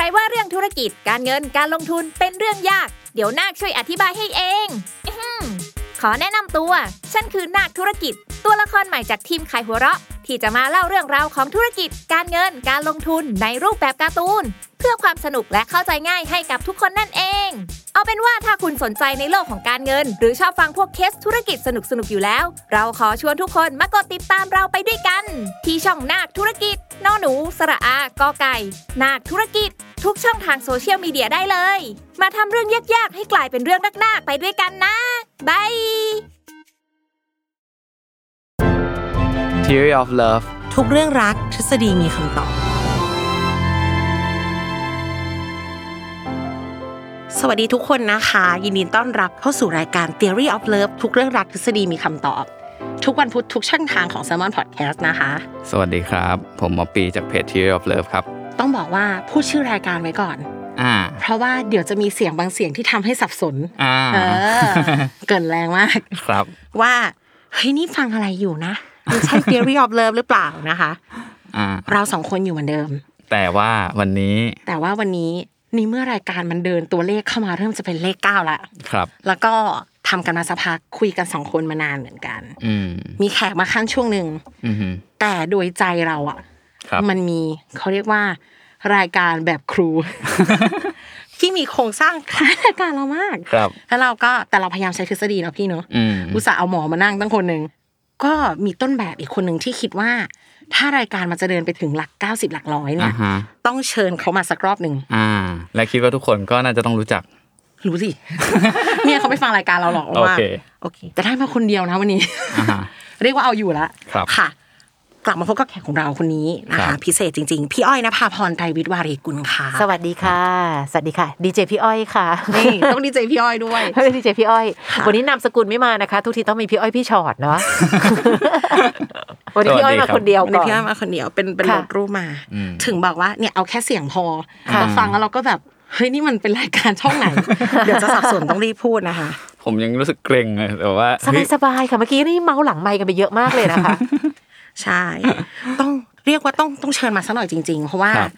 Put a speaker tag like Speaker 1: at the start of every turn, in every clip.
Speaker 1: ใครว่าเรื่องธุรกิจการเงินการลงทุนเป็นเรื่องยาก เดี๋ยวนาคช่วยอธิบายให้เองอื้อหือขอแนะนำตัว ฉันคือนาคธุรกิจ ตัวละครใหม่จากทีมขายหัวเราะ ที่จะมาเล่าเรื่องราวของธุรกิจ การเงินการลงทุนในรูปแบบการ์ตูน เพื่อความสนุกและเข้าใจง่ายให้กับทุกคนนั่นเอง เอาเป็นว่าถ้าคุณสนใจในโลกของการเงิน หรือชอบฟังพวกเคสธุรกิจสนุกๆอยู่แล้ว เราขอชวนทุกคนมากดติดตามเราไปด้วยกัน ที่ช่องนาคธุรกิจนอหนู สระอากอไก่ นาคธุรกิจ ทุกช่องทางโซเชียลมีเดียได้เลย มาทำเรื่องยากๆ ให้กลายเป็นเรื่องนักๆไปด้วยกันนะบาย
Speaker 2: Theory of Love
Speaker 3: ทุกเรื่องรักทฤษฎีมีคำตอบ สวัสดีทุกคนนะคะ ยินดีต้อนรับเข้าสู่รายการ Theory of Love ทุกเรื่องรักทฤษฎีมีคำตอบ ทุกวันพุธทุกช่องทางของ s ซ m o n Podcast นะคะ
Speaker 2: สวัสดีครับ ผมหมอปีจากเพจ Theory of Love ครับ
Speaker 3: ต้องบอกว่าพูดชื่อรายการไว้ก่อน
Speaker 2: อ่า
Speaker 3: เพราะว่าเดี๋ยวจะมีเสียงบางเสียงที่ทำให้สับสน
Speaker 2: อ่า
Speaker 3: เออ เกินแรงมาก
Speaker 2: ครับ
Speaker 3: ว่า เฮ้ย นี่ฟังอะไรอยู่นะมันใช่ Theory of Love หรือเปล่านะคะ
Speaker 2: อ่า
Speaker 3: เราสองคนอยู่เหมือนเดิม
Speaker 2: แต่ว่าวันนี้
Speaker 3: แต่ว่าวันนี้นี่เมื่อรายการมันเดินตัวเลขเข้ามาเริ่มจะเป็นเลขเก้าละ
Speaker 2: ครับ
Speaker 3: แล้วก็ทำกันมาสักพักคุยกันสองคนมานานเหมือนกัน
Speaker 2: อืม
Speaker 3: มีแขกมาขั้นช่วงหนึ่ง
Speaker 2: อืม
Speaker 3: แต่โดยใจเราอ่ะ
Speaker 2: ครับ
Speaker 3: มันมีเขาเรียกว่ารายการแบบครู ที่มีโครงสร้างคล้ายรายการเรามาก
Speaker 2: ครับ
Speaker 3: แล้วเราก็แต่เราพยายามใช้ทฤษฎีเนาะพี่เนาะ
Speaker 2: อืม
Speaker 3: อุตส่าห์เอาหมอมานั่งตั้งคนหนึ่งก็มีต้นแบบอีกคนหนึ่งที่คิดว่า ถ้ารายการมันจะเดินไปถึงหลัก 90 หลักร้อยเนี่
Speaker 2: อ่ายฮะ
Speaker 3: ต้องเชิญเขามาสักรอบหนึ่ง
Speaker 2: อ่า และคิดว่าทุกคนก็น่าจะต้องรู้จัก
Speaker 3: รู้สิ เนี่ยเขาไม่ฟังรายการเราหรอก
Speaker 2: โอ
Speaker 3: ว่า
Speaker 2: เค
Speaker 3: โอเค แต่ได้มาคนเดียวนะวันนี้
Speaker 2: อ่าฮะ
Speaker 3: เรียกว่าเอาอยู่ละ
Speaker 2: ครับ
Speaker 3: ค่ะ กลับมาพบกับแขกของเราคนนี้นะ
Speaker 2: ครั
Speaker 3: คะ
Speaker 2: บ
Speaker 3: พิเศษจริงๆ พี่อ้อยนภาพรไตรวิทย์วารีกุลค่ะ
Speaker 4: สวัสดีค่ะ สวัสดีค่ะ ดีเจพี่อ้อยค่ะ
Speaker 3: นี่ต้องดีใจพี่อ้อยด้วย
Speaker 4: ไม่เป็นดีเจพี่อ้อย
Speaker 3: ค่ะ
Speaker 4: วันนี้นามสกุลไม่มานะคะ ทุกทีต้องมีพี่อ้อยพี่ชอดเนา ะ วันนี้พี่อ้อยมาคนเดียว
Speaker 3: วัน
Speaker 4: ก่
Speaker 3: นี้
Speaker 4: อน
Speaker 3: พี่อ้อยมาคนเดียวเป็นเป็น
Speaker 4: ค่ะ
Speaker 3: รถรูปมา
Speaker 2: อืม
Speaker 3: ถึงบอกว่าเนี่ยเอาแค่เสียงพอ
Speaker 4: ค่ะ
Speaker 3: เราฟังแล้วเราก็แบบเฮ้ยนี่มันเป็นรายการช่อง ไหน เดี๋ยวจะสับสนต้องรีบพูดนะคะ
Speaker 2: ผมยังรู้สึกเกรงเลยแต่ว่า
Speaker 4: สบายสบายๆค่ะ เมื่อกี้นี่เมาส์หลังไมค์กันไปเยอะมากเลยนะคะ
Speaker 3: ใช่ ต้องเรียกว่าต้องต้องเชิญมาสักหน่อยจริง ๆ เพราะว่า
Speaker 2: ครับ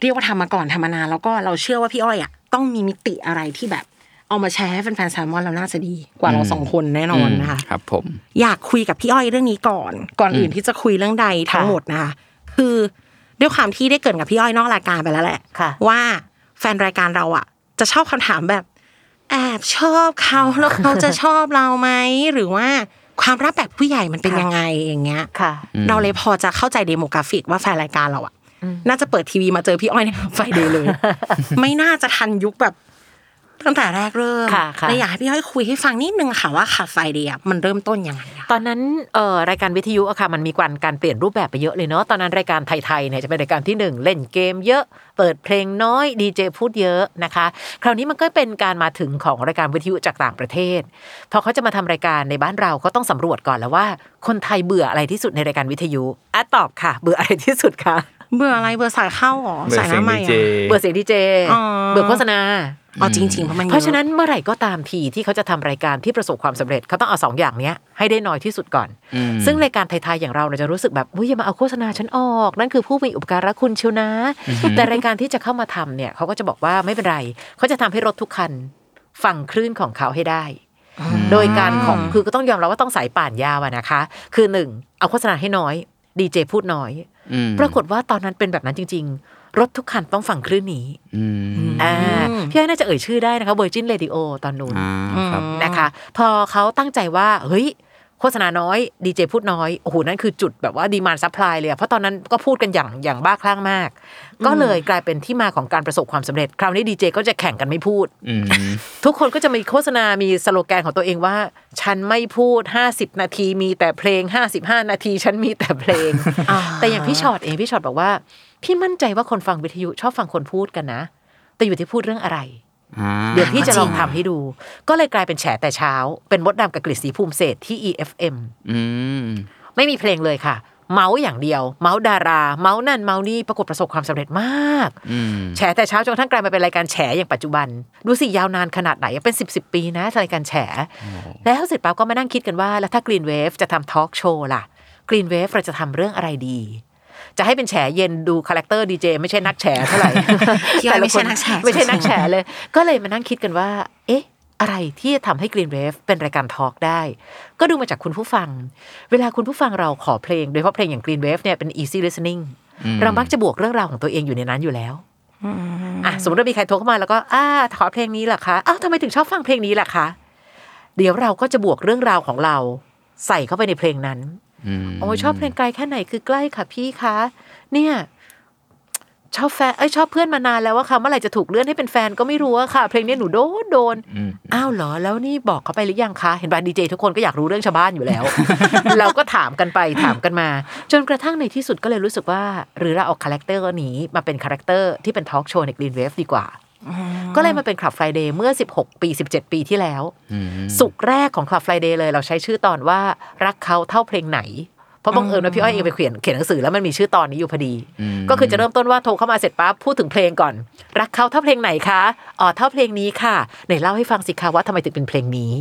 Speaker 3: เรียกว่าทำมาก่อนทำมานานแล้วก็เราเชื่อว่าพี่อ้อยอ่ะต้องมีมิติอะไรที่แบบ เอามาแชร์ให้แฟนๆแซลมอนเราน่าจะดีกว่าเรา
Speaker 2: อืม
Speaker 3: สองคนแน่นอนนะคะ
Speaker 2: ครับผม
Speaker 3: อยากคุยกับพี่อ้อยเรื่องนี้ก่อน ก่อนอื่นที่จะคุยเรื่องใดทั้ง
Speaker 4: ค่ะ
Speaker 3: หมดนะคะคือด้วยความที่ได้เกรินกับพี่อ้อยนอกรายการไปแล้วแหละ
Speaker 4: ค่ะ
Speaker 3: ว่าแฟนรายการเราอ่ะ จะชอบคำถามแบบ แอบชอบเขาแล้วเขาจะชอบเราไหมหรือว่าความรักแบบผู้ใหญ่มันเป็นยังไงอย่างเงี้ย
Speaker 4: ค่ะ
Speaker 3: เราเลยพอจะเข้าใจเดโมกราฟิกว่าแฟนรายการเราอะน่าจะเปิดทีวีมาเจอพี่อ้อยในไฟเดย์เลย ไม่น่าจะทันยุคแบบ ตั้งแต่แรกเริ่ม
Speaker 4: ค่ะค่ะ
Speaker 3: เลยอยากให้พี่อ้อยคุยให้ฟังนิดนึงค่ะว่าคาไฟเดย์อะมันเริ่มต้นยังไงอะ
Speaker 4: ตอนนั้นเอ่อรายการวิทยุอะค่ะมันมีการการเปลี่ยนรูปแบบไปเยอะเลยเนาะตอนนั้นรายการไทยๆเนี่ยจะเป็นรายการที่หนึ่งเล่นเกมเยอะ เปิดเพลงน้อยดีเจพูดเยอะนะคะ คราวนี้มันก็เป็นการมาถึงของรายการวิทยุจากต่างประเทศ พอเขาจะมาทำรายการในบ้านเราก็ต้องสำรวจก่อนแล้วว่า คนไทยเบื่ออะไรที่สุดในรายการวิทยุอ่ะตอบค่ะ เบื่ออะไรที่สุดคะ
Speaker 3: เบื่ออะไรเบื่อสายเข้าหรอ
Speaker 2: เบอ
Speaker 3: สาย
Speaker 2: ร์เซ็ง
Speaker 3: น้ำใหม่
Speaker 2: ดีเจ
Speaker 3: อะ
Speaker 4: เบื่อเสียงดีเจ
Speaker 3: อ๋อ
Speaker 4: เบื่อโฆษณา
Speaker 3: อ๋อจริงๆเพราะมันยอ
Speaker 4: เพราะฉะนั้นเมื่อไหร่ก็ตามทีที่เขาจะทำรายการที่ประสบความสำเร็จเขาต้องเอาสองอย่างเนี้ยให้ได้น้อยที่สุดก่อน
Speaker 2: อืม
Speaker 4: ซึ่งรายการไทยๆอย่างเราเราจะรู้สึกแบบอุ้ยอย่ามาเอาโฆษณาฉันออก นั่นคือผู้มีอุปการะคุณเชียวนะ แต่รายการที่จะเข้ามาทำเนี่ยเขาก็จะบอกว่าไม่เป็นไรเขาจะทำให้รถทุกคันฟังคลื่นของเขาให้ได้ โดยการของคือก็ต้องยอมรับว่าต้องสายป่านยาวอะนะคะ คือหนึ่งเอาโฆษณาให้น้อยดีเจพูดน้อย
Speaker 2: อืม
Speaker 4: ปรากฏว่าตอนนั้นเป็นแบบนั้นจริง ๆ รถทุกคันต้องฟังคลื่นนี้
Speaker 2: อืม
Speaker 4: อ่าพี่อ้อยน่าจะเอ่ยชื่อได้นะคะ Virgin Radio ตอนนู้น
Speaker 2: อ่าครับ
Speaker 4: นะคะ พอเขาตั้งใจว่า เฮ้ย โฆษณาน้อยดีเจพูดน้อย โอ้โห นั่นคือจุดแบบว่าดีมานซัพพลายเลยอะเพราะตอนนั้นก็พูดกันอย่างอย่างบ้าคลั่งมาก ก็เลยกลายเป็นที่มาของการประสบความสำเร็จ คราวนี้ดีเจก็จะแข่งกันไม่พูด
Speaker 2: อืม
Speaker 4: ทุกคนก็จะมีโฆษณา มีสโลแกนของตัวเองว่า ฉันไม่พูด 50 นาที มีแต่เพลง 55 นาที ฉันมีแต่เพลง แต่อย่างพี่ชอตเอง พี่ชอตบอกว่า พี่มั่นใจว่าคนฟังวิทยุชอบฟังคนพูดกันนะ แต่อยู่ที่พูดเรื่องอะไร
Speaker 2: อ่า
Speaker 4: เดี๋ยวพี่จะลองทำให้ดู ก็เลยกลายเป็นแฉแต่เช้า เป็นมดดำกับกฤษสีภูมิเศรษฐ์ที่ EFM
Speaker 2: อืม
Speaker 4: ไม่มีเพลงเลยค่ะ เมาส์อย่างเดียว เมาส์ดารา เมาส์นั่นเมาส์นี่ปรากฏประสบความสำเร็จมาก
Speaker 2: อืม
Speaker 4: แฉแต่เช้าจนกระทั่งกลายมาเป็นรายการแฉอย่างปัจจุบัน ดูสิยาวนานขนาดไหนเป็นสิบสิบปีนะรายการแฉ แล้วเสร็จปั๊บก็มานั่งคิดกันว่า แล้วถ้ากรีนเวฟจะทำทอล์กโชว์ล่ะกรีนเวฟเราจะทำเรื่องอะไรดี จะให้เป็นแฉเย็นดูคาแรคเตอร์ดีเจไม่ใช่นักแฉเท่าไหร่
Speaker 3: คิดว่าไม่ใช่นักแฉ
Speaker 4: ไม่ใช่นักแฉเลย ก็เลยมานั่งคิดกันว่า เอ๊ะ อะไรที่จะทำให้ Green Wave เป็นรายการทอล์กได้ ก็ดูมาจากคุณผู้ฟัง เวลาคุณผู้ฟังเราขอเพลง โดยเฉพาะเพลงอย่าง Green Wave เนี่ยเป็น easy listening
Speaker 2: อืม
Speaker 4: เรามักจะบวกเรื่องราวของตัวเองอยู่ในนั้นอยู่แล้วอ่ะสมมติว่ามีใครโทรเข้ามาแล้วก็อ่าขอเพลงนี้ล่ะคะอ้าวทำไมถึงชอบฟังเพลงนี้ล่ะคะ เดี๋ยวเราก็จะบวกเรื่องราวของเรา ใส่เข้าไปในเพลงนั้น
Speaker 2: อืม
Speaker 4: โอ้ยชอบเพลงไกลแค่ไหนคือใกล้ค่ะพี่คะ เนี่ย ชอบแฟนเอ้ยชอบเพื่อนมานานแล้วว่าค่ะเมื่อไหร่จะถูกเลื่อนให้เป็นแฟนก็ไม่รู้อะค่ะ เพลงเนี้ยหนูโดนโดน
Speaker 2: อืม
Speaker 4: อ้าวเหรอแล้วนี่บอกเขาไปหรือยังคะ เห็นป่ะดีเจทุกคนก็อยากรู้เรื่องชาวบ้านอยู่แล้ว เราก็ถามกันไปถามกันมา จนกระทั่งในที่สุดก็เลยรู้สึกว่า หรือเราเอาคาแรคเตอร์นี้มาเป็นคาแรคเตอร์ที่เป็นทอล์กโชว์ในกรีนเวฟดีกว่า ก็เลยมาเป็นคลับไฟเดย์เมื่อ 16 ปี 17 ปีที่แล้ว
Speaker 2: อืม
Speaker 4: สุกร์แรกของคลับไฟเดย์เลยเราใช้ชื่อตอนว่ารักเขาเท่าเพลงไหน เพราะบังเอิญว่าพี่อ้อยเองไปเขียนเขียนหนังสือแล้วมันมีชื่อตอนนี้อยู่พอดี
Speaker 2: อืม
Speaker 4: ก็คือจะเริ่มต้นว่าโทรเข้ามาเสร็จปั๊บพูดถึงเพลงก่อน รักเขาเท่าเพลงไหนคะอ๋อเท่าเพลงนี้ค่ะไหนเล่าให้ฟังสิคะว่าทำไมถึงเป็นเพลงนี้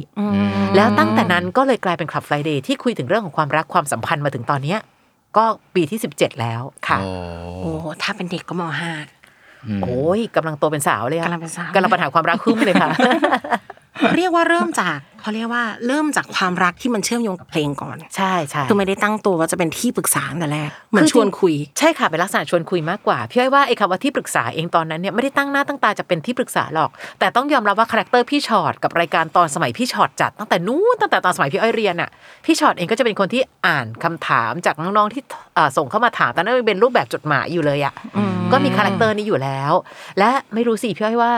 Speaker 4: แล้วตั้งแต่นั้นก็เลยกลายเป็นคลับไฟเดย์ที่คุยถึงเรื่องของความรักความสัมพันธ์มาถึงตอนเนี้ยก็ปีที่ 17 แล้วค่ะ
Speaker 2: โอ้
Speaker 3: โอ้ถ้าเป็นเด็กก็มห้า
Speaker 2: อืม
Speaker 4: โอ้ยกำลังโตเป็นสาวเลยอะ
Speaker 3: กำลังเป็นสาว
Speaker 4: กำลังปัญหาความรักคุ้มเลย ค่ะ
Speaker 3: เรียกว่าเริ่มจากเขาเรียกว่าเริ่มจากความรักที่มันเชื่อมโยงกับเพลงก่อน
Speaker 4: ใช่ใช่
Speaker 3: คือไม่ได้ตั้งตัวว่าจะเป็นที่ปรึกษาตั้งแต่แรกเหมือนชวนคุย
Speaker 4: ใช่ค่ะเป็นลักษณะชวนคุยมากกว่าพี่อ้อยว่าไอ้คำว่าที่ปรึกษาเองตอนนั้นเนี่ยไม่ได้ตั้งหน้าตั้งตาจะเป็นที่ปรึกษาหรอก แต่ต้องยอมรับว่าคาแรคเตอร์พี่ชอตกับรายการตอนสมัยพี่ชอตจัดตั้งแต่นู้นตั้งแต่ตอนสมัยพี่อ้อยเรียนอ่ะพี่ชอตเองก็จะเป็นคนที่อ่านคำถามจากน้องๆที่เอ่อส่งเข้ามาถามตอนนั้นยังเป็นรูปแบบจดหมายอยู่เลยอ่ะก็มีคาแรคเตอร์นี้อยู่แล้ว และไม่รู้สิพี่อ้อยว่า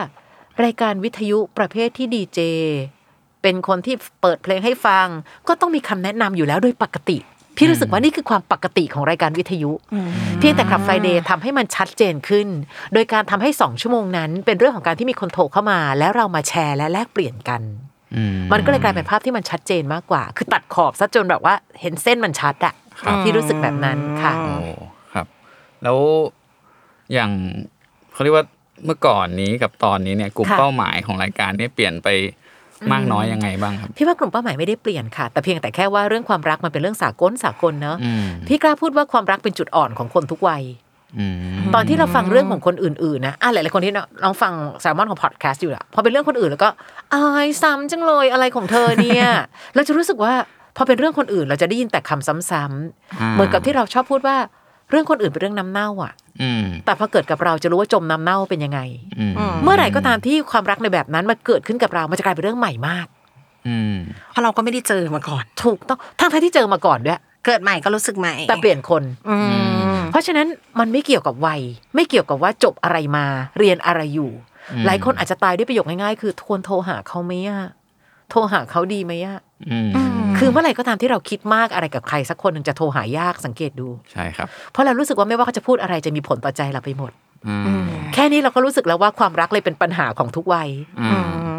Speaker 4: รายการวิทยุประเภทที่ดีเจเป็นคนที่เปิดเพลงให้ฟัง ก็ต้องมีคำแนะนำอยู่แล้วโดยปกติ พี่รู้สึกว่านี่คือความปกติของรายการวิทยุ เพียงแต่คลับไฟเดย์ทำให้มันชัดเจนขึ้น โดยการทำให้ 2 ชั่วโมงนั้น เป็นเรื่องของการที่มีคนโทรเข้ามา แล้วเรามาแชร์และแลกเปลี่ยนกัน
Speaker 2: อื
Speaker 4: มันก็เลยกลายเป็นภาพที่มันชัดเจนมากกว่า คือตัดขอบซะจนแบบว่าเห็นเส้นมันชัดอะที่รู้สึกแบบนั้นค่ะ
Speaker 2: โอ้ครับ แล้วอย่างเขาเรียกว่าเมื่อก่อนนี้กับตอนนี้เนี่ยกลุ่ม
Speaker 4: ค่ะ
Speaker 2: เป้าหมายของรายการเนี่ยเปลี่ยนไปมากน้อยยังไงบ้างครับ
Speaker 4: พี่ว่ากลุ่มเป้าหมายไม่ได้เปลี่ยนค่ะ แต่เพียงแต่แค่ว่าเรื่องความรักมันเป็นเรื่องสากลสากลเนอะ
Speaker 2: อืม
Speaker 4: พี่กล้าพูดว่าความรักเป็นจุดอ่อนของคนทุกวัย
Speaker 2: อืม
Speaker 4: ตอนที่เราฟังเรื่องของคนอื่นๆนะอ่ะหลายๆคนที่น้องฟังแซลมอนของพอดแคสต์อยู่อะพอเป็นเรื่องคนอื่นแล้วก็อายซ้ำจังเลยอะไรของเธอเนี่ย เราจะรู้สึกว่าพอเป็นเรื่องคนอื่นเราจะได้ยินแต่คำซ้ำ
Speaker 2: อ่า
Speaker 4: ๆ เหมือนกับที่เราชอบพูดว่าเรื่องคนอื่นเป็นเรื่องน้ำเน่าอะ
Speaker 2: อืม
Speaker 4: แต่พอเกิดกับเราจะรู้ว่าจมน้ำเน่าเป็นยังไง
Speaker 2: อืม
Speaker 4: เมื่อไหร่ก็ตามที่ความรักในแบบนั้นมาเกิดขึ้นกับเรา มันจะกลายเป็นเรื่องใหม่มาก
Speaker 2: อืม
Speaker 3: เพราะเราก็ไม่ได้เจอมาก่อน
Speaker 4: ถูกต้องทั้งๆที่เจอมาก่อนด้วย
Speaker 3: เกิดใหม่ก็รู้สึกใหม่
Speaker 4: แต่เปลี่ยนคน
Speaker 3: อืม
Speaker 4: เพราะฉะนั้นมันไม่เกี่ยวกับวัย ไม่เกี่ยวกับว่าจบอะไรมาเรียนอะไรอยู่
Speaker 2: อืม
Speaker 4: หลายคนอาจจะตายด้วยประโยคง่ายๆ คือควรโทรหาเขาไหมอะโทรหาเขาดีไหมอะ
Speaker 2: อืม
Speaker 4: คือเมื่อไหร่ก็ตามที่เราคิดมากอะไรกับใครสักคนหนึ่งจะโทรหายากสังเกตดู
Speaker 2: ใช่ครับ
Speaker 4: เพราะเรารู้สึกว่าไม่ว่าเขาจะพูดอะไรจะมีผลต่อใจเราไปหมด
Speaker 2: อืม
Speaker 4: แค่นี้เราก็รู้สึกแล้วว่าความรักเลยเป็นปัญหาของทุกวัย
Speaker 2: อื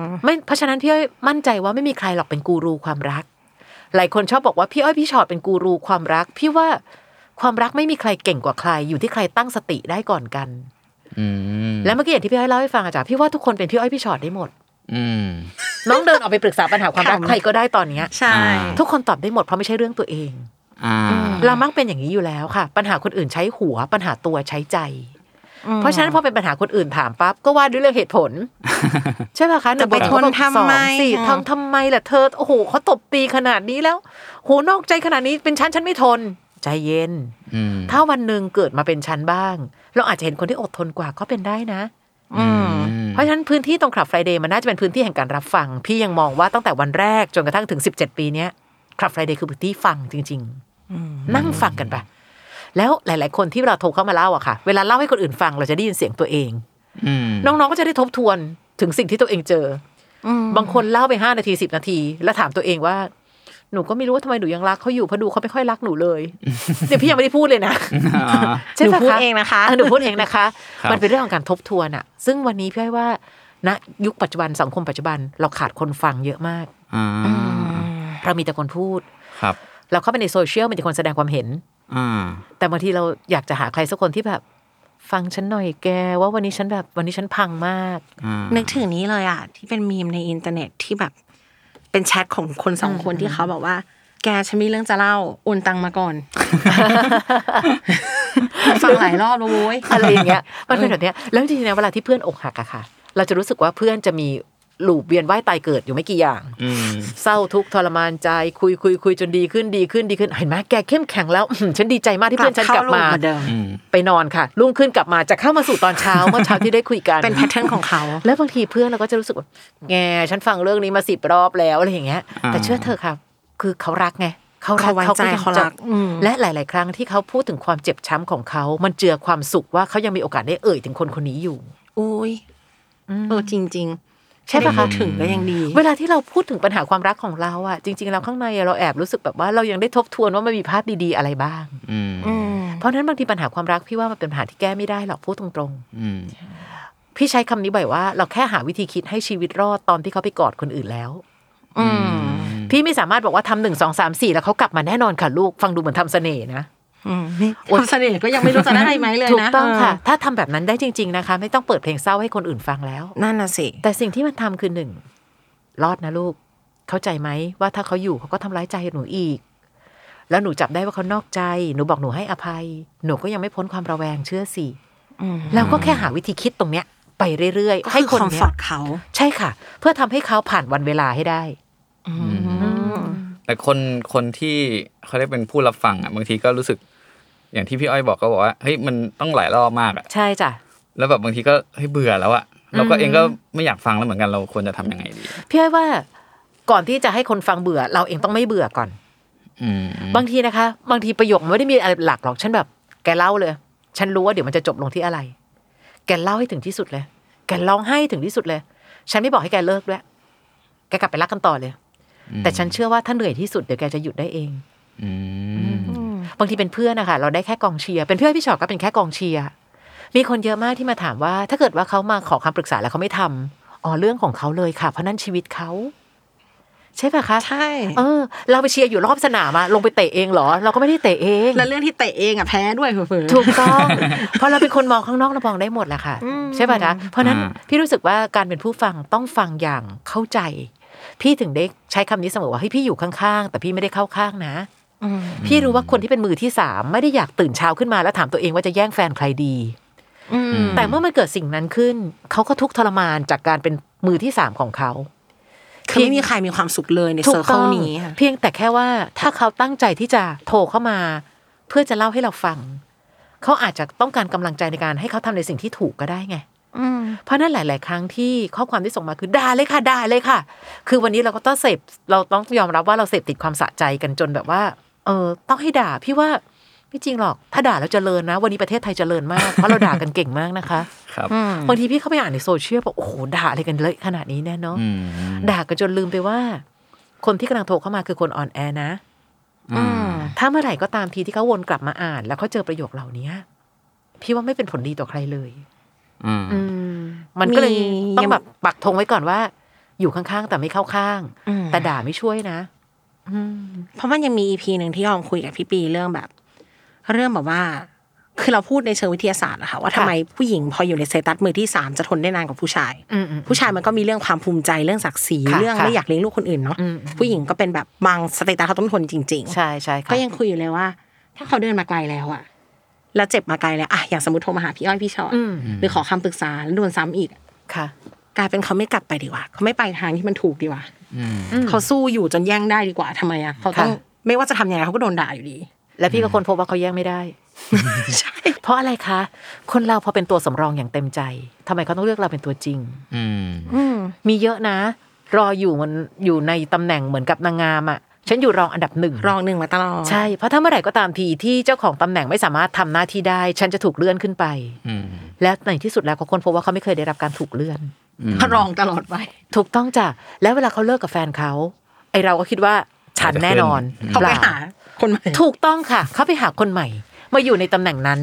Speaker 2: ม
Speaker 4: ไม่เพราะฉะนั้นพี่อ้อยมั่นใจว่าไม่มีใครหรอกเป็นกูรูความรัก หลายคนชอบบอกว่าพี่อ้อยพี่ชอตเป็นกูรูความรัก พี่ว่าความรักไม่มีใครเก่งกว่าใคร อยู่ที่ใครตั้งสติได้ก่อนกัน
Speaker 2: อืม
Speaker 4: แล้วเมื่อกี้อย่างที่พี่อ้อยเล่าให้ฟังอาจารย์พี่ว่าทุกคนเป็นพี่อ้อยพี่ชอตได้หมด
Speaker 2: อืม
Speaker 4: น้องเดินออกไปปรึกษาปัญหาความรัก
Speaker 3: ค่ะ
Speaker 4: ใครก็ได้ตอนเนี้ย
Speaker 3: ใช่
Speaker 2: อ่า
Speaker 4: ทุกคนตอบได้หมดเพราะไม่ใช่เรื่องตัวเอง
Speaker 2: อ่า
Speaker 4: เรามักเป็นอย่างนี้อยู่แล้วค่ะ ปัญหาคนอื่นใช้หัวปัญหาตัวใช้ใจ เพราะฉะนั้นพอเป็นปัญหาคนอื่นถามปั๊บก็ว่าด้วยเรื่องเหตุผ ล ใช่ป่ะคะหนึ่ง
Speaker 3: จะไป
Speaker 4: บวกสอง
Speaker 3: ทนทำไม
Speaker 4: สองสี่
Speaker 3: อ่ะ
Speaker 4: ทำทำไมล่ะเธอโอ้โหเขาตบตีขนาดนี้แล้วโหนอกใจขนาดนี้เป็นฉันฉันไม่ทน ใจเย็น
Speaker 2: อืม
Speaker 4: ถ้าวันหนึ่งเกิดมาเป็นฉันบ้าง เราอาจจะเห็นคนที่อดทนกว่าก็เป็นได้นะ
Speaker 2: อืม
Speaker 4: เพราะฉะนั้นพื้นที่ตรงคลับไฟเดย์มันน่าจะเป็นพื้นที่แห่งการรับฟัง พี่ยังมองว่าตั้งแต่วันแรกจนกระทั่งถึง 17 ปีเนี้ยคลับไฟเดย์คือพื้นที่ฟังจริงๆ นั่งฟังกันไป แล้วหลาย ๆ คนที่เราโทรเข้ามาเล่าอะค่ะ เวลาเล่าให้คนอื่นฟังเราจะได้ยินเสียงตัวเอง
Speaker 2: อืม
Speaker 4: น้อง ๆ ก็จะได้ทบทวนถึงสิ่งที่ตัวเองเจออบางคนเล่าไปห้านาทีสิบนาที แล้วถามตัวเองว่า หนูก็ไม่รู้ว่าทำไมหนูยังรักเขาอยู่เพราะดูเขาไม่ค่อยรักหนู เลยเดี๋ยวพี่ยังไม่ได้พูดเลยนะ
Speaker 2: อ่า
Speaker 4: ใช่
Speaker 3: หนู
Speaker 4: ปะ
Speaker 3: พูด
Speaker 4: คะ
Speaker 3: เองนะคะ
Speaker 4: เออหนูพูดเองนะคะ
Speaker 2: ครับ
Speaker 4: มันเป็นเรื่องของการทบทวนอะซึ่งวันนี้พี่อ้อยว่าณยุคปัจจุบันสังคมปัจจุบันเราขาดคนฟังเยอะมาก
Speaker 2: อ่า
Speaker 4: เรามีแต่คนพูด
Speaker 2: ครับ
Speaker 4: เราเข้าไปในโซเชียลมีแต่คนแสดงความเห็น
Speaker 2: อ่า
Speaker 4: แต่บางทีเราอยากจะหาใครสักคนที่แบบ ฟังฉันหน่อยแก ว่าวันนี้ฉันแบบวันนี้ฉันพังมาก
Speaker 2: อ่า
Speaker 3: นึกถึงนี้เลยอ่ะ ที่เป็นมีมในอินเทอร์เน็ตที่แบบ เป็นแชทของคนสองคนที่เขาบอกว่า แกฉันมีเรื่องจะเล่าโอนตังมาก่อน ฟังหลายรอบแล้วโว้ย
Speaker 4: อะไรอย่างเงี้ย มันเป็นแบบเนี้ย แล้วจริงๆนะเวลาที่เพื่อนอกหักอะค่ะ เราจะรู้สึกว่าเพื่อนจะมีหลูบเวียนว่ายตายเกิดอยู่ไม่กี่อย่าง
Speaker 2: อืม
Speaker 4: เศร้าทุกข์ทรมานใจคุยคุยคุยจนดีขึ้นดีขึ้นดีขึ้นเห็นไหมแกเข้มแข็งแล้วอื้อหือฉันดีใจมากที่เพื่อนฉันกลับมา
Speaker 3: เข้โหดเหอนเดิม
Speaker 2: อืม
Speaker 4: ไปนอนค่ะรุ่งขึ้นกลับมาจะเข้ามาสู่ตอนเช้า เมื่อเช้าที่ได้คุยกัน
Speaker 3: เป็นแพทเทิร์นของเขา
Speaker 4: แล้วบางทีเพื่อนเราก็จะรู้สึกว่าแงฉันฟังเรื่องนี้มาสิบรอบแล้วอะไรอย่างเงี้ย
Speaker 2: อ่า
Speaker 4: แต่เชื่อเธอะค่ะ คือเขารักไงเขารัก
Speaker 3: เขาไว้ใจ
Speaker 4: ก็ยัง
Speaker 3: เขารัก
Speaker 4: จะ
Speaker 3: อืม
Speaker 4: และหลาย ๆ ครั้งที่เขาพูดถึงความเจ็บช้ำของเขา มันเจือความสุขว่าเขายังมีโอกาสได้เอ่ยถึงคนคนนี้อยู่
Speaker 3: อุ้ยเออจริง ๆ
Speaker 4: ใช่
Speaker 3: ใช่
Speaker 4: ปะ
Speaker 3: ปะ
Speaker 4: คะ
Speaker 3: คะถึงก็ยังดี
Speaker 4: เวลาที่เราพูดถึงปัญหาความรักของเราอะจริง ๆ เราข้างในอะเราแอบรู้สึกแบบว่าเรายังได้ทบทวนว่ามันมีภาพดีๆอะไรบ้าง
Speaker 2: อืม
Speaker 3: อืม
Speaker 4: เพราะฉะนั้นบางทีปัญหาความรักพี่ว่ามันเป็นปัญหาที่แก้ไม่ได้หรอกพูดตรง
Speaker 2: อืม
Speaker 4: ๆ พี่ใช้คำนี้บ่อยว่าเราแค่หาวิธีคิดให้ชีวิตรอดตอนที่เขาไปกอดคนอื่นแล้ว
Speaker 3: อืม
Speaker 4: พี่ไม่สามารถบอกว่าทำหนึ่งสองสามสี่แล้วเขากลับมาแน่นอนค่ะลูกฟังดูเหมือนทำเสน่ห์นะ
Speaker 3: อืมนี่ความเสน่ห์ก็ยังไม่รู้จะได้ไหมเลยนะ
Speaker 4: ถูกต้องค่ะ ถ้าทำแบบนั้นได้จริง ๆนะคะ ไม่ต้องเปิดเพลงเศร้าให้คนอื่นฟังแล้ว
Speaker 3: นั่นน่ะสิ
Speaker 4: แต่สิ่งที่มันทำคือหนึ่งรอดนะลูก เข้าใจไหมว่าถ้าเขาอยู่เขาก็ทำร้ายใจหนูอีก แล้วหนูจับได้ว่าเขานอกใจ หนูบอกหนูให้อภัย หนูก็ยังไม่พ้นความระแวงเชื่อสิ
Speaker 3: อืม
Speaker 4: แล้วก็แค่หาวิธีคิดตรงเนี้ย ไปเรื่อยๆ ให้
Speaker 3: ให้
Speaker 4: ค
Speaker 3: คน น
Speaker 4: เนี้
Speaker 3: ฟอย ร์ตเขา
Speaker 4: ใช่ค่ะ เพื่อทำให้เขาผ่านวันเวลาให้ได้
Speaker 2: แต่คนคนที่เขาได้เป็นผู้รับฟังอ่ะบางทีก็รู้สึก อย่างที่พี่อ้อยบอกก็บอกว่าเฮ้ยมันต้องหลายรอบมากอ่ะ
Speaker 4: ใช่จ้ะ
Speaker 2: แล้วแบบบางทีก็เฮ้ยเบื่อแล้วอ่ะเราก็เองก็ไม่อยากฟังแล้วเหมือนกันเราควรจะทำยังไงดี
Speaker 4: พี่อ้อยว่าก่อนที่จะให้คนฟังเบื่อ เราเองต้องไม่เบื่อก่อน
Speaker 2: อืม
Speaker 4: บางทีนะคะ บางทีประโยคมันไม่ได้มีอะไรหลักหรอกฉันแบบ แกเล่าเลย ฉันรู้ว่าเดี๋ยวมันจะจบลงที่อะไร แกเล่าให้ถึงที่สุดเลย แกร้องไห้ถึงที่สุดเลย ฉันไม่บอกให้แกเลิกด้วย แกกลับไปรักกันต่อเลย แต่ฉันเชื่อว่าถ้าเหนื่อยที่สุดเดี๋ยวแกจะหยุดได้เอง
Speaker 2: อืม
Speaker 4: บางทีเป็นเพื่อนนะคะเราได้แค่กองเชียร์เป็นเพื่อนพี่ชอบก็เป็นแค่กองเชียร์มีคนเยอะมากที่มาถามว่า ถ้าเกิดว่าเขามาขอคำปรึกษาแล้วเขาไม่ทำอ๋อเรื่องของเขาเลยค่ะ เพราะนั่นชีวิตเขา ใช่ปะคะ
Speaker 3: ใช่
Speaker 4: เออ เราไปเชียร์อยู่รอบสนามอะลงไปเตะเองเหรอ เราก็ไม่ได้เตะเอง
Speaker 3: แล้วเรื่องที่เตะเองอ่ะแพ้ด้วยเผลอๆ
Speaker 4: ถูกต้อง เพราะเราเป็นคนมองข้างนอกเรามองได้หมดแหละค่ะ ใช่ป่ะนะเพราะฉะนั้นพี่รู้สึกว่าการเป็นผู้ฟังต้องฟังอย่างเข้าใจ พี่ถึงได้ใช้คำนี้เสมอว่าให้ยพี่อยู่ข้างๆ แต่พี่ไม่ได้เข้าข้างนะพี่รู้ว่าคนที่เป็นมือที่สามไม่ได้อยากตื่นเช้าขึ้นมาแล้วถามตัวเองว่าจะแย่งแฟนใครดี แต่เมื่อมันเกิดสิ่งนั้นขึ้น เขาก็ทุกข์ทรมานจากการเป็นมือที่สามของเขา
Speaker 3: คือไม่มีใครมีความสุขเลยใน
Speaker 4: ถู
Speaker 3: เซอกร์เคิ
Speaker 4: ต้
Speaker 3: ล
Speaker 4: อง
Speaker 3: นี้ค่ะ
Speaker 4: เพียงแต่แค่ว่าถ้าเขาตั้งใจที่จะโทรเข้ามา เพื่อจะเล่าให้เราฟัง เขาอาจจะต้องการกำลังใจในการให้เขาทำในสิ่งที่ถูกก็ได้ไงเพราะนั้นหลาย ๆ ครั้งที่ข้อความที่ส่งมาคือด่าเลยค่ะด่าเลยค่ะ คือวันนี้เราก็ต้องเสพเราต้องยอมรับว่าเราเสพติดความสะใจกันจนแบบว่า เออต้องให้ด่าพี่ว่าไม่จริงหรอก ถ้าด่าแล้วเจริญนะ วันนี้ประเทศไทยเจริญมากเพราะเราด่ากันเก่งมากนะคะ
Speaker 2: ครับ
Speaker 4: บางทีพี่เข้าไปอ่านในโซเชียลบอกโอ้โหด่าอะไรกันเลยขนาดนี้แน่ยเนาะ
Speaker 2: อืม
Speaker 4: ด่ากันจนลืมไปว่า คนที่กำลังโทรเข้ามาคือคนอ่อนแอนะ
Speaker 2: อืม
Speaker 4: ถ้าเมื่อไหร่ก็ตามทีที่เขาวนกลับมาอ่าน แล้วเขาเจอประโยคเหล่านี้พี่ว่าไม่เป็นผลดีต่อใครเลย
Speaker 2: อืม
Speaker 4: มันก็เลยต้องแบบปักธงไว้ก่อนว่า อยู่ข้างๆ แต่ไม่เข้าข้าง แต่ด่าไม่ช่วยนะ
Speaker 3: เพราะมันยังมีอีพีหนึ่งที่ยอมคุยกับพี่ปีเรื่องแบบ เรื่องแบบว่า คือเราพูดในเชิงวิทยาศาสตร์อะค่ะว่าทำไมผู้หญิงพออยู่ในสเซตัสมือที่สามจะทนได้นานกว่าผู้ชาย
Speaker 4: อืมอืม
Speaker 3: ผู้ชายมันก็มีเรื่องความภูมิใจเรื่องศักดิ์ศรี
Speaker 4: ค่ะ
Speaker 3: เรื่อง
Speaker 4: ค่ะ
Speaker 3: ไม่อยากเลี้ยงลูกคนอื่นเนาะ
Speaker 4: อืมอืม
Speaker 3: ผู้หญิงก็เป็นแบบบางสเตตัสเขาต้องทนจริง ๆ
Speaker 4: ใช่ใช่ค่ะ
Speaker 3: ก็ยังคุยอยู่เลยว่า ถ้าเขาเดินมาไกลแล้วอะแล้วเจ็บมาไกลแล้วอะอย่างสมมติโทรมาหาพี่อ้อยพี่ชอต
Speaker 4: อืม
Speaker 3: หรือขอคำปรึกษาแล้วโดนซ้ำอีก
Speaker 4: ค่ะ
Speaker 3: กลายเป็นเขาไม่กลับไปดีกว่าเขาไม่ไปทางที่มันถูกดีกว่า
Speaker 2: อืม
Speaker 3: เขาสู้อยู่จนแย่งได้ดีกว่าทำไมอะเขาต้อง
Speaker 4: ค่ะ
Speaker 3: ไม่ว่าจะทำยังไงเขาก็โดนด่าอยู่ดี
Speaker 4: และพี่ก็คนพบว่าเขาแย่งไม่ได้
Speaker 3: ใช่
Speaker 4: เพราะอะไรคะ คนเราพอเป็นตัวสำรองอย่างเต็มใจทำไมเขาต้องเลือกเราเป็นตัวจริง
Speaker 2: อืม
Speaker 4: มีเยอะนะ รออยู่มันอยู่ในตำแหน่งเหมือนกับนางงามอ่ะ ฉันอยู่รองอันดับหนึ่ง
Speaker 3: รองหนึ่งมาตลอด
Speaker 4: ใช่ เพราะถ้าเมื่อไหร่ก็ตามทีที่เจ้าของตำแหน่งไม่สามารถทำหน้าที่ได้ ฉันจะถูกเลื่อนขึ้นไป
Speaker 2: อืม
Speaker 4: และในที่สุดแล้วเขาคนพบว่าเขาไม่เคยได้รับการถูกเลื่อน
Speaker 2: อืม
Speaker 3: รองตลอดไป
Speaker 4: ถูกต้องจ้ะ แล้วเวลาเขาเลิกกับแฟนเขาไอเราก็คิดว่า ฉันแน่นอน
Speaker 3: เขาไป
Speaker 4: ล่
Speaker 3: หาคนใหม่
Speaker 4: ถูกต้องค่ะ เขาไปหาคนใหม่ มาอยู่ในตำแหน่งนั้น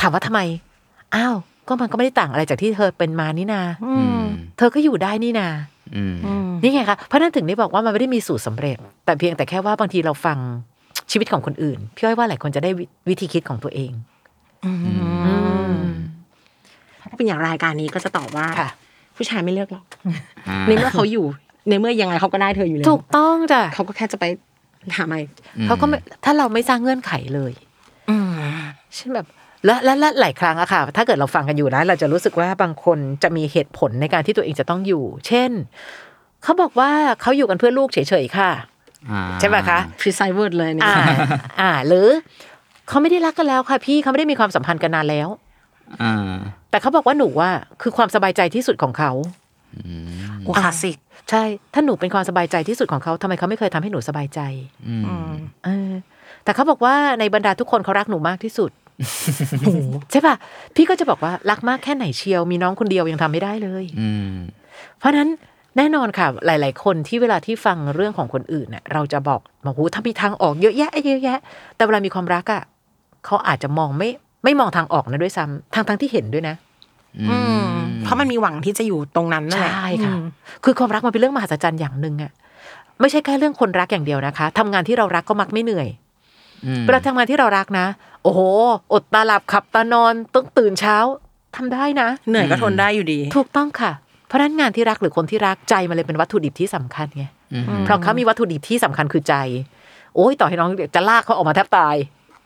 Speaker 4: ถามว่าทำไม อ้าว ก็มันก็ไม่ได้ต่างอะไรจากที่เธอเป็นมานี่นา
Speaker 2: อืม
Speaker 4: เธอก็อยู่ได้นี่นา
Speaker 2: อืม
Speaker 4: นี่ไงคะเพราะฉะนั้นถึงได้บอกว่ามันไม่ได้มีสูตรสำเร็จ แต่เพียงแต่แค่ว่าบางทีเราฟังชีวิตของคนอื่น พี่อ้อยว่าหลายคนจะได้วิวิธีคิดของตัวเอง
Speaker 3: เป็นอย่างรายการนี้ก็จะตอบว่า
Speaker 4: ค่ะ
Speaker 3: ผู้ชายไม่เลือกหรอก
Speaker 2: อ่า
Speaker 3: ในเมื่อเขาอยู่ ในเมื่อยังไงเขาก็ได้เธออยู่แล้ว
Speaker 4: ถูกต้องจ้ะ
Speaker 3: เขาก็แค่จะไปหาใหม่
Speaker 4: เขาก็ไม่ถ้าเราไม่สร้างเงื่อนไขเลยเช่นแบบและและและหลายครั้งอะค่ะ ถ้าเกิดเราฟังกันอยู่นะ เราจะรู้สึกว่าบางคนจะมีเหตุผลในการที่ตัวเองจะต้องอยู่ เช่น เขาบอกว่าเขาอยู่กันเพื่อลูกเฉยๆค่ะ
Speaker 2: อ่า
Speaker 4: ใช่ไหมคะ
Speaker 3: พรีไซเวิร์ดเลยเนี่ย
Speaker 4: อ่า อ่า หรือเขาไม่ได้รักกันแล้วค่ะพี่เขาไม่ได้มีความสัมพันธ์กันนานแล้ว
Speaker 2: อ่า
Speaker 4: แต่เขาบอกว่าหนูว่าคือความสบายใจที่สุดของเขา
Speaker 3: โอ้คลาสสิก
Speaker 4: ใช่ ถ้าหนูเป็นความสบายใจที่สุดของเขาทำไมเขาไม่เคยทำให้หนูสบายใจ
Speaker 2: อืม
Speaker 4: เออแต่เขาบอกว่าในบรรดาทุกคนเขารักหนูมากที่สุด
Speaker 3: โอ้โห
Speaker 4: ใช่ป่ะ พี่ก็จะบอกว่ารักมากแค่ไหนเชียว มีน้องคนเดียวยังทำไม่ได้เลย
Speaker 2: อืม
Speaker 4: เพราะฉะนั้นแน่นอนค่ะ หลาย ๆ คนที่เวลาที่ฟังเรื่องของคนอื่นเน่ะเราจะบอกมาหูถ้ามีทางออกเยอะแยะเยอะแยะ แต่เวลามีความรักอ่ะเขาอาจจะมองไม่ไม่มองทางออกนะด้วยซ้ำทางทางๆที่เห็นด้วยนะ
Speaker 3: อืมเพราะมันมีหวังที่จะอยู่ตรงนั้นนั่นแหละ
Speaker 4: ใช่ค่ะ
Speaker 3: อืม
Speaker 4: คือความรักมันเป็นเรื่องมหัศจรรย์อย่างหนึ่งอะไม่ใช่แค่เรื่องคนรักอย่างเดียวนะคะทำงานที่เรารักก็มักไม่เหนื่อย
Speaker 2: อืม
Speaker 4: เวลาทำงานที่เรารักนะ โอ้โห อดตาหลับขับตานอนต้องตื่นเช้าทำได้นะ
Speaker 3: เหนื่อยก็ทนได้อยู่ดี
Speaker 4: ถูกต้องค่ะ เพราะฉะนั้นงานที่รักหรือคนที่รักใจมันเลยเป็นวัตถุดิบที่สำคัญไง
Speaker 2: อืม
Speaker 4: เพราะเขามีวัตถุดิบที่สำคัญคือใจ โอ้ยต่อให้น้องจะลากเขาออกมาแทบตาย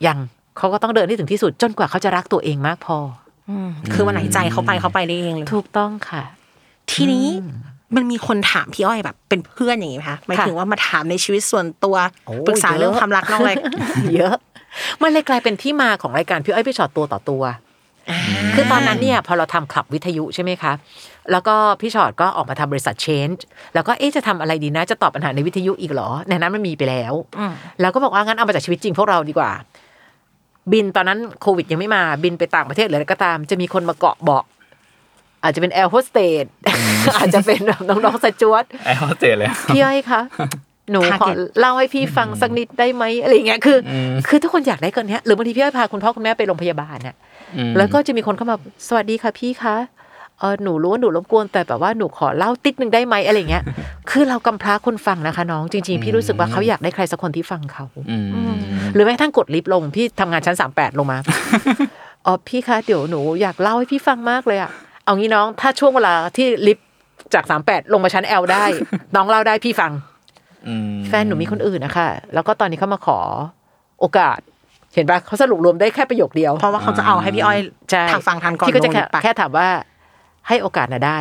Speaker 4: ยังเขาก็ต้องเดินให้ถึงที่สุดจนกว่าเขาจะรักตัวเองมากพอ
Speaker 3: คือวันไหนใจเขาไปเขาไปได้เองเลย
Speaker 4: ถูกต้องค่ะ
Speaker 3: ทีนี้มันมีคนถามพี่อ้อยแบบ เป็นเพื่อนอย่างนี้ไหมคะหมายถึงว่ามาถามในชีวิตส่วนตัว
Speaker 4: โอ้
Speaker 3: ปรึกษาเรื่อง
Speaker 4: เยอะ
Speaker 3: ความรักนอกเลย
Speaker 4: เยอะ มันเลยกลายเป็นที่มาของรายการพี่อ้อยพี่ชอตตัวต่อตัว คือตอนนั้นเนี่ยพอเราทำคลับวิทยุใช่ไหมคะ แล้วก็พี่ชอตก็ออกมาทำบริษัท Change แล้วก็เอ๊ะจะทำอะไรดีนะ จะตอบปัญหาในวิทยุอีกเหรอ ในนั้นมันมีไปแล้ว แล้วก็บอกว่างั้นเอามาจากชีวิตจริงพวกเราดีกว่า บินตอนนั้นโควิดยังไม่มาบินไปต่างประเทศหรืออะไรก็ตาม จะมีคนมาเกาะเบาะอาจจะเป็นแอร์โฮสเตสอาจจะเป็นแบบน้องๆสจวต
Speaker 2: ไอ้เขาเจเลย
Speaker 4: พี่อ้อยคะ หนูขอเล่าให้พี่ฟังสักนิดได้ไหมอะไรอย่างเงี้ย คืออ
Speaker 2: ม
Speaker 4: คือทุกคนอยากได้กันเนี้ย หรือบางทีพี่อ้อยพาคุณพ่อคุณแม่ไปโรงพยาบาลน่ะ
Speaker 2: อืม
Speaker 4: แล้วก็จะมีคนเข้ามา สวัสดีค่ะพี่คะ เออหนูรู้ว่าหนูรบกวน แต่แบบว่าหนูขอเล่าติดหนึ่งได้ไหมอะไรอย่างเงี้ย คือเรากำพร้าคนฟังนะคะ น้อง จริง ๆ พี่รู้สึกว่าเขาอยากได้ใครสักคนที่ฟังเขา
Speaker 2: อืม
Speaker 4: หรือแม้กระทั่งกดลิฟต์ลง พี่ทำงานชั้นสามแปดลงมา อ๋อพี่คะเดี๋ยวหนูอยากเล่าให้พี่ฟังมากเลยอะเอางี้น้องถ้าช่วงเวลาที่ลิฟต์จากสามแปดลงมาชั้นแอล ได้ น้องเล่าได้พี่ฟัง
Speaker 2: อืม
Speaker 4: แฟนหนูมีคนอื่นนะคะ แล้วก็ตอนนี้เขามาขอโอกาส เห็นปะเขาสรุปรวมได้แค่ประโยคเดียว
Speaker 3: เพราะว่าเขาจะเอาให้พี่อ้อย
Speaker 4: ใช่
Speaker 3: ทางฟังทันก่อน
Speaker 4: ที่ก็จะแค่
Speaker 3: โดนปัด
Speaker 4: แค่ถามว่าให้โอกาสนะได้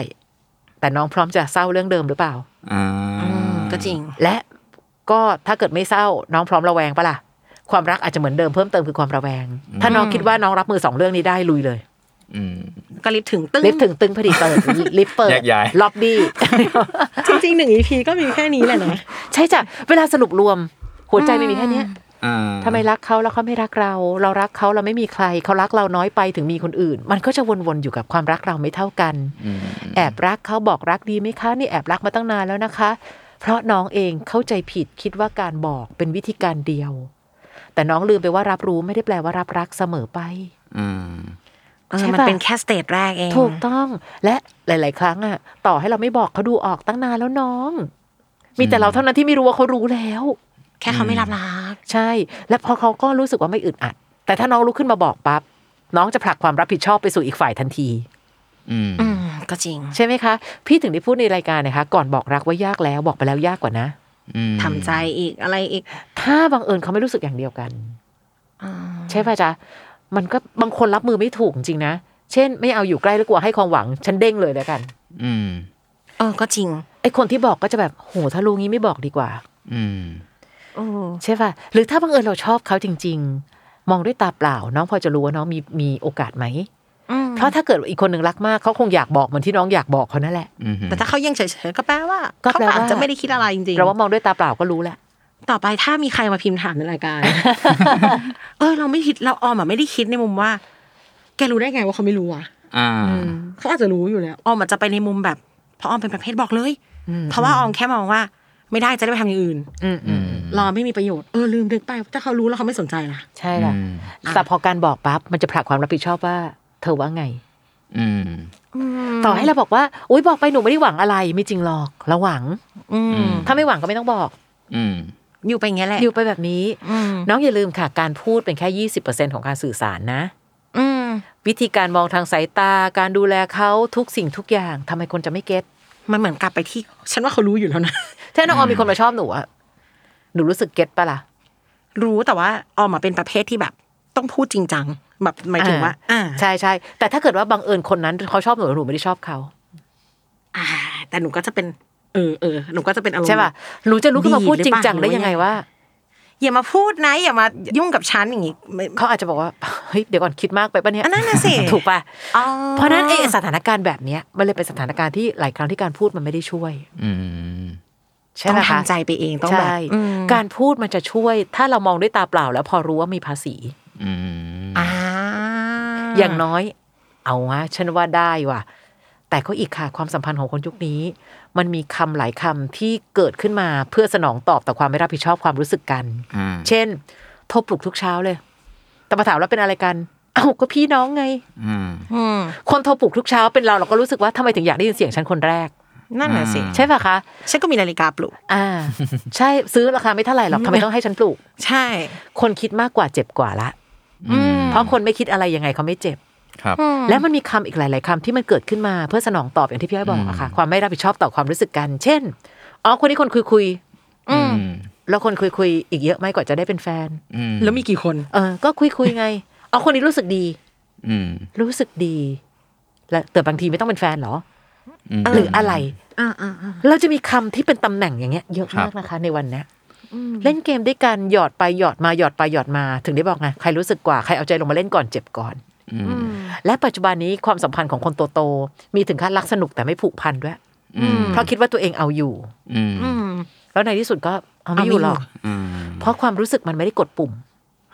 Speaker 4: แต่น้องพร้อมจะเศร้าเรื่องเดิมหรือเปล่า
Speaker 2: อ่า
Speaker 3: อืมก็จริง
Speaker 4: และก็ถ้าเกิดไม่เศร้า น้องพร้อมระแวงปะล่ะ ความรักอาจจะเหมือนเดิมเพิ่มเติมคือความระแวง ถ้าน้องคิดว่าน้องรับมือสองเรื่องนี้ได้ลุยเลย
Speaker 2: อืม
Speaker 3: ก็รีบถึงตึ้ง
Speaker 4: ลิฟต์ถึงตึงพอดีเปิ ดลิฟต์เปิด
Speaker 2: แยกย้าย
Speaker 4: ล็อบบี้
Speaker 3: จริงๆหนึ่ง EP ก็มีแค่นี้แหละนะ
Speaker 4: ใช่จ้ะเวลาสรุปรวม หัวใจไม่มีแค่เนี้ย
Speaker 2: อ่า
Speaker 4: ทำไมรักเขาแล้วเขาไม่รักเรา เรารักเขาเราไม่มีใคร เขารักเราน้อยไปถึงมีคนอื่น มันก็จะวนๆอยู่กับความรักเราไม่เท่ากัน
Speaker 2: อืม
Speaker 4: แอบรักเขาบอกรักดีไหมคะนี่แอบรักมาตั้งนานแล้วนะคะ เพราะน้องเองเข้าใจผิดคิดว่าการบอกเป็นวิธีการเดียว แต่น้องลืมไปว่ารับรู้ไม่ได้แปลว่ารับรักเสมอไป
Speaker 2: อืม
Speaker 3: เออ
Speaker 4: ใช่ปะ
Speaker 3: มันเป็นแค่สเตจแรกเอง
Speaker 4: ถูกต้องและหลาย ๆ ครั้งอะต่อให้เราไม่บอกเขาดูออกตั้งนานแล้วน้อง มีแต่เราเท่านั้นที่ไม่รู้ว่าเขารู้แล้ว
Speaker 3: แค่เขาไม่รับรัก
Speaker 4: ใช่ และพอเขาก็รู้สึกว่าไม่อึดอัด แต่ถ้าน้องลุกขึ้นมาบอกปั๊บน้องจะผลักความรับผิดชอบไปสู่อีกฝ่ายทันที
Speaker 2: อืม
Speaker 3: อืมก็จริง
Speaker 4: ใช่ไหมคะ พี่ถึงได้พูดในรายการนะคะ ก่อนบอกรักว่ายากแล้วบอกไปแล้วยากกว่านะ
Speaker 2: อืม
Speaker 3: ทำใจอีกอะไรอีก
Speaker 4: ถ้าบังเอิญเขาไม่รู้สึกอย่างเดียวกัน
Speaker 3: อ่า
Speaker 4: ใช่ป่ะจ๊ะมันก็บางคนรับมือไม่ถูกจริงนะ เช่น ไม่เอาอยู่ใกล้แล้วกลัวให้ความหวัง ฉันเด้งเลยแล้วกัน
Speaker 2: อืม
Speaker 3: เออก็จริง
Speaker 4: ไอ้คนที่บอกก็จะแบบโหถ้ารู้งี้ไม่บอกดีกว่า
Speaker 2: อืม
Speaker 3: เออ
Speaker 4: ใช่ป่ะหรือถ้าบังเอิญเราชอบเขาจริง ๆ มองด้วยตาเปล่า น้องพอจะรู้ว่าน้องมีมีโอกาสไหม
Speaker 3: อืม
Speaker 4: เพราะถ้าเกิดอีกคนหนึ่งรักมากเขาคงอยากบอกเหมือนที่น้องอยากบอกเขานั่นแหละ
Speaker 2: อืม
Speaker 3: แต่ถ้าเขายังเฉยๆก็แปลว่า
Speaker 4: ก็
Speaker 3: เขา
Speaker 4: แปลว่า
Speaker 3: อาจจะไม่ได้คิดอะไรจริงๆ
Speaker 4: เราว่ามองด้วยตาเปล่าก็รู้แหละ
Speaker 3: ต่อไปถ้ามีใครมาพิมพ์ถามในรายการ เออ เราไม่คิดเราออมอะไม่ได้คิดในมุมว่า แกรู้ได้ไงว่าเขาไม่รู้อ่ะ
Speaker 2: อ่า
Speaker 3: เขาอาจจะรู้อยู่แล้วออมอาจจะไปในมุมแบบเพราะออมเป็นประเภทบอกเลย เพราะว่าออมแค่มองว่า ไม่ได้จะได้ไปทำอย่างอื่น
Speaker 4: อืมอืม
Speaker 3: รอไม่มีประโยชน์เออลืมนึกไปถ้าเขารู้แล้วเขาไม่สนใจล่ะ
Speaker 4: ใช่
Speaker 2: อื
Speaker 4: ล่ะ
Speaker 2: ม
Speaker 4: แต่พอการบอกปั๊บมันจะผลักความรับผิดชอบว่า เธอว่าไง
Speaker 2: อืม
Speaker 4: ต่อให้เราบอกว่าอุ้ยบอกไปหนูไม่ได้หวังอะไรไม่จริงหรอกเราหวัง
Speaker 3: อืม
Speaker 4: ถ้าไม่หวังก็ไม่ต้องบอก
Speaker 2: อืม
Speaker 3: อยู่ไปอย่างเงี้ยแหละ
Speaker 4: อยู่ไปแบบนี้
Speaker 3: อืม
Speaker 4: น้องอย่าลืมค่ะ การพูดเป็นแค่ยี่สิบเปอร์เซ็นของการสื่อสารนะ
Speaker 3: อืม
Speaker 4: วิธีการมองทางสายตา การดูแลเขาทุกสิ่งทุกอย่างทำไมคนจะไม่เก็ต
Speaker 3: มันเหมือนกลับไปที่ ฉันว่าเขารู้อยู่แล้วนะ
Speaker 4: ถ้าน้องออมมีคนมาชอบหนูอะหนูรู้สึกเก็ตปะล่ะ
Speaker 3: รู้แต่ว่าออกมาเป็นประเภทที่แบบต้องพูดจริงจังแบบหมายถึงว่า อ่า
Speaker 4: ใช่ใช่แต่ถ้าเกิดว่าบังเอิญคนนั้นเขาชอบหนูแล้วหนูไม่ได้ชอบเขา
Speaker 3: อ่า แต่หนูก็จะเป็น เออเออหนูก็จะเป็นอารมณ์
Speaker 4: ใช่ป่ะหนูจะลุกขึ้นมาพูดจริงจังได้ยังไงว่า
Speaker 3: อย่ามาพูดนะ อย่ามายุ่งกับฉันอย่างงี้ไม่
Speaker 4: เขาอาจจะบอกว่าเฮ้ยเดี๋ยวก่อนคิดมากไปปะเนี่ย
Speaker 3: อันนั้นน่ะสิ
Speaker 4: ถูกป่ะ
Speaker 3: อ๋อ
Speaker 4: เพราะฉะนั้นไอ้สถานการณ์แบบเนี้ยมันเลยเป็นสถานการณ์ที่หลายครั้งที่การพูดมันไม่ได้ช่วย
Speaker 2: อืม
Speaker 4: ใช่
Speaker 3: ต้อ
Speaker 4: ไหม
Speaker 3: ง
Speaker 4: คะ
Speaker 3: ทำใจไปเองต้องแบบ
Speaker 4: ใช่
Speaker 3: อืม
Speaker 4: การพูดมันจะช่วย ถ้าเรามองด้วยตาเปล่า แล้วพอรู้ว่ามีภาษี
Speaker 2: อืม
Speaker 3: อ่า
Speaker 4: อย่างน้อย เอาวะฉันว่าได้ว่ะ แต่ก็อีกค่ะความสัมพันธ์ของคนยุคนี้ มันมีคำหลายคำที่เกิดขึ้นมาเพื่อสนองตอบต่อความไม่รับผิดชอบความรู้สึกกัน
Speaker 2: อ่า
Speaker 4: เช่นโทรปลุกทุกเช้าเลย แต่มาถามว่าเป็นอะไรกันเอ้าก็พี่น้องไง
Speaker 2: อืม
Speaker 3: อืม
Speaker 4: คนโทรปลุกทุกเช้าเป็นเราเราก็รู้สึกว่าทำไมถึงอยากได้ยินเสียงฉันคนแรก
Speaker 3: นั่นน่ะสิ
Speaker 2: อ่า
Speaker 4: ใช่ป่ะคะ
Speaker 3: ฉันก็มีนาฬิกาปลุก
Speaker 4: อ่า ใช่ซื้อราคาไม่เท่าไหร่หรอกทำไมต้องให้ฉันปลูก
Speaker 3: ใช่
Speaker 4: คนคิดมากกว่าเจ็บกว่าละเพราะคนไม่คิดอะไรยังไงเขาไม่เจ็บ
Speaker 2: ครับ
Speaker 4: แล้วมันมีคำอีกหลาย ๆคำที่มันเกิดขึ้นมาเพื่อสนองตอบอย่างที่พี่อ้อยบอกอะค่ะ ความไม่รับผิดชอบต่อความรู้สึกกัน เช่นอ๋อคนนี้คนคุยคุย
Speaker 2: อืม
Speaker 4: ๆแล้วคนคุยคุยๆอีกเยอะไหมกว่าจะได้เป็นแฟน
Speaker 2: อืม
Speaker 3: แล้วมีกี่คน
Speaker 4: เออ ก็คุยคุยๆไงอ๋อคนนี้รู้สึกดี
Speaker 2: อืม
Speaker 4: รู้สึกดี และแต่บางทีไม่ต้องเป็นแฟนเหรอ
Speaker 2: ม
Speaker 4: หรืออะไร
Speaker 3: อ่าอ่า
Speaker 4: เราจะมีคำที่เป็นตำแหน่งอย่างเงี้ยเยอะมากนะคะ ในวันเนี้ยเล่นเกมด้วยกันหยอดไปหยอดมาหยอดไปหยอดมาถึงได้บอกไงใครรู้สึกกว่าใครเอาใจลงมาเล่นก่อนเจ็บก่อน
Speaker 2: อืม
Speaker 4: และปัจจุบันนี้ความสัมพันธ์ของคนโตๆมีถึงขั้นรักสนุกแต่ไม่ผูกพันด้วย เพราะคิดว่าตัวเองเอาอยู่
Speaker 2: อืม
Speaker 4: แล้วในที่สุดก็เอาไม่อยู่หรอก
Speaker 2: อืม
Speaker 4: เพราะความรู้สึกมันไม่ได้กดปุ่ม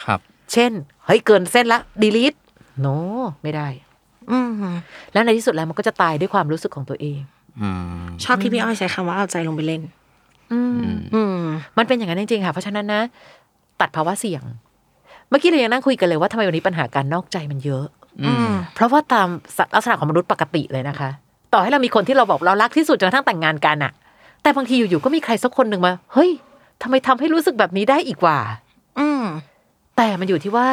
Speaker 2: ครับ
Speaker 4: เช่นเฮ้ยเกินเส้นละดีลิทโนไม่ได้แล้วในที่สุดแล้วมันก็จะตายด้วยความรู้สึกของตัวเอง
Speaker 2: อืม
Speaker 3: ชอบที่พี่อ้อยใช้คำว่าเอาใจลงไปเล่น อืม
Speaker 4: มันเป็นอย่างนั้นจริงๆค่ะ เพราะฉะนั้นนะ ตัดภาวะเสี่ยง เมื่อกี้เรายังนั่งคุยกันเลยว่าทำไมวันนี้ปัญหาการนอกใจมันเยอะ
Speaker 2: อืม
Speaker 4: เพราะว่าตามลักษณะของมนุษย์ปกติเลยนะคะ ต่อให้เรามีคนที่เราบอกเรารักที่สุดจนกระทั่งแต่งงานกันอะแต่บางทีอยู่ๆก็มีใครสักคนหนึ่งมา เฮ้ยทำไมทำให้รู้สึกแบบนี้ได้อีกว่า
Speaker 3: อืม
Speaker 4: แต่มันอยู่ที่ว่า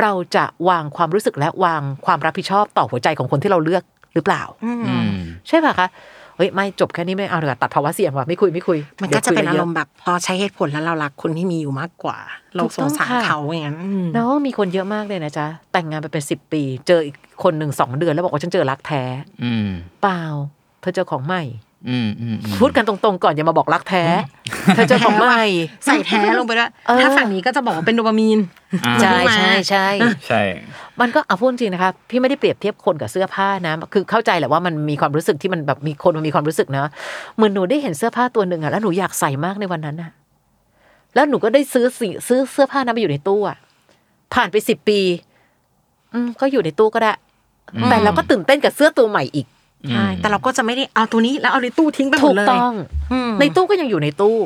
Speaker 4: เราจะวางความรู้สึกและวางความรับผิดชอบต่อหัวใจของคนที่เราเลือกหรือเปล่า
Speaker 2: อืม
Speaker 4: ใช่ป่ะคะเฮ้ยไม่จบแค่นี้ไม่เอาเลยตัดภาวะเสี่ยงว่ะไม่คุยไม่คุย
Speaker 3: มันก็จะเป็น
Speaker 4: ดี๋ย
Speaker 3: อา
Speaker 4: วคุยเย
Speaker 3: รมณ์แบบพอใช้เหตุผลแล้วเรารักคนที่มีอยู่มากกว่า เรา
Speaker 4: ถูก
Speaker 3: ส
Speaker 4: ต้องง
Speaker 3: สาร
Speaker 4: ค่ะ
Speaker 3: เขาอย่างนั้นอืม
Speaker 4: น้องมีคนเยอะมากเลยนะจ๊ะ แต่งงานไปเป็นสิบปี เจออีกคนหนึ่งสองเดือนแล้วบอกว่าฉันเจอรักแท้
Speaker 2: อืม
Speaker 4: เปล่า เธอเจอของใหม่
Speaker 2: อืมอืมอืม
Speaker 4: พูดกันตรงๆก่อนอย่ามาบอกรักแท้ เธอเจอของใหม่
Speaker 3: ใส่แท้ลงไปด้วย
Speaker 4: เออ
Speaker 3: ถ้าฝั่งนี้ก็จะบอกว่าเป็นโดปามีน
Speaker 2: อ่า
Speaker 4: ใช่
Speaker 3: มันเพิ่งมา
Speaker 4: ใช่ใช่
Speaker 2: ใช่
Speaker 4: มันก็เอาพูดจริงนะคะพี่ไม่ได้เปรียบเทียบคนกับเสื้อผ้านะ คือเข้าใจแหละว่ามันมีความรู้สึกที่มันแบบมีคนมันมีความรู้สึกนะเหมือนหนูได้เห็นเสื้อผ้าตัวหนึ่งอะแล้วหนูอยากใส่มากในวันนั้นอะแล้วหนูก็ได้ซื้อสิซื้อเสื้อผ้านั้นไปอยู่ในตู้อะผ่านไปสิบปี อืมก็อยู่ในตู้ก็ได้ แต่เราก็ตื่นเต้นกับเสื้อตัวใหม่อีก
Speaker 3: ใช่แต่เราก็จะไม่ได้เอาตัวนี้แล้วเอาในตู้ทิ้งไปหม
Speaker 4: ถู
Speaker 3: ด
Speaker 4: ก
Speaker 3: เลย
Speaker 4: ต้อง
Speaker 3: ม
Speaker 4: ในตู้ก็ยังอยู่ในตู้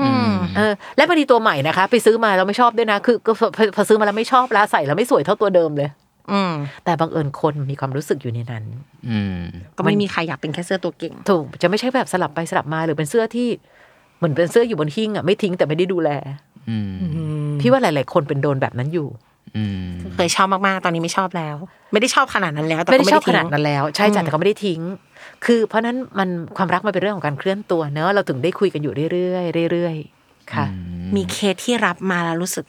Speaker 2: อืม
Speaker 4: เออและพอดีตัวใหม่นะคะ ไปซื้อมาแล้วไม่ชอบด้วยนะ คือก็พอพอซื้อมาแล้วไม่ชอบแล้วใส่แล้วไม่สวยเท่าตัวเดิมเลย
Speaker 3: อืม
Speaker 4: แต่บังเอิญคนมีความรู้สึกอยู่ในนั้น
Speaker 2: อืม
Speaker 3: ก็ไม่มีใครอยากเป็นแค่เสื้อตัวเก่ง
Speaker 4: ถูกจะไม่ใช่แบบสลับไปสลับมาหรือเป็นเสื้อที่เหมือนเป็นเสื้ออยู่บนหิ้งอ่ะไม่ทิ้งแต่ไม่ได้ดูแล
Speaker 2: อืม
Speaker 4: พี่ว่าหลาย ๆ คนเป็นโดนแบบนั้นอยู่
Speaker 2: อืม
Speaker 3: เคยชอบมากๆ ตอนนี้ไม่ชอบแล้ว ไม่ได้ชอบขนาดนั้นแล้ว แต่
Speaker 4: ไม่
Speaker 3: ก็
Speaker 4: ได้
Speaker 3: ไม่
Speaker 4: ชอ
Speaker 3: ได้
Speaker 4: บข
Speaker 3: ทิ้
Speaker 4: นาด
Speaker 3: ง
Speaker 4: นั้นแล้ว ใช่
Speaker 3: อื
Speaker 4: จ้ะ
Speaker 3: ม
Speaker 4: แต่ก็ไม่ได้ทิ้ง คือเพราะนั้นมันความรักมันเป็นเรื่องของการเคลื่อนตัวเนอะเราถึงได้คุยกันอยู่เรื่อยๆเรื่อยๆค่ะ
Speaker 3: มีเคสที่รับมาแล้วรู้สึก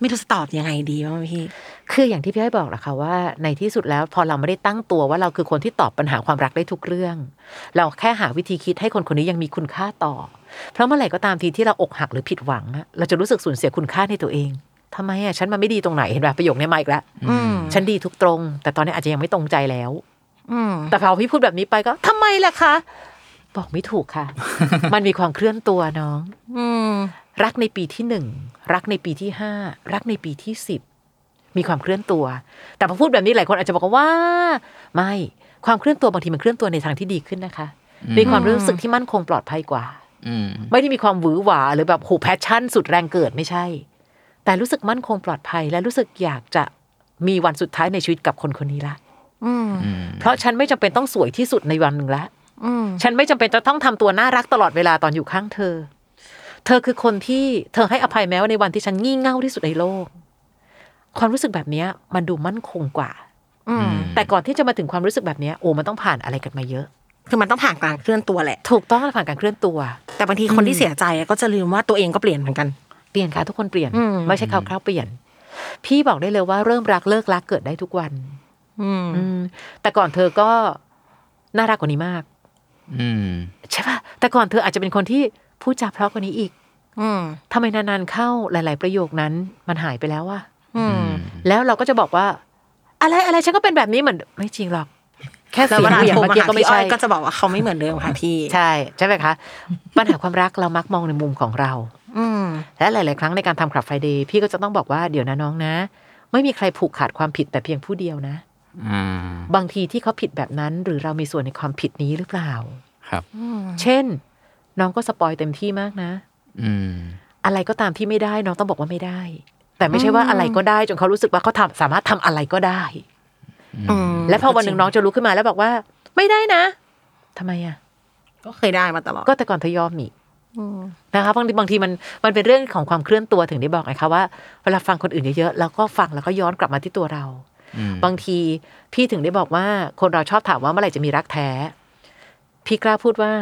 Speaker 3: ไม่รู้จะตอบยังไงดีว่างพี่
Speaker 4: คืออย่างที่พี่อ้อยบอกแหละค่ะว่าในที่สุดแล้วพอเราไม่ได้ตั้งตัวว่าเราคือคนที่ตอบปัญหาความรักได้ทุกเรื่อง เราแค่หาวิธีคิดให้คนคนนี้ยังมีคุณค่าต่อ เพราะเมื่อไหร่ก็ตามทีที่เราอกหักหรือผิดหวังอะเราจะรู้สึกสูญเสียคุณค่าในตัวเองทำไมอะฉันมันไม่ดีตรงไหนเห็นป่ะประโยคนี้มาอีกแล้ว
Speaker 3: อืม
Speaker 4: ฉันดีทุกตรง แต่ตอนนี้อาจจะยังไม่ตรงใจแล้ว
Speaker 3: อืม
Speaker 4: แต่พอพี่พูดแบบนี้ไปก็ทำไมล่ะคะ บอกไม่ถูกค่ะ มันมีความเคลื่อนตัวน้อง
Speaker 3: อืม
Speaker 4: รักในปีที่หนึ่งรักในปีที่ห้ารักในปีที่สิบมีความเคลื่อนตัว แต่พอพูดแบบนี้หลายคนอาจจะบอกว่า ไม่ความเคลื่อนตัวบางทีมันเคลื่อนตัวในทางที่ดีขึ้นนะคะ มีความรู้สึกที่มั่นคงปลอดภัยกว่า
Speaker 2: อืม
Speaker 4: ไม่ได้มีความหวือหวาหรือแบบโหแพชชั่นสุดแรงเกิดไม่ใช่ แต่รู้สึกมั่นคงปลอดภัยและรู้สึกอยากจะมีวันสุดท้ายในชีวิตกับคนคนนี้ละ
Speaker 3: อืม
Speaker 2: อืม
Speaker 4: เพราะฉันไม่จำเป็นต้องสวยที่สุดในวันหนึ่งละ
Speaker 3: อืม
Speaker 4: ฉันไม่จำเป็นจะต้องทำตัวน่ารักตลอดเวลาตอนอยู่ข้างเธอ เธอคือคนที่เธอให้อภัยแม้ว่าในวันที่ฉันงี่เง่าที่สุดในโลก ความรู้สึกแบบเนี้ยมันดูมั่นคงกว่า
Speaker 3: อืม
Speaker 4: แต่ก่อนที่จะมาถึงความรู้สึกแบบเนี้ยโอ้มันต้องผ่านอะไรกันมาเยอะ
Speaker 3: คือมันต้องผ่านการเคลื่อนตัวแหละ
Speaker 4: ถูกต้องผ่านการเคลื่อนตัว
Speaker 3: แต่บางทีคนที่เสียใจก็จะลืมว่าตัวเองก็เปลี่ยนเหมือนกัน
Speaker 4: เปลี่ยนค่ะทุกคนเปลี่ยน
Speaker 3: อืม
Speaker 4: ไม่ใช่คราวๆเปลี่ยน พี่บอกได้เลยว่าเริ่มรักเลิกรักเกิดได้ทุกวัน
Speaker 3: อืม
Speaker 4: อืมแต่ก่อนเธอก็น่ารักกว่านี้มาก
Speaker 2: อืม
Speaker 4: ใช่ป่ะแต่ก่อนเธออาจจะเป็นคนที่พูดจาเพราะกว่านี้อีก
Speaker 3: อืม
Speaker 4: ทำไมนานๆเข้าหลาย ๆ ประโยคนั้นมันหายไปแล้วอะ
Speaker 3: อืม
Speaker 4: แล้วเราก็จะบอกว่า อะไรอะไรฉันก็เป็นแบบนี้เหมือนไม่จริงหรอก แค่
Speaker 3: แล้วย
Speaker 4: เสี
Speaker 3: เว
Speaker 4: ง
Speaker 3: ลา
Speaker 4: เหวี่ยง
Speaker 3: โทร
Speaker 4: เมื่อ
Speaker 3: มา
Speaker 4: กี้
Speaker 3: หา
Speaker 4: ก็
Speaker 3: พี่
Speaker 4: ไม่
Speaker 3: อ้อ
Speaker 4: ใช่
Speaker 3: ยก็จะบอกว่าเขาไม่เหมือนเดิมค่ะพี่
Speaker 4: ใช่ใช่ไหมคะ ปัญหาความรักเรามักมองในมุมของเรา
Speaker 3: อืม
Speaker 4: และหลาย ๆ ครั้งในการทำคลับไฟเดย์พี่ก็จะต้องบอกว่าเดี๋ยวนะน้องนะ ไม่มีใครผูกขาดความผิดแต่เพียงผู้เดียวนะ
Speaker 2: อ่า
Speaker 4: บางทีที่เขาผิดแบบนั้น หรือเรามีส่วนในความผิดนี้หรือเปล่า
Speaker 2: ครับ
Speaker 4: เช่น น้องก็สปอยเต็มที่มากนะ
Speaker 2: อืม
Speaker 4: อะไรก็ตามที่ไม่ได้น้องต้องบอกว่าไม่ได้ แต่ไม่ใช่ว่าอะไรก็ได้จนเขารู้สึกว่าเขาทำสามารถทำอะไรก็ได้
Speaker 3: อืม
Speaker 4: และพอวันหนึ่งน้องจะรู้ขึ้นมาแล้วบอกว่า ไม่ได้นะทำไมอ่ะ
Speaker 3: ก็เคยได้มาตลอด
Speaker 4: ก็แต่ก่อนเธอยอมมีกนะคะบางทีบางทีมันมันเป็นเรื่องของความเคลื่อนตัวถึงได้บอกไงคะว่าเวลาฟังคนอื่นเยอะๆแล้วก็ฟังแล้วก็ย้อนกลับมาที่ตัวเรา
Speaker 2: อืม
Speaker 4: บางทีพี่ถึงได้บอกว่า คนเราชอบถามว่าเมื่อไหร่จะมีรักแท้ พี่กล้าพูดว่า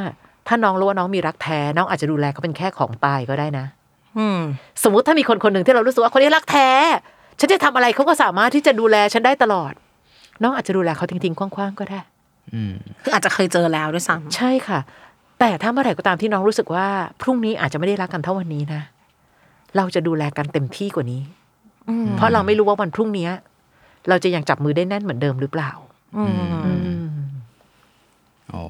Speaker 4: ถ้าน้องรู้ว่าน้องมีรักแท้ น้องอาจจะดูแลเขาเป็นแค่ของตายก็ได้นะ
Speaker 3: อืม
Speaker 4: สมมติถ้ามีคนคนหนึ่งที่เรารู้สึกว่าคนนี้รักแท้ ฉันจะทำอะไรเขาก็สามารถที่จะดูแลฉันได้ตลอด น้องอาจจะดูแลเขาทิ้งๆคว้างๆก็ได้
Speaker 2: อืม
Speaker 3: คืออาจจะเคยเจอแล้วด้วยซ้
Speaker 4: ใช่ค่ะ แต่ถ้าเมื่อไหร่ก็ตามที่น้องรู้สึกว่า พรุ่งนี้อาจจะไม่ได้รักกันเท่าวันนี้นะ เราจะดูแลกันเต็มที่กว่านี้ เพราะเราไม่รู้ว่าวันพรุ่งนี้เราจะยังจับมือได้แน่นเหมือนเดิมหรือเปล่า
Speaker 3: ำอืม
Speaker 4: อืม
Speaker 2: โอ้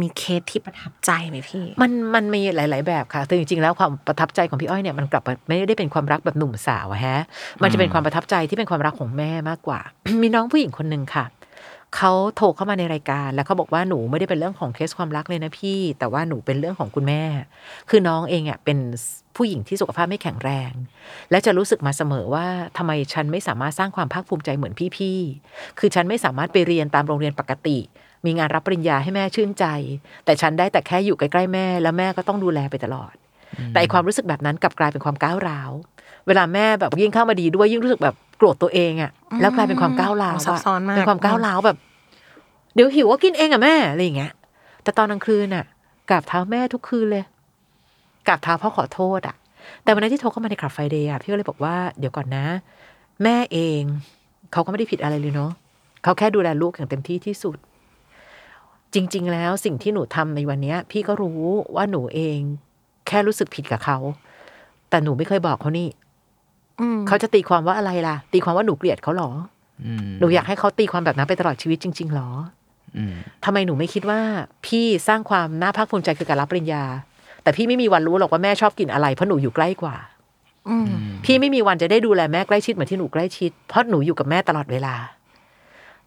Speaker 3: มีเคสที่ประทับใจไหมพี่
Speaker 4: มันมันมีหลาย ๆ แบบค่ะแต่จริง ๆ แล้วความประทับใจของพี่อ้อยเนี่ยมันกลับมาไม่ได้เป็นความรักแบบหนุ่มสาวอะฮะ มันจะเป็นความประทับใจที่เป็นความรักของแม่มากก ว่า มีน้องผู้หญิงคนหนึ่งค่ะ เขาโทรเข้ามาในรายการ แล้วเขาบอกว่าหนูไม่ได้เป็นเรื่องของเคสความรักเลยนะพี่ แต่ว่าหนูเป็นเรื่องของคุณแม่ คือน้องเองอ่ะเป็นผู้หญิงที่สุขภาพไม่แข็งแรง และจะรู้สึกมาเสมอว่าทำไมฉันไม่สามารถสร้างความภาคภูมิใจเหมือนพี่ๆ คือฉันไม่สามารถไปเรียนตามโรงเรียนปกติ มีงานรับปริญญาให้แม่ชื่นใจ แต่ฉันได้แต่แค่อยู่ใกล้ๆแม่ แล้วแม่ก็ต้องดูแลไปตลอด แต่ไอ้ความรู้สึกแบบนั้นกลับกลายเป็นความก้าวร้าว เวลาแม่แบบยิ่งเข้ามาดีด้วยยิ่งรู้สึกแบบโกรธตัวเองอะแล้วกลายเป็นความก้าวร้าว
Speaker 3: ซับซ้อนมาก
Speaker 4: เป็นความก้าวร้าวแบบ เดี๋ยวหิวก็กินเองอะแม่อะไรอย่างเงี้ย แต่ตอนกลางคืนน่ะกราบเท้าแม่ทุกคืนเลยกราบเท้าพ่อขอโทษอ่ะ แต่วันนั้นที่โทรเข้ามาในคลับไฟเดย์อ่ะพี่ก็เลยบอกว่าเดี๋ยวก่อนนะ แม่เองเขาก็ไม่ได้ผิดอะไรเลยเนาะเขาแค่ดูแลลูกอย่างเต็มที่ที่สุด จริง ๆ แล้วสิ่งที่หนูทำในวันเนี้ย พี่ก็รู้ว่าหนูเองแค่รู้สึกผิดกับเขา แต่หนูไม่เคยบอกเขานี่เขาจะตีความว่าอะไรล่ะ ตีความว่าหนูเกลียดเขาเหรอ
Speaker 2: อืม
Speaker 4: หนูอยากให้เขาตีความแบบนั้นไปตลอดชีวิตจริงๆเหรอ
Speaker 2: อืม
Speaker 4: ทำไมหนูไม่คิดว่าพี่สร้างความน่าภาคภูมิใจคือการรับปริญญา แต่พี่ไม่มีวันรู้หรอกว่าแม่ชอบกินอะไรเพราะหนูอยู่ใกล้กว่า พี่ไม่มีวันจะได้ดูแลแม่ใกล้ชิดเหมือนที่หนูใกล้ชิด เพราะหนูอยู่กับแม่ตลอดเวลา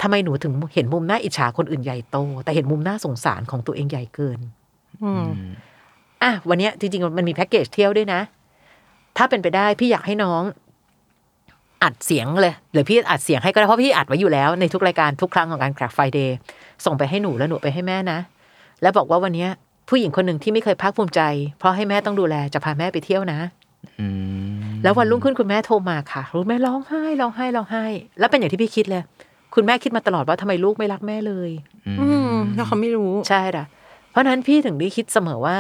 Speaker 4: ทำไมหนูถึงเห็นมุมหน้าอิจฉาคนอื่นใหญ่โต แต่เห็นมุมหน้าสงสารของตัวเองใหญ่เกิน
Speaker 3: อืม
Speaker 4: อ่ะวันเนี้ยจริงๆ มันมีแพ็กเกจเที่ยวด้วยนะ ถ้าเป็นไปได้พี่อยากให้น้อง อัดเสียงเลยหรือพี่อัดเสียงให้ก็ได้เพราะพี่อัดไว้อยู่แล้วในทุกรายการทุกครั้งของการกราฟไฟเดย์ส่งไปให้หนูแล้วหนูไปให้แม่นะ แล้วบอกว่าวันเนี้ยผู้หญิงคนหนึ่งที่ไม่เคยภาคภูมิใจ เพราะให้แม่ต้องดูแลจะพาแม่ไปเที่ยวนะ
Speaker 2: อืม
Speaker 4: แล้ววันรุ่งขึ้นคุณแม่โทรมาค่ะรู้แม่ร้องไห้ร้องไห้ร้องไห้ แล้วเป็นอย่างที่พี่คิดเลย คุณแม่คิดมาตลอดว่าทำไมลูกไม่รักแม่เลย
Speaker 3: อืม แล้วเขาไม่รู้
Speaker 4: ใช่ค่ะ เพราะฉะนั้นพี่ถึงได้คิดเสมอว่า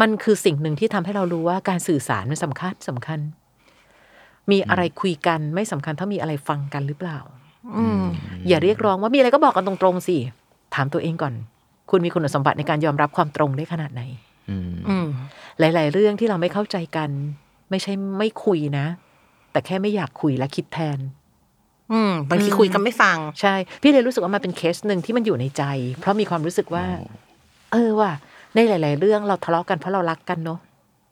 Speaker 4: มันคือสิ่งหนึ่งที่ทำให้เรารู้ว่าการสื่อสารมันสำคัญสำคัญ มีอะไรคุยกันไม่สำคัญเท่ามีอะไรฟังกันหรือเปล่า
Speaker 3: อืม
Speaker 4: อย่าเรียกร้องว่ามีอะไรก็บอกกันตรงๆสิ ถามตัวเองก่อน คุณมีคุณสมบัติในการยอมรับความตรงได้ขนาดไหน
Speaker 2: อืม
Speaker 3: อืม
Speaker 4: หลาย ๆ เรื่องที่เราไม่เข้าใจกัน ไม่ใช่ไม่คุยนะ แต่แค่ไม่อยากคุยและคิดแทน
Speaker 3: อืม บางทีคุยกันไม่ฟัง
Speaker 4: ใช่ พี่เลยรู้สึกว่ามันเป็นเคสหนึ่งที่มันอยู่ในใจ เพราะมีความรู้สึกว่า เออว่ะในหลาย ๆ เรื่องเราทะเลาะกันเพราะเรารักกันเนอะ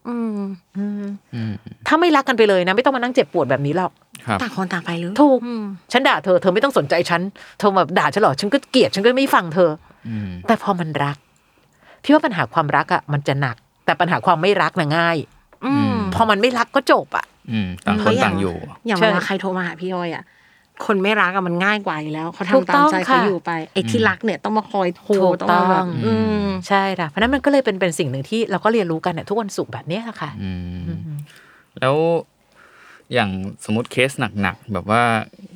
Speaker 3: อืม
Speaker 4: อืม
Speaker 2: อืม
Speaker 4: ถ้าไม่รักกันไปเลยนะ ไม่ต้องมานั่งเจ็บปวดแบบนี้หรอก
Speaker 2: ครับ
Speaker 3: ต่างคนต่างไปหรือ
Speaker 4: ถูก
Speaker 3: อืม
Speaker 4: ฉันด่าเธอเธอไม่ต้องสนใจฉันเธอมาด่าฉันหรอกฉันก็เกลียดฉันก็ไม่ฟังเธอ
Speaker 2: อืม
Speaker 4: แต่พอมันรัก พี่ว่าปัญหาความรักอ่ะมันจะหนัก แต่ปัญหาความไม่รักน่ะง่าย
Speaker 3: อืม
Speaker 2: ม
Speaker 4: พอมันไม่รักก็จบอ่ะ
Speaker 2: อืมต่างค
Speaker 3: เขา
Speaker 2: น
Speaker 3: อยาก
Speaker 2: ต่างอยู่
Speaker 3: อย่าง
Speaker 4: ใช่
Speaker 3: เวลาใครโทรมาหาพี่อ้อยอ่ะ คนไม่รักอะมันง่ายกว่าอยู่แล้วเขา
Speaker 4: ถูก
Speaker 3: ทำตา
Speaker 4: ต้
Speaker 3: ม
Speaker 4: อง
Speaker 3: ใจเขา
Speaker 4: ค่ะ
Speaker 3: อยู่ไปไอ้ที่
Speaker 2: อืม
Speaker 3: รักเนี่ยต้องมาคอยโทร
Speaker 4: ถูก
Speaker 3: ต้องมาแบ
Speaker 4: ต้อบ ง
Speaker 3: อืม
Speaker 4: ใช่ค่ะเพราะฉะนั้นมันก็เลยเป็นเป็นสิ่งหนึ่งที่เราก็เรียนรู้กันเนี่ยทุกวันศุกร์แบบเนี้ยแหละค่ะ
Speaker 2: อืม
Speaker 4: อืม
Speaker 2: แล้วอย่างสมมติเคสหนักๆแบบว่า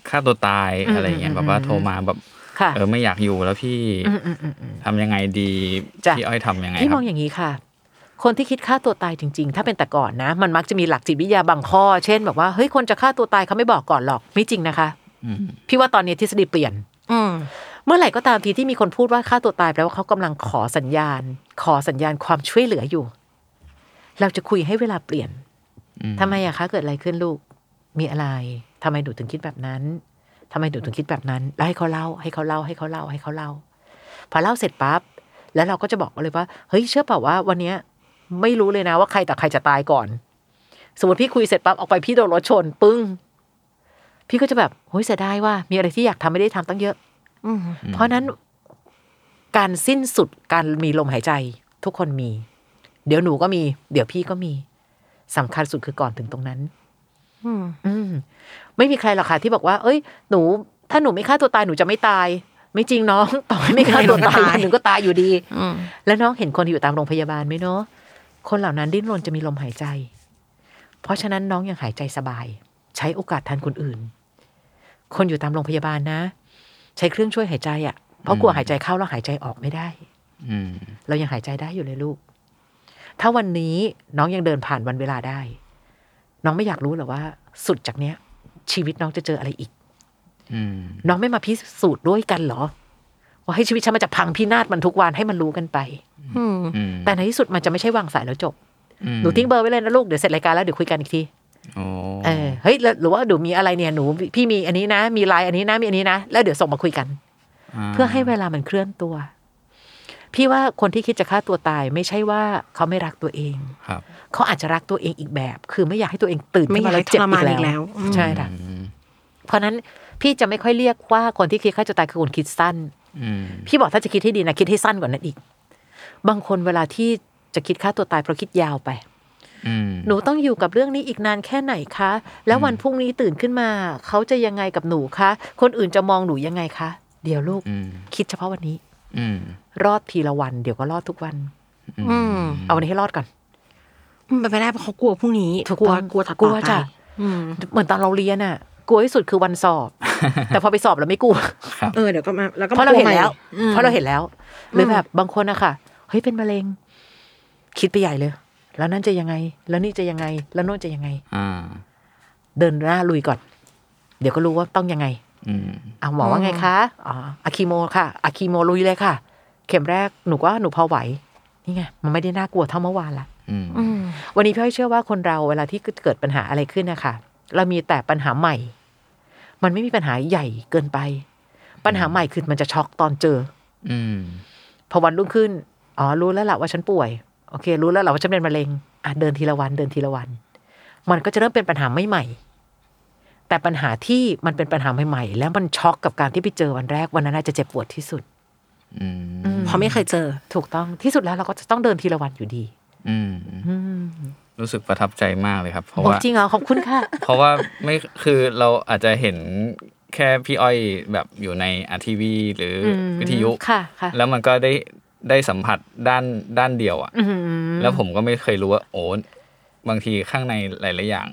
Speaker 2: ฆ่าตัวตาย
Speaker 4: อืม
Speaker 2: อะไรเงี้ย
Speaker 4: อืม
Speaker 2: แบบว่า
Speaker 4: อืม
Speaker 2: โทรมาแบบ
Speaker 4: ค่ะ
Speaker 2: เออไม่อยากอยู่แล้วพี่
Speaker 4: อืมอืมอืมอืม
Speaker 2: ทำยังไงดี
Speaker 4: จ้ะ
Speaker 2: พี่อ้อยทำยังไง
Speaker 4: พี่
Speaker 2: ค
Speaker 4: ม
Speaker 2: รั
Speaker 4: อบ งอย่างนี้ค่ะ คนที่คิดฆ่าตัวตายจริง ๆ ถ้าเป็นแต่ก่อนนะ มันมักจะมีหลักจิตวิทยาบางข้อ เช่นแบบว่าเฮ้ยคนจะฆ่าตัวตายเขาไม่บอกก่อนหรอกไม่จริงนะคะ
Speaker 2: อืม
Speaker 4: พี่ว่าตอนนี้ทฤษฎีเปลี่ยน
Speaker 3: อืม
Speaker 4: เมื่อไหร่ก็ตามทีที่มีคนพูดว่าฆ่าตัวตายแปลว่าเขากำลังขอสัญญาณ ขอสัญญาณความช่วยเหลืออยู่ เราจะคุยให้เวลาเปลี่ยน
Speaker 2: อืม
Speaker 4: ทำไมอะคะ เกิดอะไรขึ้นลูก มีอะไรทำไมหนูถึงคิดแบบนั้นทำไมหนูถึงคิดแบบนั้น แล้วให้เขาเล่า ให้เขาเล่าให้เขาเล่าให้เขาเล่า พอเล่าเสร็จปั๊บแล้วเราก็จะบอกเลยว่าเฮ้ยเชื่อเปล่าว่าวันเนี้ย ไม่รู้เลยนะว่าใครแต่ใครจะตายก่อน สมมติพี่คุยเสร็จปั๊บออกไปพี่โดนรถชนปึ้ง พี่ก็จะแบบเฮ้ยเสียดายว่ามีอะไรที่อยากทำไม่ได้ทำตั้งเยอะ
Speaker 3: อืม
Speaker 2: อืม
Speaker 4: เพราะฉะนั้นการสิ้นสุดการมีลมหายใจ ทุกคนมี เดี๋ยวหนูก็มี เดี๋ยวพี่ก็มีสำคัญสุดคือก่อนถึงตรงนั้น
Speaker 3: อืม
Speaker 4: อืมไม่มีใครหรอกค่ะที่บอกว่า เอ้ย หนู ถ้าหนูไม่ฆ่าตัวตายหนูจะไม่ตาย ไม่จริงน้อง ต่อให้ไม่ฆ่าตัวตาย
Speaker 3: ไม่ตาย
Speaker 4: หนูก็ตายอยู่ดี
Speaker 3: อืม
Speaker 4: แล้วน้องเห็นคนอยู่ตามโรงพยาบาลไหมเนาะ คนเหล่านั้นดิ้นรนจะมีลมหายใจ เพราะฉะนั้นน้องยังหายใจสบาย ใช้โอกาสแทนคนอื่น คนอยู่ตามโรงพยาบาลนะ ใช้เครื่องช่วยหายใจอะ่ะ เพราะกลัวหายใจเข้าแล้วหายใจออกไม่ได้
Speaker 2: อืม
Speaker 4: เรายังหายใจได้อยู่เลยลูก ถ้าวันนี้น้องยังเดินผ่านวันเวลาได้ น้องไม่อยากรู้หรอว่า สุดจากเนี้ย ชีวิตน้องจะเจออะไรอีก
Speaker 2: อืม
Speaker 4: น้องไม่มาพิสูจน์ด้วยกันเหรอ ว่าให้ชีวิตฉันมันจะพังพินาศมันทุกวันให้มันรู้กันไป
Speaker 3: อืม
Speaker 2: อืม
Speaker 4: แต่ในที่สุดมันจะไม่ใช่วางสายแล้วจบ
Speaker 2: อืม
Speaker 4: หนูทิ้งเบอร์ไว้เลยนะลูก เดี๋ยวเสร็จรายการแล้วเดี๋ยวคุยกันอีกที
Speaker 2: โอ้
Speaker 4: เออ เฮ้ยแล้วหรือว่าหนูมีอะไรเนี่ยหนูพี่มีอันนี้นะ มีไลน์อันนี้นะมีอันนี้นะ แล้วเดี๋ยวส่งมาคุยกัน
Speaker 2: า
Speaker 4: เพื่อให้เวลามันเคลื่อนตัว พี่ว่าคนที่คิดจะฆ่าตัวตายไม่ใช่ว่าเขาไม่รักตัวเอง
Speaker 2: ครับ
Speaker 4: เขาอาจจะรักตัวเองอีกแบบ คือไม่อยากให้ตัวเองตื่น
Speaker 3: ไม่
Speaker 4: ขึ้
Speaker 3: อยาม
Speaker 4: นาก
Speaker 3: ให้
Speaker 4: แล้ว
Speaker 3: ท
Speaker 4: เจ็บ
Speaker 3: ร
Speaker 4: อี
Speaker 3: มาน
Speaker 4: ก
Speaker 3: อีก
Speaker 4: แล้
Speaker 3: แล้ว วอืม
Speaker 4: ใช่ค่ะ
Speaker 2: อืม
Speaker 4: เพราะนั้นพี่จะไม่ค่อยเรียกว่าคนที่คิดฆ่าตัวตายคือคนคิดสั้น
Speaker 2: อืม
Speaker 4: พี่บอกถ้าจะคิดให้ดีนะคิดให้สั้นกว่านั้นอีก บางคนเวลาที่จะคิดฆ่าตัวตายเพราะคิดยาวไป
Speaker 2: อืม
Speaker 4: หนูต้องอยู่กับเรื่องนี้อีกนานแค่ไหนคะ แล้ววันพรุ่งนี้ตื่นขึ้นมา เขาจะยังไงกับหนูคะ คนอื่นจะมองหนูยังไงคะ เดี๋ยวลูก
Speaker 2: อืม
Speaker 4: คิดเฉพาะวันนี้
Speaker 2: อืม
Speaker 4: รอดทีละวันเดี๋ยวก็รอดทุกวัน
Speaker 3: อืม
Speaker 4: เอาวันนี้ให้รอดก่อน
Speaker 3: มันเป็นไปได้เพราะเขากลัวพรุ่งนี้
Speaker 4: ถูก
Speaker 3: กลัว
Speaker 4: ต้อง
Speaker 3: กลัวถัด
Speaker 4: กลัว
Speaker 3: ต่อไป
Speaker 4: จ้ะ
Speaker 3: อืม
Speaker 4: เหมือนตอนเราเรียนอะกลัวที่สุดคือวันสอบ แต่พอไปสอบแล้วไม่กลัว
Speaker 3: เออเดี๋ยวก็มาแล้วก็
Speaker 4: เพราะเราเห็นแล้ว
Speaker 3: อืม
Speaker 4: เพราะเราเห็นแล้ว หรือแบบบางคนอะค่ะเฮ้ยเป็นมะเร็ง คิดไปใหญ่เลย แล้วนั่นจะยังไง แล้วนี่จะยังไง แล้วโน่นจะยังไง
Speaker 2: อ่า
Speaker 4: เดินหน้าลุยก่อน เดี๋ยวก็รู้ว่าต้องยังไง
Speaker 2: อืม
Speaker 4: อ่ะหมอว่าไงคะอ๋ออะคีโมค่ะอะคีโมลุยเลยค่ะ เข็มแรกหนูก็หนูพอไหว นี่ไง มันไม่ได้น่ากลัวเท่าเมื่อวานละ
Speaker 2: อืม
Speaker 4: วันนี้พี่อ้อยเชื่อว่าคนเราเวลาที่เกิดปัญหาอะไรขึ้นนะคะเรามีแต่ปัญหาใหม่ มันไม่มีปัญหาใหญ่เกินไป ปัญหาใหม่คือมันจะช็อกตอนเจอ
Speaker 2: อืม
Speaker 4: พอวันรุ่งขึ้น อ๋อ รู้แล้วล่ะว่าฉันป่วย โอเค รู้แล้วล่ะว่าฉันเป็นมะเร็ง อ่ะ เดินทีละวัน เดินทีละวัน มันก็จะเริ่มเป็นปัญหาไม่ใหม่ แต่ปัญหาที่มันเป็นปัญหาใหม่ๆ แล้วมันช็อกกับการที่ไปเจอวันแรก วันนั้นน่าจะเจ็บปวดที่สุด
Speaker 2: อืม
Speaker 3: เพราะไม่เคยเจอ
Speaker 4: ถูกต้อง ที่สุดแล้วเราก็จะต้องเดินทีละวันอยู่ดี
Speaker 2: อืม
Speaker 4: อืม
Speaker 2: รู้สึกประทับใจมากเลยครับ เพราะ
Speaker 4: โอ้
Speaker 2: ว่า
Speaker 4: จริงเหรอ ขอบคุณค่ะ
Speaker 2: เพราะว่าไม่คือเราอาจจะเห็นแค่พี่อ้อยแบบอยู่ในอาทีวีหรืออ
Speaker 4: ม
Speaker 2: วิทยุ
Speaker 4: ค่ะค่ะ
Speaker 2: แล้วมันก็ได้ได้สัมผัสด้านด้านเดียวอะ่ะ
Speaker 4: อืม
Speaker 2: แล้วผมก็ไม่เคยรู้ว่าโอ้บางทีข้างในหลายๆอย่าง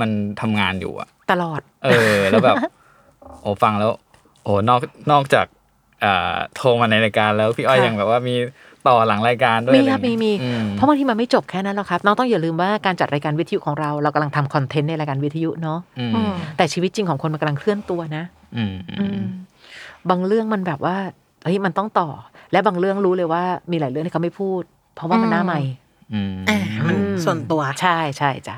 Speaker 2: มันทำงานอยู่อะ่ะ
Speaker 4: ตลอด
Speaker 2: เออ แล้วแบบ โอ้ฟังแล้ว โอ้นอกนอกจากอ่าโทรมาในรายการแล้วพี่อ้อย
Speaker 4: ค่ะ
Speaker 2: ยังแบบว่ามีต่อหลังรายการด้วย
Speaker 4: มี
Speaker 2: อะ
Speaker 4: ค
Speaker 2: ไร
Speaker 4: รับมีมี
Speaker 2: อืม
Speaker 4: เพราะบางทีมันไม่จบแค่นั้นหรอกครับ น้องต้องอย่าลืมว่าการจัดรายการวิทยุของเรา เรากำลังทำคอนเทนต์ในรายการวิทยุเนาะ
Speaker 2: อืม
Speaker 4: แต่ชีวิตจริงของคนมันกำลังเคลื่อนตัวนะ
Speaker 2: อืมอืม
Speaker 4: บางเรื่องมันแบบว่าเฮ้ยมันต้องต่อ และบางเรื่องรู้เลยว่ามีหลายเรื่องที่เขาไม่พูด เพราะว่ามันหน้าใหม่
Speaker 2: อืม
Speaker 3: อ่ามัน
Speaker 4: อืม
Speaker 3: ส่วนตัว
Speaker 4: ใช่ใช่จ้ะ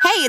Speaker 5: Hey,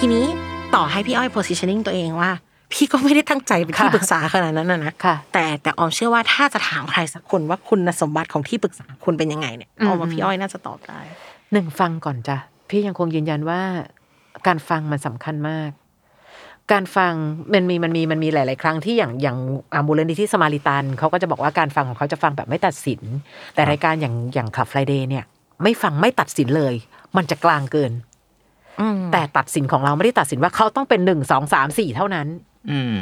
Speaker 3: ทีนี้ต่อให้พี่อ้อย positioning ตัวเองว่า พี่ก็ไม่ได้ตั้งใจเป็นที่
Speaker 4: ค่ะ
Speaker 3: ปรึกษาขนาดนั้นนะนะ
Speaker 4: ค่ะ
Speaker 3: แต่แต่ออมเชื่อว่าถ้าจะถามใครสักคนว่าคุณสมบัติของที่ปรึกษาคุณเป็นยังไงเนี่ย
Speaker 4: อืม
Speaker 3: ออมว่าพี่อ้อยน่าจะตอบได้
Speaker 4: หนึ่งฟังก่อนจ้ะพี่ยังคงยืนยันว่า การฟังมันสำคัญมาก การฟังมันมีมันมีมันมีหลาย ๆ ครั้งที่อย่างอย่างอ่ามูลนิธิสมาริตันเขาก็จะบอกว่าการฟังของเขาจะฟังแบบไม่ตัดสิน แต่รายการอย่างอย่างขับไฟเดย์เนี่ย ไม่ฟังไม่ตัดสินเลย มันจะกลางเกิน แต่ตัดสินของเราไม่ได้ตัดสินว่าเขาต้องเป็นหนึ่งสองสามสี่เท่านั้น
Speaker 2: อืม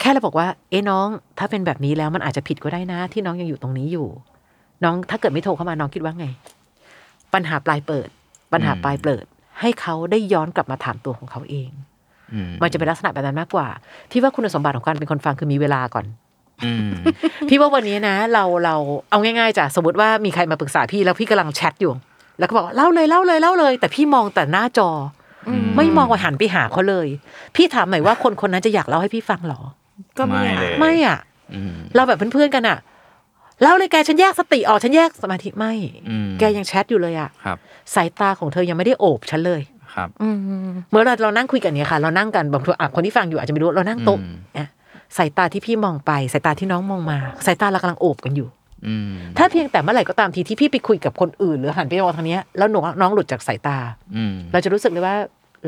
Speaker 4: แค่เราบอกว่าเอ้น้องถ้าเป็นแบบนี้แล้วมันอาจจะผิดก็ได้นะ ที่น้องยังอยู่ตรงนี้อยู่ น้องถ้าเกิดไม่โทรเข้ามาน้องคิดว่าไง ปัญหาปลายเปิด ปัญหา
Speaker 2: อืม
Speaker 4: ปลายเปิด ให้เขาได้ย้อนกลับมาถามตัวของเขาเอง
Speaker 2: อืม
Speaker 4: มันจะเป็นลักษณะแบบนั้นมากกว่าพี่ว่าคุณสมบัติของการเป็นคนฟังคือมีเวลาก่อน
Speaker 2: อืม
Speaker 4: พี่ว่าวันนี้นะ เราเราเอาง่ายๆจ้ะสมมติว่ามีใครมาปรึกษาพี่แล้วพี่กำลังแชทอยู่ แล้วก็บอกว่าเล่าเลยเล่าเลยเล่าเลย แต่พี่มองแต่หน้าจออ
Speaker 2: ม
Speaker 4: ไม่มองว่าหันไปหาเขาเลย พี่ถามหน่อยว่าคนคนนั้นจะอยากเล่าให้พี่ฟังเหรอ
Speaker 3: ก็ไม่
Speaker 2: ไม่
Speaker 3: อะ
Speaker 2: เลย
Speaker 4: ไม่อ่ะ
Speaker 2: อืม
Speaker 4: เราแบบเพื่อนๆกันอะเล่าเลยแกฉันแยกสติออกฉันแยกสมาธิไม่
Speaker 2: อืม
Speaker 4: แกยังแชทอยู่เลยอะ
Speaker 2: ครับ
Speaker 4: สายตาของเธอยังไม่ได้โอบฉันเลย
Speaker 2: ครับ
Speaker 4: เมื่อเราเรานั่งคุยกันเนี่ยค่ะ เรานั่งกันบางทีอ่ะคนที่ฟังอยู่อาจจะไม่รู้เรานั่งโต๊ะ
Speaker 2: อืม
Speaker 4: เนี่ยสายตาที่พี่มองไปสายตาที่น้องมองมาสายตาเรากำลังโอบกันอยู่
Speaker 2: อืม
Speaker 4: ถ้าเพียงแต่เมื่อไหร่ก็ตามทีที่พี่ไปคุยกับคนอื่น หรือหันไปมองทางเนี้ยแล้วหนูน้องหลุดจากสายตา
Speaker 2: อืม
Speaker 4: เราจะรู้สึกเลยว่า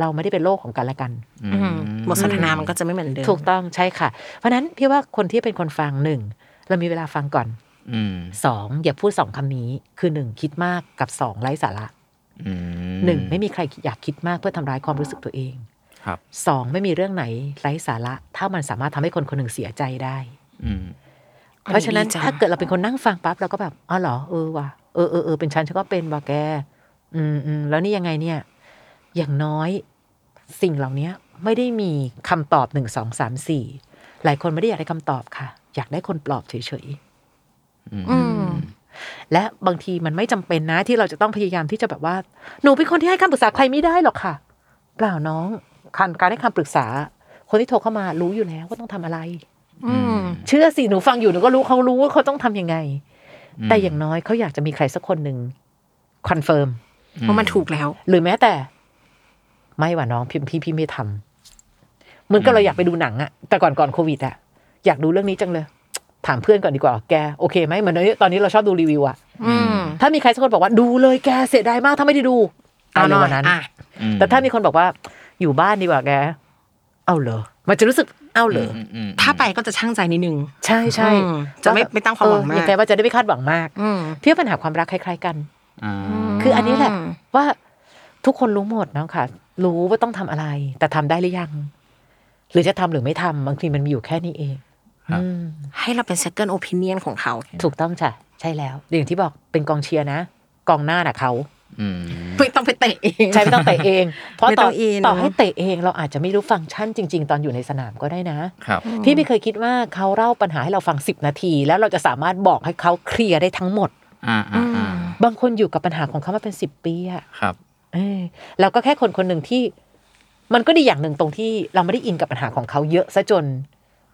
Speaker 4: เราไม่ได้เป็นโลกของกันและกัน
Speaker 2: อืม
Speaker 3: บทสนทนามันก็จะไม่เหมือนเดิม
Speaker 4: ถูกต้องใช่ค่ะ เพราะฉะนั้นพี่ว่าคนที่เป็นคนฟังหนึ่งเรามีเวลาฟังก่อน
Speaker 2: อืม
Speaker 4: สองอย่าพูดสองคำนี้คือหนึ่งคิดมากกับสองไร้สาระ
Speaker 2: อืม
Speaker 4: หนึ่งไม่มีใครอยากคิดมากเพื่อทำร้ายความรู้สึกตัวเอง
Speaker 2: ครับ
Speaker 4: สองไม่มีเรื่องไหนไร้สาระ ถ้ามันสามารถทำให้คนคนหนึ่งเสียใจได้
Speaker 2: อืม
Speaker 4: เพราะฉะนั้น
Speaker 3: ดีจัง
Speaker 4: ถ้าเกิดเราเป็นคนนั่งฟังปั๊บเราก็แบบอ๋อเหรอเออว่ะเออเออเออเป็นฉันฉันก็เป็นว่ะแก อืมอืมแล้วนี่ยังไงเนี่ย อย่างน้อยสิ่งเหล่านี้ไม่ได้มีคำตอบหนึ่งสองสามสี่หลายคนไม่ได้อยากได้คำตอบค่ะ อยากได้คนปลอบเฉยๆ
Speaker 2: อืม
Speaker 4: และบางทีมันไม่จำเป็นนะที่เราจะต้องพยายามที่จะแบบว่า หนูเป็นคนที่ให้คำปรึกษาใครไม่ได้หรอกค่ะ เปล่าน้องการการให้คำปรึกษา คนที่โทรเข้ามารู้อยู่แล้วว่าต้องทำอะไร
Speaker 3: อืม
Speaker 4: เชื่อสิหนูฟังอยู่หนูก็รู้เขารู้ว่าเขาต้องทำยังไง แต่อย่างน้อยเขาอยากจะมีใครสักคนหนึ่งคอนเฟิร์ม
Speaker 3: เพราะมันถูกแล้ว
Speaker 4: หรือแม้แต่ ไม่ว่าน้องพี่พี่พี่ไม่ทำเหมือนก็เราอยากไปดูหนังอะแต่ก่อนก่อนโควิดอะอยากดูเรื่องนี้จังเลย ถามเพื่อนก่อนดีกว่า แกโอเคไหมเหมือนตอนนี้เราชอบดูรีวิวอะ
Speaker 3: อืม
Speaker 4: ถ้ามีใครสักคนบอกว่าดูเลยแกเสียดายมากถ้าไม่ได้ดู
Speaker 3: เอาหน่
Speaker 4: ล
Speaker 3: อย ย
Speaker 4: วันนั้น
Speaker 3: อ่ะ
Speaker 2: อืม
Speaker 4: แต่ถ้ามีคนบอกว่า อยู่บ้านดีกว่าแก เอาเหรอมันจะรู้สึกเอาเหรอ
Speaker 2: มอืม
Speaker 3: ถ้าไปก็จะช่างใจนิดนึง
Speaker 4: ใช่ใช่
Speaker 3: อืมจะไม่ไม่ตั้งความหวังมาก
Speaker 4: เอออย่างแกว่าจะได้ไม่คาดหวังมาก
Speaker 3: อืม
Speaker 4: เพี่ว่าปัญหาความรักคล้ายๆกัน
Speaker 2: อ่า
Speaker 4: คืออันนี้แหละว่าทุกคนรู้หมดน้องค่ะ รู้ว่าต้องทำอะไร แต่ทำได้หรือยัง หรือจะทำหรือไม่ทำบางทีมันมีอยู่แค่นี้เองอืม
Speaker 3: ให้เราเป็น second opinion ของเขา
Speaker 4: ถูกต้องจ้ะใช่แล้วอย่างที่บอกเป็นกองเชียร์นะ กองหน้าน่ะเขา
Speaker 2: อืม
Speaker 3: ไม่ต้องไปเตะเอง
Speaker 4: ใช่ไม่ต้องเตะ เอง เพราะ
Speaker 3: ไม่
Speaker 4: ต่
Speaker 3: ต้
Speaker 4: อ
Speaker 3: องอิน
Speaker 4: ต่อให้เตะเองเราอาจจะไม่รู้ฟังก์ชันจริง ๆ ตอนอยู่ในสนามก็ได้นะ
Speaker 2: ครับ
Speaker 4: พี่ไม่เคยคิดว่าเขาเล่าปัญหาให้เราฟังสิบนาที แล้วเราจะสามารถบอกให้เขาเคลียร์ได้ทั้งหมด
Speaker 2: อ่าอ่าอ่า
Speaker 4: บางคนอยู่กับปัญหาของเขามาเป็นสิบปีอะ
Speaker 2: ครับ
Speaker 4: เออเราก็แค่คนคนหนึ่งที่ มันก็ดีอย่างหนึ่งตรงที่เราไม่ได้อินกับปัญหาของเขาเยอะซะจน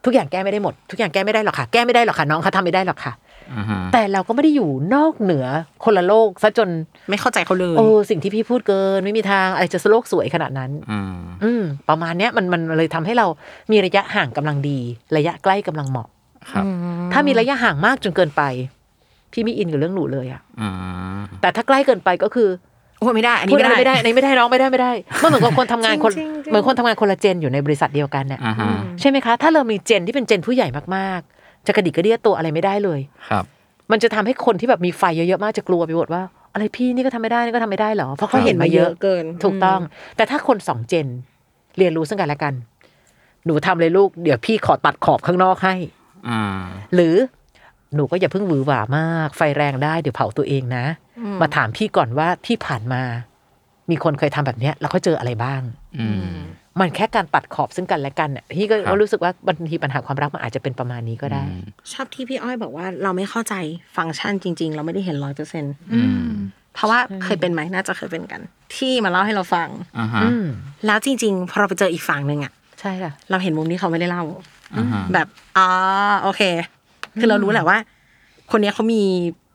Speaker 4: ทุกอย่างแก้ไม่ได้หมด ทุกอย่างแก้ไม่ได้หรอกค่ะ แก้ไม่ได้หรอกค่ะน้องเขาทำไม่ได้หรอกค่ะ
Speaker 2: อ่าฮะ
Speaker 4: แต่เราก็ไม่ได้อยู่นอกเหนือคนละโลกซะจน
Speaker 3: ไม่เข้าใจเขาเลย
Speaker 4: โอ้สิ่งที่พี่พูดเกิน ไม่มีทางอะไรจะโลกสวยขนาดนั้น
Speaker 2: อ่า
Speaker 4: อืมประมาณเนี้ยมันมันเลยทำให้เรามีระยะห่างกำลังดี ระยะใกล้กำลังเหมาะ
Speaker 2: ครับ
Speaker 4: ถ้ามีระยะห่างมากจนเกินไป พี่ไม่อินกับเรื่องหนูเลยอะ
Speaker 2: อ่า
Speaker 4: แต่ถ้าใกล้เกินไปก็คือ
Speaker 3: โอ้ยไม่ได้ อันนี้
Speaker 4: พูด
Speaker 3: ไม่
Speaker 4: อะไร
Speaker 3: ได้
Speaker 4: ไม่ได้อันนี้ไม่ได้น้องไม่ได้ไม่ได้มันเหมือนกับคนทำงานคนเหมือนคนทำงานคนละเจนอยู่ในบริษัทเดียวกันเนี่ย
Speaker 2: อ่าฮะ
Speaker 4: ใช่ไหมคะ ถ้าเรามีเจนที่เป็นเจนผู้ใหญ่มากๆ จะกระดิกกระเดี้ยตัวอะไรไม่ได้เลย
Speaker 2: ครับ
Speaker 4: มันจะทำให้คนที่แบบมีไฟเยอะๆมากจะกลัวไปหมดว่า อะไรพี่นี่ก็ทำไม่ได้นี่ก็ทำไม่ได้เหรอเพราะเขาเห็นมาเยอะ
Speaker 3: เกิน
Speaker 4: ถูกต้อง แต่ถ้าคนสองเจนเรียนรู้ซึ่งกันและกัน หนูทำเลยลูกเดี๋ยวพี่ขอตัดขอบข้างนอกให้
Speaker 2: อ่า
Speaker 4: หรือ หนูก็อย่าเพิ่งหวือหวามาก ไฟแรงได้เดี๋ยวเผาตัวเองนะ มาถามพี่ก่อนว่าที่ผ่านมา มีคนเคยทำแบบเนี้ยแล้วเขาเจออะไรบ้าง
Speaker 2: อืม
Speaker 4: มันแค่การตัดขอบซึ่งกันและกันน่ะพี่ก็
Speaker 2: ครับ
Speaker 4: ก็รู้สึกว่าบางทีปัญหาความรักมันอาจจะเป็นประมาณนี้ก็ได้
Speaker 3: ชอบที่พี่อ้อยบอกว่าเราไม่เข้าใจฟังก์ชันจริง ๆ เราไม่ได้เห็นร้อยเปอร์เซ็นต์
Speaker 2: อืม
Speaker 3: เพราะว่าเคยเป็นไหมน่าจะเคยเป็นกัน ที่มาเล่าให้เราฟัง
Speaker 2: อ่าฮะ
Speaker 4: อืม
Speaker 3: แล้วจริงๆพอเราไปเจออีกฝั่งหนึ่งอะ
Speaker 4: ใช่ค่ะ
Speaker 3: เราเห็นมุมที่เขาไม่ได้เล่า
Speaker 2: อ่าฮะ
Speaker 3: แบบอ๋อโอเค คือเรารู้แหละว่า คนเนี้ยเขามี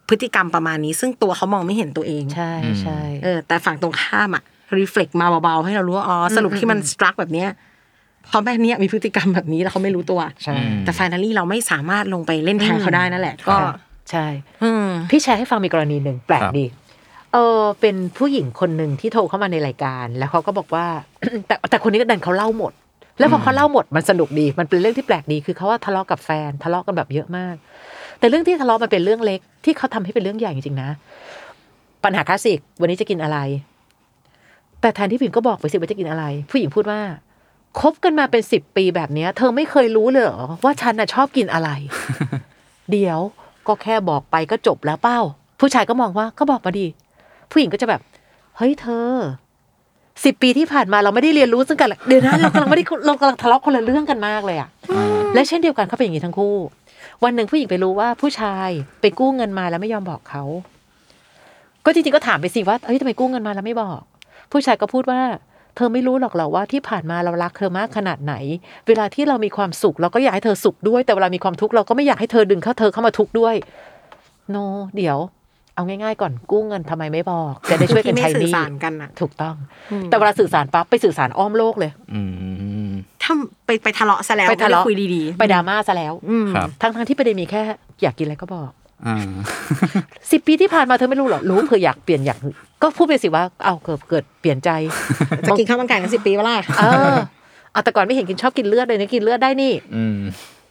Speaker 3: พฤติกรรมประมาณนี้ ซึ่งตัวเขามองไม่เห็นตัวเอง
Speaker 4: ใช่ใช่
Speaker 3: เออแต่ฝั่งตรงข้ามอะรีเฟล็กมาเบาๆให้เรารู้ว่าอ๋อสรุปที่มันสตรักแบบเนี้ยเพราะแม่เนี้ยมีพฤติกรรมแบบนี้แล้วเขาไม่รู้ตัว
Speaker 4: ใช่
Speaker 3: แต่ฟ i น a l ี่เราไม่สามารถลงไปเล่นแทนเขาได้นั่นแหละ ก็
Speaker 4: ค่ะใช่
Speaker 3: อืม
Speaker 4: พี่แชร์ให้ฟังมีกรณีหนึ่งแปลกดี เออเป็นผู้หญิงคนหนึ่งที่โทรเข้ามาในรายการ แล้วเขาก็บอกว่า แต่แต่คนนี้ก็ดันเขาเล่าหมด แล้วพอเขาเล่าหมดมันสนุกดี มันเป็นเรื่องที่แปลกดี คือเขาว่าทะเลาะกับแฟนทะเลาะกันแบบเยอะมาก แต่เรื่องที่ทะเลาะมันเป็นเรื่องเล็ก ที่เขาทำให้เป็นเรื่องใหญ่จริงๆนะ ปัญหาคลาสสิกวันนี้จะกินอะไร แต่แทนที่ผู้หญิงก็บอกไปสิว่าจะกินอะไร ผู้หญิงพูดว่าคบกันมาเป็นสิบปีแบบเนี้ย เธอไม่เคยรู้เลยเหรอว่าฉันน่ะชอบกินอะไร เดี๋ยวก็แค่บอกไปก็จบแล้วเป้า ผู้ชายก็มองว่าก็บอกมาดี ผู้หญิงก็จะแบบ เฮ้ยเธอสิบปีที่ผ่านมาเราไม่ได้เรียนรู้ซึ่งกันและเดี๋ยวนะเรากำลังไม่ได้เรากำลังทะเลาะคนละเรื่องกันมากเลยอะและเช่นเดียวกันเขาเป็นอย่างนี้ทั้งคู่ วันหนึ่งผู้หญิงไปรู้ว่าผู้ชายไปกู้เงินมาแล้วไม่ยอมบอกเขา ก็จริงๆก็ถามไปสิว่าเฮ้ยทำไมกู้เงินมาแล้วไม่บอก ผู้ชายก็พูดว่า เธอไม่รู้หรอกเหรอว่าที่ผ่านมาเรารักเธอมากขนาดไหน เวลาที่เรามีความสุขเราก็อยากให้เธอสุขด้วย แต่เวลามีความทุกข์เราก็ไม่อยากให้เธอดึงเข้าเธอเข้ามาทุกข์ด้วย โน เดี๋ยว เอาง่ายๆ ก่อนกู้เงินทำไมไม่บอก จะได้ช่วยกันใช้ห
Speaker 3: ที่ไม่สื่
Speaker 4: นี้
Speaker 3: อสารกันน่ะ
Speaker 4: ถูกต้อง แต่เวลาสื่อสารปั๊บไปสื่อสารอ้อมโลกเลย
Speaker 2: อืม
Speaker 3: ถ้าไปไปทะเลาะซะแล้ว
Speaker 4: ไปทะ
Speaker 3: ม่
Speaker 4: เลาะ
Speaker 3: ด้คุยดีๆ
Speaker 4: ไปดราม่าซะแล้ว
Speaker 3: อืม
Speaker 2: ครับ
Speaker 4: ทั้งทั้งๆที่ประเด็นมีแค่อยากกินอะไรก็บอก
Speaker 2: อ่า
Speaker 4: สิบปีที่ผ่านมาเธอไม่รู้หรอ รู้เผื่ออยากเปลี่ยนอยากก็พูดไปสิว่าเอาเกิดเกิดเปลี่ยนใจ
Speaker 3: จะกินข้าวมันไก่กันสิบปีวะล่ะ
Speaker 4: เออเอาแต่ก่อนไม่เห็นกินชอบกินเลือดเลยนะกินเลือดได้นี่
Speaker 2: อืม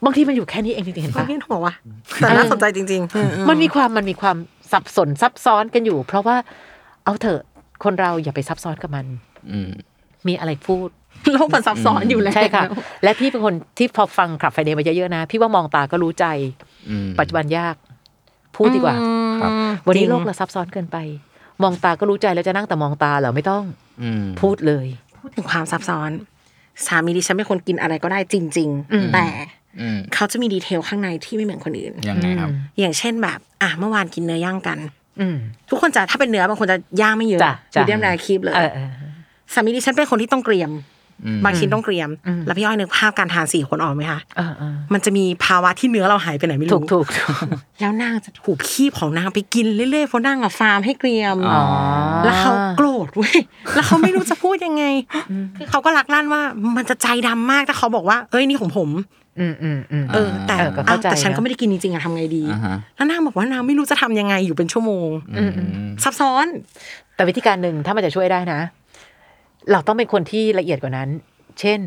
Speaker 4: บางทีมันอยู่แค่นี้เองจริงๆเห็น
Speaker 3: ไม่
Speaker 4: ปะ
Speaker 3: เห็นหัววะแต่น่าสนใจจริงๆอืม
Speaker 4: มันมีความมันมีความสับสนซับซ้อนกันอยู่ เพราะว่าเอาเถอะคนเราอย่าไปซับซ้อนกับมัน
Speaker 2: อืม
Speaker 4: มีอะไรพูด
Speaker 3: โลกมันซับซ้อนอยู่แล้ว
Speaker 4: ใช่ค่ะ และพี่เป็นคนที่พอฟังขับไฟเดย์มาเยอะๆนะ พี่ว่ามองตาก็รู้ใจ
Speaker 2: อืม
Speaker 4: ปัจจุบันยาก พูดดีกว่า
Speaker 2: ครับ
Speaker 4: วันนี้โลกเราซับซ้อนเกินไป มองตาก็รู้ใจแล้วจะนั่งแต่มองตาเหรอไม่ต้อง
Speaker 2: อืม
Speaker 4: พูดเลย
Speaker 3: พูดถึงความซับซ้อน สามีดิฉันเป็นคนกินอะไรก็ได้จริง ๆ แต่
Speaker 2: อืม
Speaker 3: เขาจะมีดีเทลข้างในที่ไม่เหมือนคนอื่น
Speaker 2: ยังไงครับ
Speaker 3: อย่างเช่นแบบ อ่ะเมื่อวานกินเนื้อย่างกัน
Speaker 4: อืม
Speaker 3: ทุกคนจะถ้าเป็นเนื้อบางคนจะย่างไม่เยอะ
Speaker 4: จ้ะจ้ะ
Speaker 3: มีเดียมแรคีบเลย
Speaker 4: เออเออ
Speaker 3: สามีดิฉันเป็นคนที่ต้องเกรียม
Speaker 2: อืม
Speaker 3: บางชิ้นต้องเกรียม
Speaker 4: อืม
Speaker 3: แล้วพี่อ้อยนึกภาพการทานสี่คนออกไหมคะ
Speaker 4: เออเออ
Speaker 3: มันจะมีภาวะที่เนื้อเราหายไปไหนไม่
Speaker 4: ถูก
Speaker 3: รู้
Speaker 4: ถูกถูก
Speaker 3: แล้วนางจะถูกขี้ของนางไปกินเรื่อยๆเพราะนางอะฟาร์มให้เกรียม
Speaker 2: อ๋อ
Speaker 3: แล้วเขาโกรธเว้ย แล้วเขาไม่รู้จะพูดยังไง คือเขาก็รักลั่นว่ามันจะใจดำมากถ้าเขาบอกว่า เอ้ยนี่ของผม
Speaker 4: อืมอืมอืม
Speaker 3: เออ แต่
Speaker 4: เออก็
Speaker 3: เอา
Speaker 4: เข้าใจ
Speaker 3: แต่ฉัน
Speaker 4: นะ
Speaker 3: ก็ไม่ได้กินจริงๆอะทำไงดี
Speaker 2: อ่าฮะ
Speaker 3: แล้วนางบอกว่านางไม่รู้จะทำยังไงอยู่เป็นชั่วโมง
Speaker 2: อืม
Speaker 3: ซับซ้อน
Speaker 4: แต่วิธีการหนึ่งถ้ามันจะช่วยได้นะ เราต้องเป็นคนที่ละเอียดกว่านั้น เช่น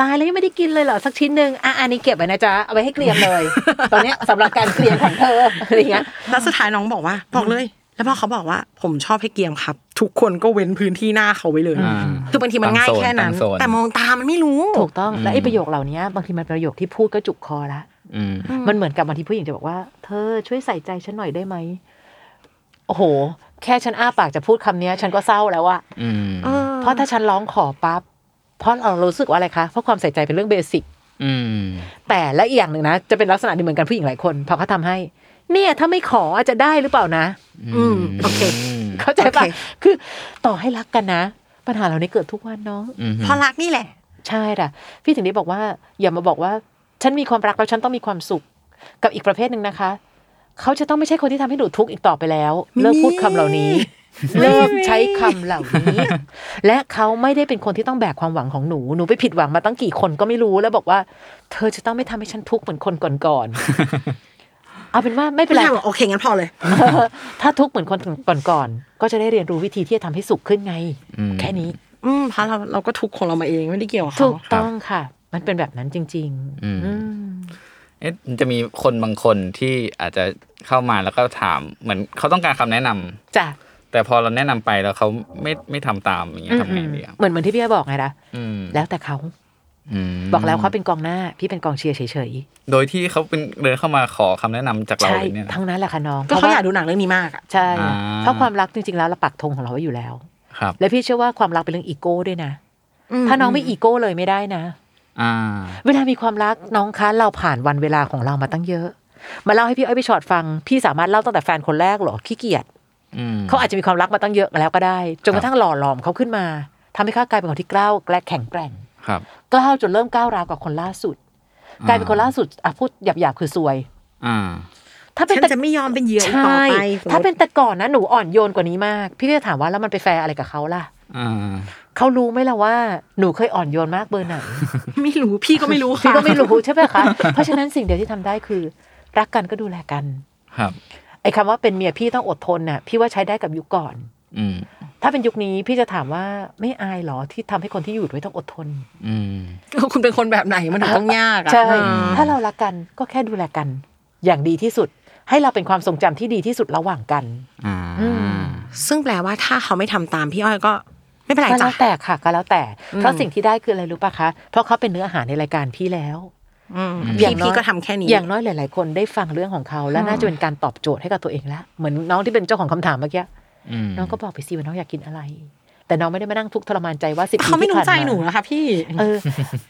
Speaker 4: ตายแล้วยังไม่ได้กินเลยเหรอสักชิ้นหนึ่งอ่ะอันนี้เก็บไว้นะจ๊ะเอาไว้ให้เกลียมเลย ตอนเนี้ยสำหรับการเกลียมของเธออะไรเงี้ย
Speaker 3: แล้วสุดท้ายน้องบอกว่า บอกเลย แล้วพอเขาบอกว่าผมชอบให้เกรียมครับ ทุกคนก็เว้นพื้นที่หน้าเขาไว้เลย
Speaker 2: อ่า
Speaker 3: คือบางทีมันง่ายแค่นั้น
Speaker 2: ตั้งโซน
Speaker 3: แต่มองตามันไม่รู้
Speaker 4: ถูกต้องและไอ้ประโยคเหล่านี้บางทีมันเป็นประโยคที่พูดก็จุกคอละ
Speaker 2: อืม
Speaker 4: มันเหมือนกับบางทีผู้หญิงจะบอกว่า เธอช่วยใส่ใจฉันหน่อยได้ไหมโอ้โห แค่ฉันอ้าปากจะพูดคำเนี้ย ฉันก็เศร้าแล้วอะ
Speaker 2: อืม
Speaker 4: เพราะถ้าฉันร้องขอปั๊บ เพราะเรารู้สึกว่าอะไรคะ เพราะความใส่ใจเป็นเรื่องเบสิก
Speaker 2: อืม
Speaker 4: แต่และอีกอย่างหนึ่งนะ จะเป็นลักษณะเดียวเหมือนกันผู้หญิงหลายคนพอเขาทำให้ เนี่ยถ้าไม่ขออาจจะได้หรือเปล่านะ
Speaker 3: อืมโอเค
Speaker 4: เข้าใจปะ
Speaker 3: โอเค
Speaker 4: คือต่อให้รักกันนะ ปัญหาเหล่านี้เกิดทุกวันน้อง
Speaker 2: อืม
Speaker 3: เพราะรักนี่แหละ
Speaker 4: ใช่ค่ะพี่ถึงได้บอกว่า อย่ามาบอกว่า ฉันมีความรักแล้วฉันต้องมีความสุข กับอีกประเภทหนึ่งนะคะ เขาจะต้องไม่ใช่คนที่ทำให้หนูทุกข์อีกต่อไปแล้ว เลิกพูดคำเหล่านี้ เลิกใช้คำเหล่านี้ และเขาไม่ได้เป็นคนที่ต้องแบกความหวังของหนู หนูไปผิดหวังมาตั้งกี่คนก็ไม่รู้แล้วบอกว่า เธอจะต้องไม่ทำให้ฉันทุกข์เหมือนคนก่อน ๆ เอาเป็นว่าไม่เป็น
Speaker 3: ผู้
Speaker 4: ไร
Speaker 3: ชายบอกโอเคงั้นพอเลย
Speaker 4: ถ้าทุกข์เหมือนคนก่อนๆก็จะได้เรียนรู้วิธีที่จะทำให้สุขขึ้นไง
Speaker 2: อืม
Speaker 4: แค่นี้
Speaker 3: อืมเพราะเราเราก็ทุกข์ของเรามาเองไม่ได้เกี่ยวกับ
Speaker 4: ถู
Speaker 3: เขา
Speaker 4: กต้องค่ะ มันเป็นแบบนั้นจริง ๆ
Speaker 2: อืม
Speaker 4: อืม
Speaker 2: เอ๊ะมันจะมีคนบางคนที่อาจจะเข้ามาแล้วก็ถาม เหมือนเขาต้องการคำแนะนำ
Speaker 4: จ้ะ
Speaker 2: แต่พอเราแนะนำไปแล้วเขาไม่ไม่ทำตามอย่างเงี้ยทำไงดีอ่ะ
Speaker 4: เหมือนเหมือนที่พี่อ้อยบอกไงนะ
Speaker 2: อืม
Speaker 4: แล้วแต่เขา
Speaker 2: ม
Speaker 4: บอกแล้วเขาเป็นกองหน้า พี่เป็นกองเชียร์เฉย
Speaker 2: โดยที่เขาเป็นเดินเข้ามาขอคำแนะนำจาก
Speaker 4: ๆ
Speaker 2: เรา
Speaker 4: ใช่
Speaker 2: เลยเนี่ยนะ
Speaker 4: ทั้งนั้นแหละค่ะน้อง
Speaker 3: ก็
Speaker 4: พ
Speaker 3: เขา
Speaker 4: ระว่
Speaker 3: อยากดูหนังเรื่องนี้มากอะ
Speaker 4: ใช่
Speaker 2: อ่า
Speaker 4: เพราะความรักจริงๆแล้วเราปักธงของเราไว้อยู่แล้ว
Speaker 2: ครับ
Speaker 4: และพี่เชื่อว่าความรักเป็นเรื่องอีโก้ด้วยนะ ถ้าน้องไม่อีโก้เลยไม่ได้นะ
Speaker 2: อ่า
Speaker 4: เวลามีความรักน้องคะเราผ่านวันเวลาของเรามาตั้งเยอะ มาเล่าให้พี่อ้อยพี่ชอดฟัง พี่สามารถเล่าตั้งแต่แฟนคนแรกเหรอขี้เกียจ
Speaker 2: อืม
Speaker 4: เขาอาจจะมีความรักมาตั้งเยอะแล้วก็ได้ จนกระทั่งหล่อหลอมเขาขึ้นมาทำให้เขากลายเป็นคนที่กล้าวแกละแข็งแกร่ง
Speaker 2: ครับ
Speaker 4: กล้าวจนเริ่มก้าวราวกับคนล่าสุด
Speaker 2: อ่าก
Speaker 4: กลายเป็นคนล่าสุดอ่ะพูดหยาบๆคือซวย
Speaker 2: อ่า
Speaker 4: ถ้าเป็น
Speaker 3: ฉัน
Speaker 4: แต่
Speaker 3: จะไม่ยอมเป็นเหยื่ออีกต่อ
Speaker 4: ใช่
Speaker 3: ไป
Speaker 4: ถ้าเป็นแต่ก่อนนะหนูอ่อนโยนกว่านี้มาก พี่ก็จะถามว่าแล้วมันไปแฟร์อะไรกับเขาล่ะ
Speaker 2: อ่า
Speaker 4: เขารู้ไหมล่ะว่าหนูเคยอ่อนโยนมากเบอร์ไหน
Speaker 3: ไม่รู้พี่ก็ไม่รู้ค่ะ
Speaker 4: พี่ก็ไม่รู้ใช่ไหมคะ เพราะฉะนั้นสิ่งเดียวที่ทำได้คือ รักกันก็ดูแลกัน
Speaker 2: ครับ
Speaker 4: ไอ้คำว่าเป็นเมียพี่ต้องอดทนน่ะ พี่ว่าใช้ได้กับยุคก่อน
Speaker 2: อืม
Speaker 4: ถ้าเป็นยุคนี้พี่จะถามว่าไม่อายเหรอที่ทำให้คนที่อยู่ด้วยต้องอดทน
Speaker 2: อืม
Speaker 3: คุณเป็นคนแบบไหนมันถึงต้องยากอะ
Speaker 4: ใช่
Speaker 3: อืม
Speaker 4: ถ้าเรารักกันก็แค่ดูแลกัน อย่างดีที่สุด ให้เราเป็นความทรงจำที่ดีที่สุดระหว่างกัน
Speaker 2: อ่า
Speaker 3: ซึ่งแปลว่าถ้าเขาไม่ทำตามพี่อ้อยก็ไม่เป็นไร
Speaker 4: ก็แล้
Speaker 3: จ้ะ
Speaker 4: วแต่ค่ะก็แล้วแต่ เพราะสิ่งที่ได้คืออะไรรู้ปะคะ เพราะเขาเป็นเนื้ออาหารในรายการพี่แล้ว
Speaker 3: อืม
Speaker 4: อ
Speaker 3: พี่
Speaker 4: ย่างน้อย
Speaker 3: พี่ก็ทำแค่นี้
Speaker 4: อย่างน้อยหลาย ๆ คนได้ฟังเรื่องของเขาและน่าจะเป็นการตอบโจทย์ให้กับตัวเองแล้วเหมือนน้องที่เป็นเจ้าของคำถามเมื่อกี้
Speaker 2: อืม
Speaker 4: น้องก็บอกไปสิว่าน้องอยากกินอะไร แต่น้องไม่ได้มานั่งทุกข์ทรมานใจว่าสิบปี
Speaker 3: เขาไม่
Speaker 4: ที่
Speaker 3: รู้
Speaker 4: ผ่าน
Speaker 3: ใจ
Speaker 4: มา
Speaker 3: หนูนะคะพี่
Speaker 4: เออ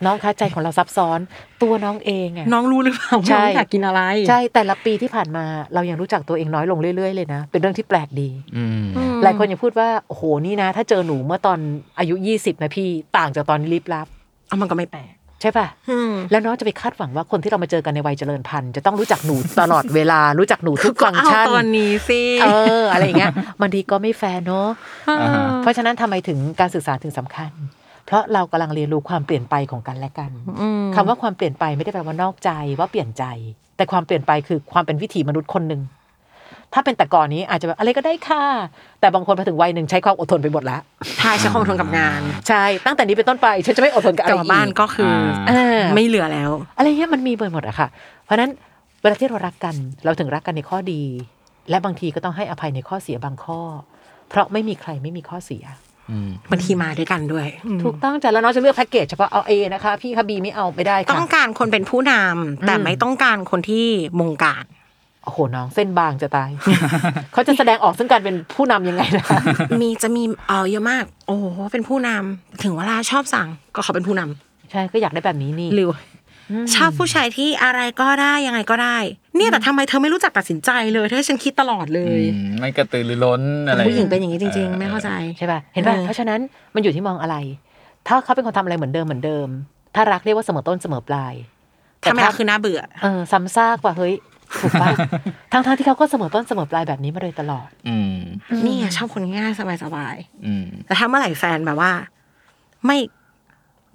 Speaker 4: น้องคะใจของเราซับซ้อน ตัวน้องเองอะ
Speaker 3: น้องรู้หรือเปล่าว่า
Speaker 4: ใช่
Speaker 3: น้องอยากกินอะไร
Speaker 4: ใช่แต่ละปีที่ผ่านมาเรายังรู้จักตัวเองน้อยลงเรื่อยๆเลยนะ เป็นเรื่องที่แปลกดี
Speaker 2: อืม
Speaker 4: หลายคนยังพูดว่าโอ้โหนี่นะ ถ้าเจอหนูเมื่อตอนอายุ 20นะพี่ต่างจากตอนรีบลับ
Speaker 3: เอามันก็ไม่แปลก
Speaker 4: ใช่ป่ะแล้วน้องจะไปคาดหวังว่าคนที่เรามาเจอกันในวัยเจริญพันธุ์จะต้องรู้จักหนูตลอดเวลารู้จักหนูทุก
Speaker 3: ก็
Speaker 4: ฟังก์
Speaker 3: เอา
Speaker 4: ชัน
Speaker 3: ตอนนี้สิ
Speaker 4: เอออะไรอย่างเงี้ยบางทีก็ไม่แฟร์เนอะเพราะฉะนั้นทำไมถึงการศึกษาถึงสำคัญ เพราะเรากำลังเรียนรู้ความเปลี่ยนไปของกันและกันคำว่าความเปลี่ยนไปไม่ได้แปลว่านอกใจว่าเปลี่ยนใจ แต่ความเปลี่ยนไปคือความเป็นวิถีมนุษย์คนหนึ่งถ้าเป็นแต่ก่อนนี้อาจจะแบบอะไรก็ได้ค่ะแต่บางคนพอถึงวัยหนึ่งใช้ความอดทนไปหมดละ
Speaker 3: ทายใช้ความอดทนกับงาน
Speaker 4: ใช่ตั้งแต่นี้เป็นต้นไปฉันจะไม่อดทนกับอะ
Speaker 3: ก
Speaker 4: ไร
Speaker 3: ลับ
Speaker 4: อีก
Speaker 3: บ้านก็คืออา ไม่เหลือแล้ว
Speaker 4: อะไรเงี้ยมันมีเบอร์หมดอะค่ะ เพราะฉะนั้นเวลาที่เรารักกันเราถึงรักกันในข้อดี และบางทีก็ต้องให้อภัยในข้อเสียบางข้อ เพราะไม่มีใครไม่มีข้อเสีย
Speaker 3: บางทีมาด้วยกันด้วย
Speaker 4: ถูกต้องจ้ะแล้วน้องจะเลือกแพ็กเกจเฉพาะเอาเอนะคะ พี่คะบีไม่เอาไม่ได้
Speaker 3: ต้
Speaker 4: ค่ะ
Speaker 3: องการคนเป็นผู้นำแต่
Speaker 4: อืม
Speaker 3: ไม่ต้องการคนที่มงการ
Speaker 4: โอ้โหน้องเส้นบางจะ ตาย เขาจะแสดงออกซึ่งการเป็นผู้นำยังไงนะคะ
Speaker 3: มีจะมีเออเยอะมาก โอ้โหเป็นผู้นำถึงเวลาชอบสั่งก็ขอเป็นผู้นำ
Speaker 4: ใช่ก็อยากได้แบบนี้นี่
Speaker 3: หรือชอบผู้ชายที่อะไรก็ได้ยังไงก็ได้ เนี่ยแต่ทำไมเธอไม่รู้จักตัดสินใจเลยเธอให้ฉันคิดตลอดเล
Speaker 2: อื
Speaker 3: ย
Speaker 2: มไม่กระตือรือร้นอะไร
Speaker 3: ผู้หญิงเป็นอย่างนี้จริง ๆ ไม่เข้าใจ
Speaker 4: ใช่ป่ะเห็นป่ะ
Speaker 3: เออ
Speaker 4: เพราะฉะนั้นมันอยู่ที่มองอะไร ถ้าเขาเป็นคนทำอะไรเหมือนเดิมเหมือนเดิม ถ้ารักเรียกว่าเสมอต้นเสมอปลายแต่
Speaker 3: ทำไมเราคือน่าเบื่อ
Speaker 4: เออซ้ำซากว่าเฮ้ยถูกปะ ทั้งทั้งๆที่เขาก็เสมอต้นเสมอปลายแบบนี้มาโดยตลอด
Speaker 2: อืม
Speaker 3: นี่ไงชอบคนง่ายสบาย
Speaker 2: อืม
Speaker 3: ๆแต่ถ้าเมื่อไหร่แฟนแบบว่า ไม่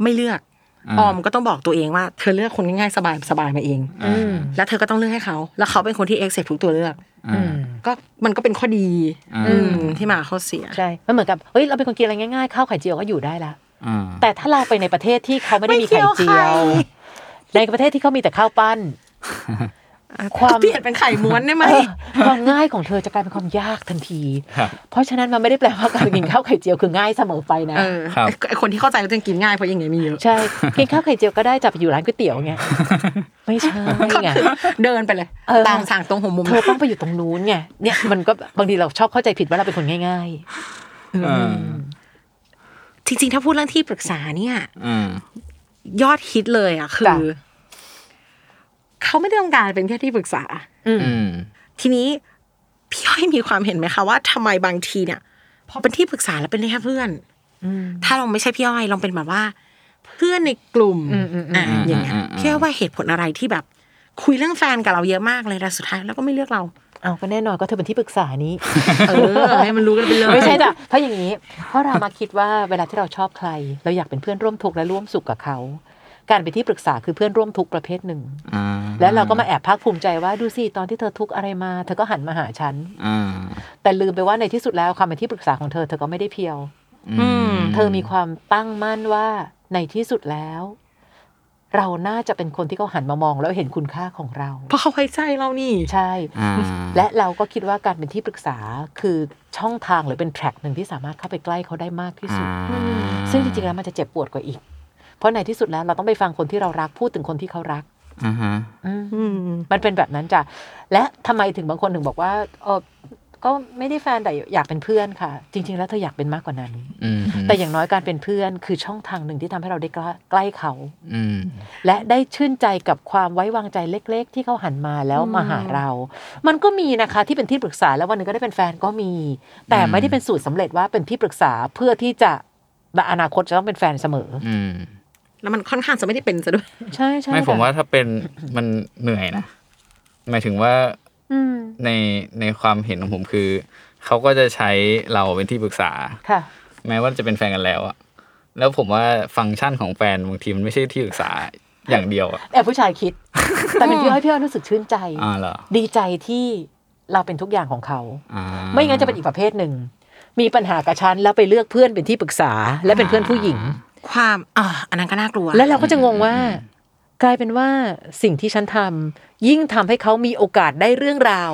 Speaker 3: ไม่เลือก
Speaker 2: อ่า
Speaker 3: ออมก็ต้องบอกตัวเองว่าเธอเลือกคนง่ายๆสบายสบายมาเอง
Speaker 2: อืม
Speaker 3: แล้วเธอก็ต้องเลือกให้เขา แล้วเขาเป็นคนที่เอ็กเซปทุกตัวเลือก
Speaker 2: อืม
Speaker 3: ก็มันก็เป็นข้อดี
Speaker 2: อ่า
Speaker 3: อืมที่มาข้อเสีย
Speaker 4: ใช่ มันเหมือนกับ เฮ้ย เราเป็นคนกินอะไรง่ายๆ ข้าวไข่เจียวก็อยู่ได้ละ
Speaker 2: อ่า
Speaker 4: แต่ถ้าเราไปในประเทศที่เขาไม่ได้
Speaker 3: ไม่
Speaker 4: มีไข่
Speaker 3: เจีย
Speaker 4: เจียว ว
Speaker 3: ไข่
Speaker 4: ในประเทศที่เขามีแต่ข้าวปั้น ความ
Speaker 3: เปลี่ยนเป็นไข่ม้วนได้ไหม
Speaker 4: เออความง่ายของเธอจะกลายเป็นความยากทันที
Speaker 2: ครับ
Speaker 4: เพราะฉะนั้นมันไม่ได้แปลว่าการกินข้าวไข่เจียวคือง่ายเสมอไปนะ
Speaker 3: เออ
Speaker 2: ครับ
Speaker 3: ไอ้คนที่เข้าใจก็จะกินง่ายเพราะอยังไงมีเยอะ
Speaker 4: ใช่ กินข้าวไข่เจียวก็ได้จับไปอยู่ร้านก๋วยเตี๋ยวไง ไม่ใช่ไง
Speaker 3: เดินไปเลย
Speaker 4: เออ
Speaker 3: ตามสั่งตรงหัวมุม
Speaker 4: เธอต้องไปอยู่ตรงนู้นไง เนี่ยมันก็บางทีเราชอบเข้าใจผิดว่าเราเป็นคนง่าย ๆ
Speaker 2: อ่า
Speaker 3: จริงๆ ถ้าพูดเรื่องที่ปรึกษาเนี่ย
Speaker 2: อ่าย
Speaker 3: อดฮิตเลยอ่ะคื
Speaker 4: จ้ะ
Speaker 3: อเขาไม่ได้ต้องการเป็นแค่ที่ปรึกษา
Speaker 2: อืม
Speaker 3: ทีนี้พี่ย้อยมีความเห็นไหมคะว่าทำไมบางทีเนี่ยพอเป็นที่ปรึกษาแล้วเป็นได้แค่เพื่อนถ้าลองไม่ใช่พี่ย้อยลองเป็นแบบว่า เพื่อนในกลุ่มอ่าอย่างเงี้ย
Speaker 2: อืมอืม
Speaker 3: พี่ย้อยว่าเหตุผลอะไรที่แบบ คุยเรื่องแฟนกับเราเยอะมากเลยแต่สุดท้ายแล้วก็ไม่เลือกเรา
Speaker 4: เอาก็แน่นอนก็เธอเป็นที่ปรึกษานี้
Speaker 3: เออให้มันรู้กันไปเลย
Speaker 4: ไม่ใช่จ้ะเพราะอย่างนี้ เพราะเรามาคิดว่าเวลาที่เราชอบใคร เราอยากเป็นเพื่อนร่วมทุกข์และร่วมสุขกับเขา การไปนที่ปรึกษาคือเพื่อนร่วมทุกข์ประเภทหนึ่ง
Speaker 2: อ่า
Speaker 4: แล้วเราก็มาแอบภาคภูมิใจว่าดูสิตอนที่เธอทุกข์อะไรมา เธอก็หันมาหาฉัน
Speaker 2: อ่า
Speaker 4: แต่ลืมไปว่าในที่สุดแล้วความเป็นที่ปรึกษาของเธอเธอก็ไม่ได้เพียว
Speaker 2: อืม
Speaker 4: เธอมีความตั้งมั่นว่าในที่สุดแล้ว เราน่าจะเป็นคนที่เขาหันมามองแล้วเห็นคุณค่าของเรา
Speaker 3: เพราะเขาไว้ใจเรานี่
Speaker 4: ใช่
Speaker 2: อ่า
Speaker 4: และเราก็คิดว่าการเป็นที่ปรึกษาคือช่องทางหรือเป็นแทร็กหนึ่งที่สามารถเข้าไปใกล้เขาได้มากที่สุด ซึ่งจริงๆแล้วมันจะเจ็บปวดกว่าอีก เพราะในที่สุดแล้วเราต้องไปฟังคนที่เรารักพูดถึงคนที่เขารัก
Speaker 2: อ่าฮะ
Speaker 3: อืม
Speaker 4: มันเป็นแบบนั้นจ้ะ และทำไมถึงบางคนถึงบอกว่าเออก็ไม่ได้แฟนแต่อยากเป็นเพื่อนค่ะ จริง ๆ แล้วเธออยากเป็นมากกว่านั้น
Speaker 2: อืม
Speaker 4: แต่อย่างน้อยการเป็นเพื่อนคือช่องทางหนึ่งที่ทำให้เราได้ใกล้ใกล้เขา
Speaker 2: อืม
Speaker 4: และได้ชื่นใจกับความไว้วางใจเล็ก ๆ ที่เขาหันมาแล้วมาหาเรา มันก็มีนะคะที่เป็นที่ปรึกษาแล้ววันหนึงก็ได้เป็นแฟนก็มี แต่ไม่ได้เป็นสูตรสำเร็จว่าเป็นที่ปรึกษาเพื่อที่จะแบบอนาคตจะต้องเป็นแฟนเสมอ
Speaker 2: อืม
Speaker 3: แล้วมันค่อนข้างจะไม่ได้เป็นซะด้วย
Speaker 4: ใช่ใช่
Speaker 2: ไม่ผม
Speaker 4: ค่ะ
Speaker 2: ว่าถ้าเป็นมันเหนื่อยนะหมายถึงว่า
Speaker 4: อืม
Speaker 2: ในในความเห็นของผมคือ เขาก็จะใช้เราเป็นที่ปรึกษา
Speaker 4: ค่ะ
Speaker 2: แม้ว่าจะเป็นแฟนกันแล้วอะแล้วผมว่าฟังก์ชันของแฟนบางทีมันไม่ใช่ที่ปรึกษาอย่างเดียวอะ
Speaker 4: แต่ผู้ชาย คิด แต่เป็นพี่อ้อยพี่อ้อยรู้สึกชื่นใจ
Speaker 2: อ่าเหรอ
Speaker 4: ดีใจที่เราเป็นทุกอย่างของเขา
Speaker 2: อ่า
Speaker 4: ไม่งั้นจะเป็นอีกประเภทหนึ่ง มีปัญหากับฉันแล้วไปเลือกเพื่อนเป็นที่ปรึกษา และเป็นเพื่อนผู้หญิง
Speaker 3: ความอ่าอันนั้นก็น่ากลัว
Speaker 4: แล้วเราก็จะงงว่ากลายเป็นว่าสิ่งที่ฉันทำยิ่งทำให้เขามีโอกาสได้เรื่องราว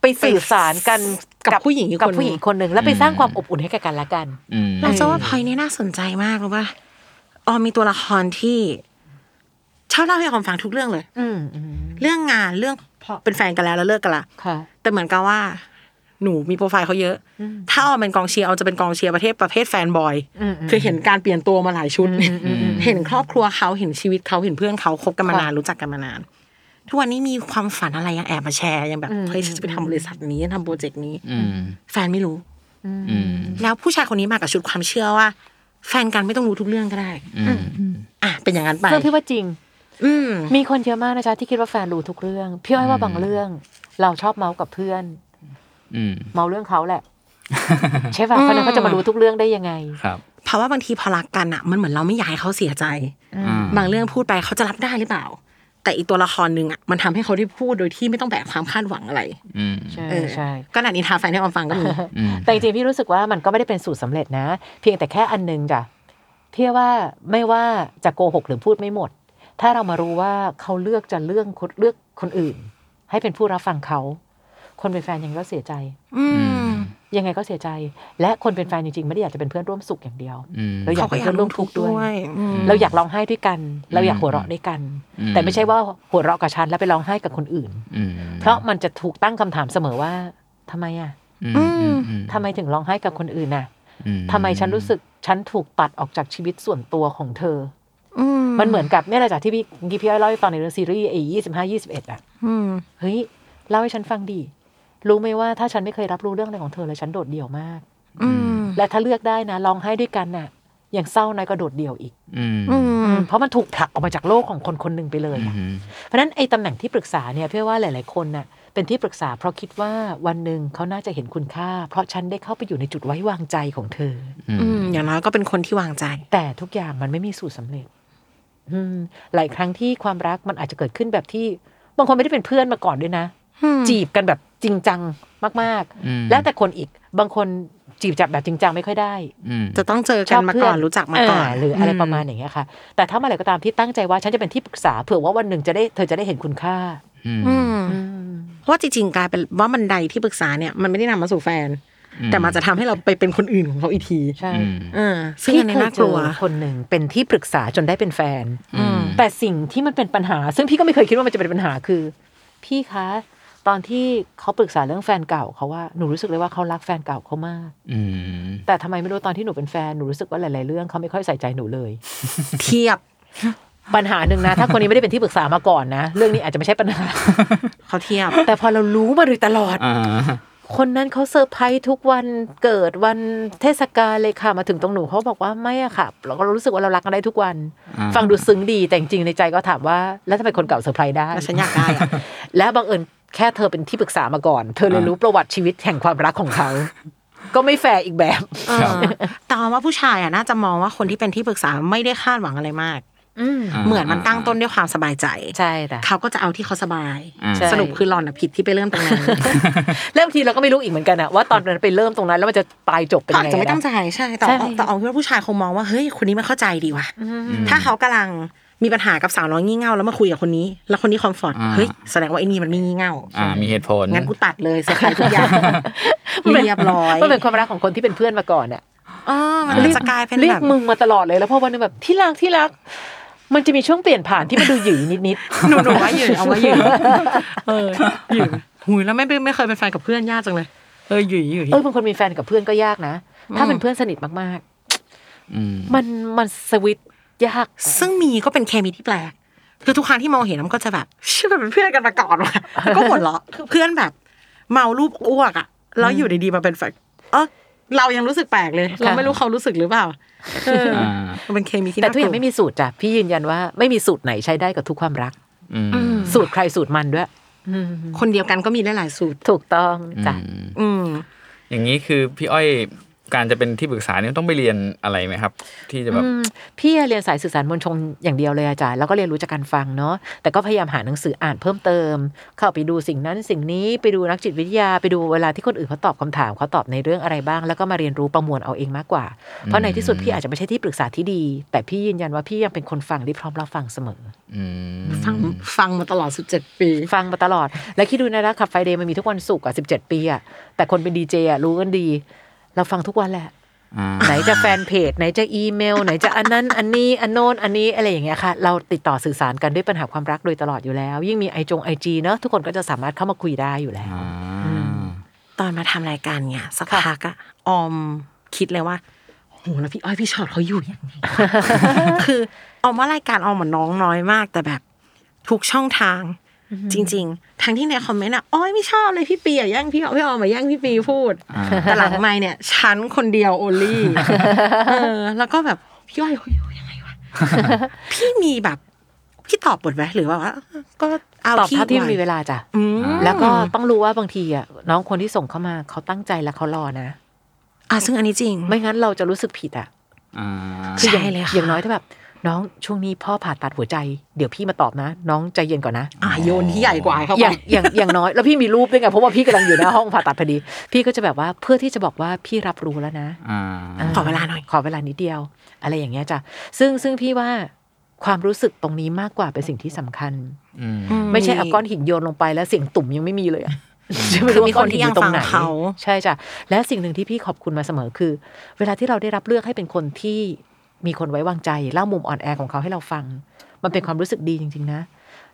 Speaker 4: ไปสื่อสารกัน
Speaker 3: กับผู้หญิงอีก
Speaker 4: กับ
Speaker 3: คนหนึ่ง
Speaker 4: ผู้หญิงคนหนึ่งแล้วไปสร้างความอบอุ่นให้แก่กันและกัน
Speaker 2: อืม
Speaker 3: เราจะว่าพลอยเนี่ยน่าสนใจมากรู้ป่ะออมมีตัวละครที่ชอบเล่าให้ออมฟังทุกเรื่องเลย
Speaker 4: อืมอืม
Speaker 3: เรื่องงานเรื่องพอเป็นแฟนกันแล้วแล้วเลิกกันละ
Speaker 4: ค่ะ
Speaker 3: แต่เหมือนกับว่า หนูมีโปรไฟล์เขาเยอะ ถ้าออมเป็นกองเชียร์ออมจะเป็นกองเชียร์ประเภทประเภทแฟนบอย
Speaker 4: อืมอืม
Speaker 3: คือเห็นการเปลี่ยนตัวมาหลายชุด เห็นครอบครัวเขาเห็นชีวิตเขาเห็นเพื่อนเขาคบกันมานานรู้จักกันมานาน ทุกวันนี้มีความฝันอะไรยังแอบมาแชร์ยังแบบเฮ้ยฉันจะไปทำบริษัทนี้ทำโปรเจกต์นี้
Speaker 2: อืม
Speaker 3: แฟนไม่รู้
Speaker 2: อืม
Speaker 3: แล้วผู้ชายคนนี้มากับชุดความเชื่อว่า แฟนกันไม่ต้องรู้ทุกเรื่องก็ได้
Speaker 2: อืม
Speaker 3: อ่ะเป็นอย่างนั้นไป
Speaker 4: เรื่องพี่ว่าจริง
Speaker 3: อืม
Speaker 4: มีคนเยอะมากนะจ๊ะที่คิดว่าแฟนรู้ทุกเรื่อง พี่อ้อยว่าบางเรื่อง เราชอบเมาส์กับเพื่อน
Speaker 2: อืม
Speaker 4: เมาเรื่องเขาแหละ ใช่ป่ะเพราะนั้นเขาจะมารู้ทุกเรื่องได้ยังไง
Speaker 2: ครับ
Speaker 3: เพราะว่าบางทีพอรักกันอ่ะ มันเหมือนเราไม่อยากให้เขาเสียใจ
Speaker 2: อ่
Speaker 3: บางเรื่องพูดไปเขาจะรับได้หรือเปล่า แต่อีกตัวละครหนึ่งอ่ะมันทำให้เขาได้พูดโดยที่ไม่ต้องแบกความคาดหวังอะไร
Speaker 2: อืม
Speaker 4: ใช่
Speaker 3: เออ
Speaker 4: ใช่
Speaker 3: ก็นัดนินทาแฟนให้ออมฟังก็มี
Speaker 2: อืม
Speaker 4: แต่จริงๆพี่รู้สึกว่ามันก็ไม่ได้เป็นสูตรสำเร็จนะ เพียงแต่แค่อันหนึงจ้ะพี่ว่าไม่ว่าจะโกหกหรือพูดไม่หมด ถ้าเรามารู้ว่าเขาเลือกจะเลือกคนเลือกคนอื่น ให้เป็นผู้รับฟังเขา คนเป็นแฟนยังไงก็เสียใจ
Speaker 3: อืม
Speaker 4: ยังไงก็เสียใจ และคนเป็นแฟนจริงๆ ไม่ได้อยากจะเป็นเพื่อนร่วมสุขอย่างเดียว
Speaker 2: อืม
Speaker 4: เราอยากเป็นเพื่อนร่วมทุกข์ด้วย
Speaker 3: อืม
Speaker 4: เราอยากร้องไห้ด้วยกัน เราอยากหัวเราะด้วยกัน
Speaker 2: อืม
Speaker 4: แต่ไม่ใช่ว่าหัวเราะกับฉันแล้วไปร้องไห้กับคนอื่น
Speaker 2: อืม
Speaker 4: เพราะมันจะถูกตั้งคำถามเสมอว่าทำไมอ่ะ
Speaker 2: อืมอืมอืม
Speaker 4: ทำไมถึงร้องไห้กับคนอื่นน่ะ
Speaker 2: อื
Speaker 4: ทำไมฉันรู้สึกฉันถูกตัดออกจากชีวิตส่วนตัวของเธออมันเหมือนกับเนี่ยแหละจากที่พี่กีพี่อ้อยเล่าให้ฟังในเรื่องซีรีส์ไอ้ยี่สิบห้ายี่สิบเอ็ดอ่ะเฮ้ยเล่าให้ฉันฟังดี รู้ไหมว่าถ้าฉันไม่เคยรับรู้เรื่องอะไรของเธอเลยฉันโดดเดี่ยวมาก และถ้าเลือกได้นะลองให้ด้วยกันน่ะอย่างเศร้านะก็โดดเดี่ยวอีก
Speaker 2: อืม
Speaker 4: เพราะมันถูกผลักออกมาจากโลกของคนคนหนึ่งไปเลย
Speaker 2: อื
Speaker 4: อะ
Speaker 2: ม
Speaker 4: เพราะฉะนั้นไอ้ตำแหน่งที่ปรึกษาเนี่ยพี่ว่าหลาย ๆ คนน่ะเป็นที่ปรึกษาเพราะคิดว่าวันหนึ่งเขาน่าจะเห็นคุณค่า เพราะฉันได้เข้าไปอยู่ในจุดไว้วางใจของเธอ
Speaker 3: อืมอย่างน้อยก็เป็นคนที่วางใจ
Speaker 4: แต่ทุกอย่างมันไม่มีสูตรสำเร็จ อืม หลายครั้งที่ความรักมันอาจจะเกิดขึ้นแบบที่บางคนไม่ได้เป็นเพื่อนมาก่อนด้วยนะ จีบกันแบบจริงจังมาก ๆ แล้วแต่คนอีกบางคนจีบจับแบบจริงจังไม่ค่อยได้
Speaker 2: อืม
Speaker 3: จะต้องเจอ
Speaker 4: ช
Speaker 3: กัน
Speaker 4: บ
Speaker 3: มา
Speaker 4: เพื่
Speaker 3: ก่อนรู้จักมาก่อน
Speaker 4: เหรืออะไรประมาณอย่างเงี้ยค่ะ แต่ถ้าเมื่อไหร่ก็ตามที่ตั้งใจว่าฉันจะเป็นที่ปรึกษาเผื่อว่าวันหนึ่งจะได้เธอจะได้เห็นคุณค่า
Speaker 2: อืม
Speaker 3: อืมเพราะว่าจริงๆกลายเป็นว่าบันไดที่ปรึกษาเนี่ยมันไม่ได้นำมาสู่แฟน แต่มันจะทำให้เราไปเป็นคนอื่นของเขาอีกที
Speaker 4: ใช่
Speaker 2: อืม
Speaker 3: เออซึ่งอันนี้
Speaker 4: พี่เคย
Speaker 3: น่ากลัว
Speaker 4: เจอคนหนึ่งเป็นที่ปรึกษาจนได้เป็นแฟน
Speaker 2: อืม
Speaker 4: แต่สิ่งที่มันเป็นปัญหา ซึ่งพี่ก็ไม่เคยคิดว่ามันจะเป็นปัญหาคือ พี่คะ ตอนที่เขาปรึกษาเรื่องแฟนเก่าเขาว่าหนูรู้สึกเลยว่าเขารักแฟนเก่าเขามาก
Speaker 2: อืม
Speaker 4: แต่ทำไมไม่รู้ตอนที่หนูเป็นแฟนหนูรู้สึกว่าหลาย ๆ เรื่องเขาไม่ค่อยใส่ใจหนูเลย
Speaker 3: เทียบ
Speaker 4: ปัญหาหนึ่งนะ ถ้าคนนี้ไม่ได้เป็นที่ปรึกษามาก่อนนะ เรื่องนี้อาจจะไม่ใช่ปัญหา
Speaker 3: เขาเทียบ
Speaker 4: แต่พอเรารู้มาโดยตลอด
Speaker 2: อ่า
Speaker 4: คนนั้นเขาเซอร์ไพรส์ทุกวันเกิดวันเทศกาลเลยค่ะมาถึงตรงหนูเขาบอกว่าไม่อะค่ะเราก็รู้สึกว่าเรารักกันได้ทุกวัน
Speaker 2: อ่า
Speaker 4: ฟังดูซึ้งดีแต่จริงๆในใจก็ถามว่า แล้วทำไมคนเก่าเซอร์ไพรส์ได้
Speaker 3: แล้วฉันอยากได้อะ
Speaker 4: และบังเอิญแค่เธอเป็นที่ปรึกษามาก่อน เธอเลยรู้ประวัติชีวิตแห่งความรักของเขา ก็ไม่แฟร์อีกแบบ
Speaker 2: ครับ
Speaker 3: เออแต่ว่าผู้ชายอ่ะน่าจะมองว่าคนที่เป็นที่ปรึกษาไม่ได้คาดหวังอะไรมาก
Speaker 4: อืม
Speaker 2: อ่า
Speaker 3: เหมือนมันตั้งต้นด้วยความสบายใจ
Speaker 4: ใช่แต่
Speaker 3: เขาก็จะเอาที่เขาสบาย
Speaker 2: อ่า
Speaker 4: ใช่
Speaker 3: สรุปคือหลอนอะผิดที่ไปเริ่มตรงนั้น
Speaker 4: แล้วบางทีเราก็ไม่รู้อีกเหมือนกันอะว่าตอนนั้นไปเริ่มตรงนั้นแล้วมันจะปลายจบเป็น
Speaker 3: เขา
Speaker 4: ยั
Speaker 3: อาจ
Speaker 4: งไง
Speaker 3: จะไม่ตั้ง
Speaker 4: นะ
Speaker 3: ใจใช่แต่
Speaker 4: ใช่
Speaker 3: แต่เอาคิดว่าผู้ชายคงมองว่าเฮ้ยคนนี้ไม่เข้าใจดีว่ะถ้าเขากำลังมีปัญหากับสาวน้อยงี่เง่าแล้วมาคุยกับคนนี้ แล้วคนนี้คอมฟอร์ตเฮ้ยแสดงว่าไอ้นี่มันไม่งี่เง่า
Speaker 2: อ่ามีเหตุผล
Speaker 3: งั้นกูตัดเลยเสียหายทุกอย่างเรียบร้อย
Speaker 4: มันเป็นความรักของคนที่เป็นเพื่อนมาก่อนอะ
Speaker 3: อ๋อมัน
Speaker 2: เรียก
Speaker 3: จะกลายเป็น
Speaker 4: เรีย
Speaker 3: แบ
Speaker 4: ก
Speaker 3: บ
Speaker 4: มึงมาตลอดเลยแล้วพอวันหนึงแบบที่รักที่รัก มันจะมีช่วงเปลี่ยนผ่านที่มันดูหยิ่งนิด
Speaker 3: หนูหนูว่าอยู่เอาว่าอยู่
Speaker 4: ๆเออ
Speaker 3: หยู่หุยแล้วไม่ไม่เคยเป็นแฟนกับเพื่อนยากจังเลยเอออยู่อยู่
Speaker 4: เออบางคนมีแฟนกับเพื่อนก็ยากนะ ถ้าเป็นเพื่อนสนิทมาก
Speaker 2: อืม
Speaker 4: ๆ มันมันสวิตช์ยาก
Speaker 3: ซึ่งมีก็เป็นเคมีที่แปลก คือทุกครั้งที่มองเห็นมันก็จะแบบเชื่อมันเป็นเพื่อนกันมาก่อนว่ะแล้วก็หัวเราะคือเพื่อนแบบ เมารูปอ้วกอ่ะแล้วอยู่ดีๆมาเป็นแฟนเออเรายังรู้สึกแปลกเลย เราไม่รู้เขารู้สึกหรือเปล่าเออ
Speaker 2: อ่า
Speaker 3: มันเป็นเคมีที่
Speaker 4: แต่
Speaker 3: น่า
Speaker 4: ทุกอย่างไม่มีสูตรจ้ะพี่ยืนยันว่าไม่มีสูตรไหนใช้ได้กับทุกความรัก
Speaker 2: อืม
Speaker 4: สูตรใครสูตรมันด้วย อืม
Speaker 3: กลัวคนเดียวกันก็มีหลายๆสูตร
Speaker 4: ถูกต้องจ้ะ
Speaker 2: อืม
Speaker 3: อืม
Speaker 2: อย่างนี้คือพี่อ้อยการจะเป็นที่ปรึกษาเนี่ยต้องไปเรียนอะไรไหมครับ ที่จะแบบ
Speaker 4: อืมพี่เรียนสายสื่อสารมวลชนอย่างเดียวเลยอาจารย์แล้วก็เรียนรู้จากการฟังเนาะแต่ก็พยายามหาหนังสืออ่านเพิ่มเติม เข้าไปดูสิ่งนั้นสิ่งนี้ไปดูนักจิตวิทยาไปดูเวลาที่คนอื่นเขาตอบคำถามเขาตอบในเรื่องอะไรบ้าง แล้วก็มาเรียนรู้ประมวลเอาเองมากกว่า เพราะในที่สุดพี่อาจจะไม่ใช่ที่ปรึกษาที่ดี แต่พี่ยืนยันว่าพี่ยังเป็นคนฟังที่พร้อมรับฟังเสมอ
Speaker 2: อืม
Speaker 3: ฟังฟังมาตลอดสิบเจ็ดปี
Speaker 4: ฟังมาตลอด แล้วคิดดูนะนะขับไฟเดย์มันมีทุกวันศุกร์อ่ะสิบเจ็ดปีอ่ะแต่คนเป็นดีเจอ่ะรู้กันดี เราฟังทุกวันแหละ
Speaker 2: อ่า
Speaker 4: ไหนจะแฟนเพจ ไหนจะอีเมล ไหนจะอันนั้น อันนี้อันโน้นอันนี้อะไรอย่างเงี้ยค่ะ เราติดต่อสื่อสารกันด้วยปัญหาความรักโดยตลอดอยู่แล้ว ยิ่งมีไอจงไอจีเนอะทุกคนก็จะสามารถเข้ามาคุยได้อยู่แล้ว
Speaker 2: อ่า
Speaker 3: ตอนมาทำรายการเนี่ยสักพักอะออมคิดเลยว่าโหแล้วพี่อ้อยพี่ชอตเขาอยู่ยังไงวะ คือออมว่ารายการออมเหมือนน้องน้อยมาก แต่แบบทุกช่องทาง จริง ๆ ทั้งที่ในคอมเมนต์อะอ้อยไม่ชอบเลยพี่ปีอะแย่งพี่ออมพี่ออมมาแย่งพี่ปีพูด แต่หลังไม่เนี่ยฉันคนเดียวโอ ลี่ เออ แล้วก็แบบพี่อ้อยโอ้ยโอ้ยยังไง วะ พี่มีแบบ พี่ตอบบทไหมหรือว่า ก็เอา
Speaker 4: ตอบเท่าที่มีเวลาจ้ะ
Speaker 3: อืม
Speaker 4: แล้วก็ต้องรู้ว่าบางทีอ่ะน้องคนที่ส่งเข้ามาเขาตั้งใจและเขารอนะ
Speaker 3: อ่ะซึ่งอันนี้จริง
Speaker 4: ไม่งั้นเราจะรู้สึกผิดอ่ะ
Speaker 2: อ่า
Speaker 4: คืออย่าง
Speaker 3: ใช่เลยค่ะ
Speaker 4: อย่างน้อยถ้าแบบ น้องช่วงนี้พ่อผ่าตัดหัวใจ เดี๋ยวพี่มาตอบนะ น้องใจเย็นก่อนนะ
Speaker 3: อ่ะโยนที่ใหญ่กว่าเข้า
Speaker 4: อ
Speaker 3: ไป
Speaker 4: ย่างอย่างอย่างน้อยแล้วพี่มีรูปด้วยไงเพราะว่าพี่กำลังอยู่หน้าห้องผ่าตัดพอดี พี่ก็จะแบบว่าเพื่อที่จะบอกว่าพี่รับรู้แล้วนะ
Speaker 2: อ่า
Speaker 3: ขอเวลาหน่อย
Speaker 4: ขอเวลานิดเดียว อะไรอย่างเงี้ยจ้ะซึ่งซึ่งพี่ว่าความรู้สึกตรงนี้มากกว่าเป็นสิ่งที่สำคัญ
Speaker 2: อืม
Speaker 4: ไม่ใช่เอาก้อนหินโยนลงไปแล้วเสียงตุ่มยังไม่มีเลยอะไม่รู้ว่าก้อนหินอยู่ตรงไหน
Speaker 3: คือมีคนที่ยังฟังเขา
Speaker 4: ใช่จ้ะและสิ่งหนึ่งที่พี่ขอบคุณมาเสมอคือ เวลาที่เราได้รับเลือกให้เป็นคนที่มีคนไว้วางใจเล่ามุมอ่อนแอของเขาให้เราฟัง มันเป็นความรู้สึกดีจริง ๆ นะ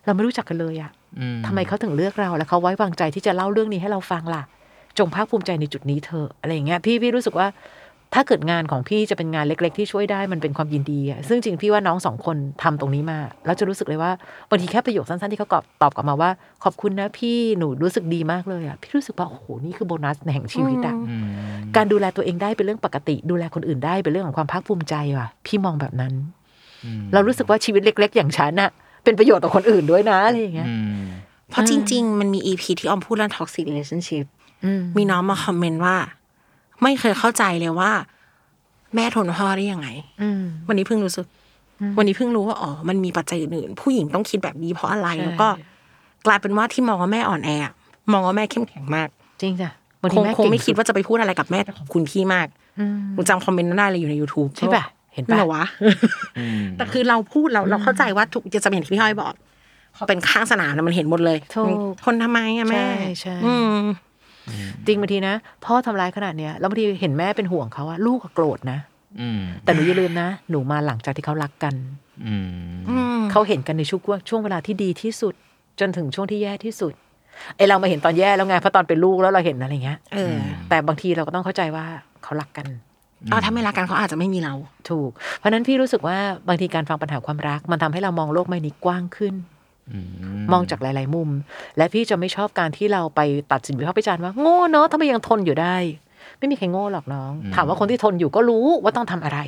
Speaker 4: เราไม่รู้จักกันเลยอะ
Speaker 2: อืม
Speaker 4: ทำไมเขาถึงเลือกเราและเขาไว้วางใจที่จะเล่าเรื่องนี้ให้เราฟังล่ะ จงภาคภูมิใจในจุดนี้เธอะอะไรอย่างเงี้ยพี่พี่รู้สึกว่า ถ้าเกิดงานของพี่จะเป็นงานเล็ก ๆ ที่ช่วยได้มันเป็นความยินดีอะซึ่งจริงพี่ว่าน้องสองคนทำตรงนี้มา แล้วจะรู้สึกเลยว่าบางทีแค่ประโยคสั้นๆที่เขาตอบตอบกลับมาว่า ขอบคุณนะพี่หนูรู้สึกดีมากเลยอะพี่รู้สึกว่าโอ้โหนี่คือโบนัสแห่งชีวิตอะการดูแลตัวเองได้เป็นเรื่องปกติ ดูแลคนอื่นได้เป็นเรื่องของความภาคภูมิใจว่ะ พี่มองแบบนั้น เรารู้สึกว่าชีวิตเล็ก ๆ อย่างฉันอะเป็นประโยชน์ต่อคนอื่นด้วยนะอะไรอย่างเงี้ย
Speaker 2: อืม
Speaker 3: เพราะจริง ๆ มันมีอีพีที่ออมพูดเรื่อง toxic relationship
Speaker 4: อืม
Speaker 3: มีน้องมาคอมเมนต์ว่า ไม่เคยเข้าใจเลยว่า แม่ทนพ่อได้ยังไง
Speaker 4: อืม
Speaker 3: วันนี้เพิ่งรู้สึก วันนี้เพิ่งรู้ว่าอ๋อมันมีปัจจัยอื่นๆผู้หญิงต้องคิดแบบนี้เพราะอะไรแล้วก็ กลายเป็นว่าที่มองว่าแม่อ่อนแอมองว่าแม่เข้มแข็งมาก
Speaker 4: จริงจ้ะบาง
Speaker 3: ค
Speaker 4: ที
Speaker 3: ง
Speaker 4: แม่
Speaker 3: คง
Speaker 4: เก่ง
Speaker 3: ไม่คิด
Speaker 4: สุ
Speaker 3: ว่าจะไปพูดอะไรกับแม่แต่ขอบคุณพี่มาก
Speaker 4: อืม
Speaker 3: หนูจำคอมเมนต์นั้นได้เลยอยู่ใน YouTube
Speaker 4: ใช่ป่ะ เห็น
Speaker 3: เห็น
Speaker 4: ป่ะ
Speaker 3: ปะวะ แต่คือเราพูดเราเราเข้าใจว่าถูกจะจะเป็นอย่างที่พี่ห้อยบอกพอเป็นข้างสนามนะมันเห็นหมดเลย
Speaker 4: ถูก
Speaker 3: ทนทำไมอะแม่
Speaker 4: ใช่ใช่
Speaker 3: อืม
Speaker 4: จริงบางทีนะ พ่อทำร้ายขนาดเนี้ยแล้วบางทีเห็นแม่เป็นห่วงเขาอะลูกก็โกรธนะ
Speaker 2: อืม
Speaker 4: แต่หนูอย่าลืมนะ หนูมาหลังจากที่เขารักกัน
Speaker 2: อืม
Speaker 3: อืม
Speaker 4: เขาเห็นกันในช่วงว่าช่วงเวลาที่ดีที่สุด จนถึงช่วงที่แย่ที่สุดไอเรามาเห็นตอนแย่แล้วไงเพราะตอนเป็นลูกแล้วเราเห็นอะไรเงี้ย
Speaker 3: เออ
Speaker 4: แต่บางทีเราก็ต้องเข้าใจว่าเขารักกัน
Speaker 3: เอาถ้าไม่รักกันเขาอาจจะไม่มีเรา
Speaker 4: ถูก เพราะฉะนั้นพี่รู้สึกว่าบางทีการฟังปัญหาความรัก มันทำให้เรามองโลกใบนี้กว้างขึ้น มองจากหลาย ๆ มุม และพี่จะไม่ชอบการที่เราไปตัดสินวิพากษ์วิจารณ์ว่าโง่เนาะทำไมยังทนอยู่ได้ ไม่มีใครโง่หรอกน้อง ถามว่าคนที่ทนอยู่ก็รู้ว่าต้องทำอะไร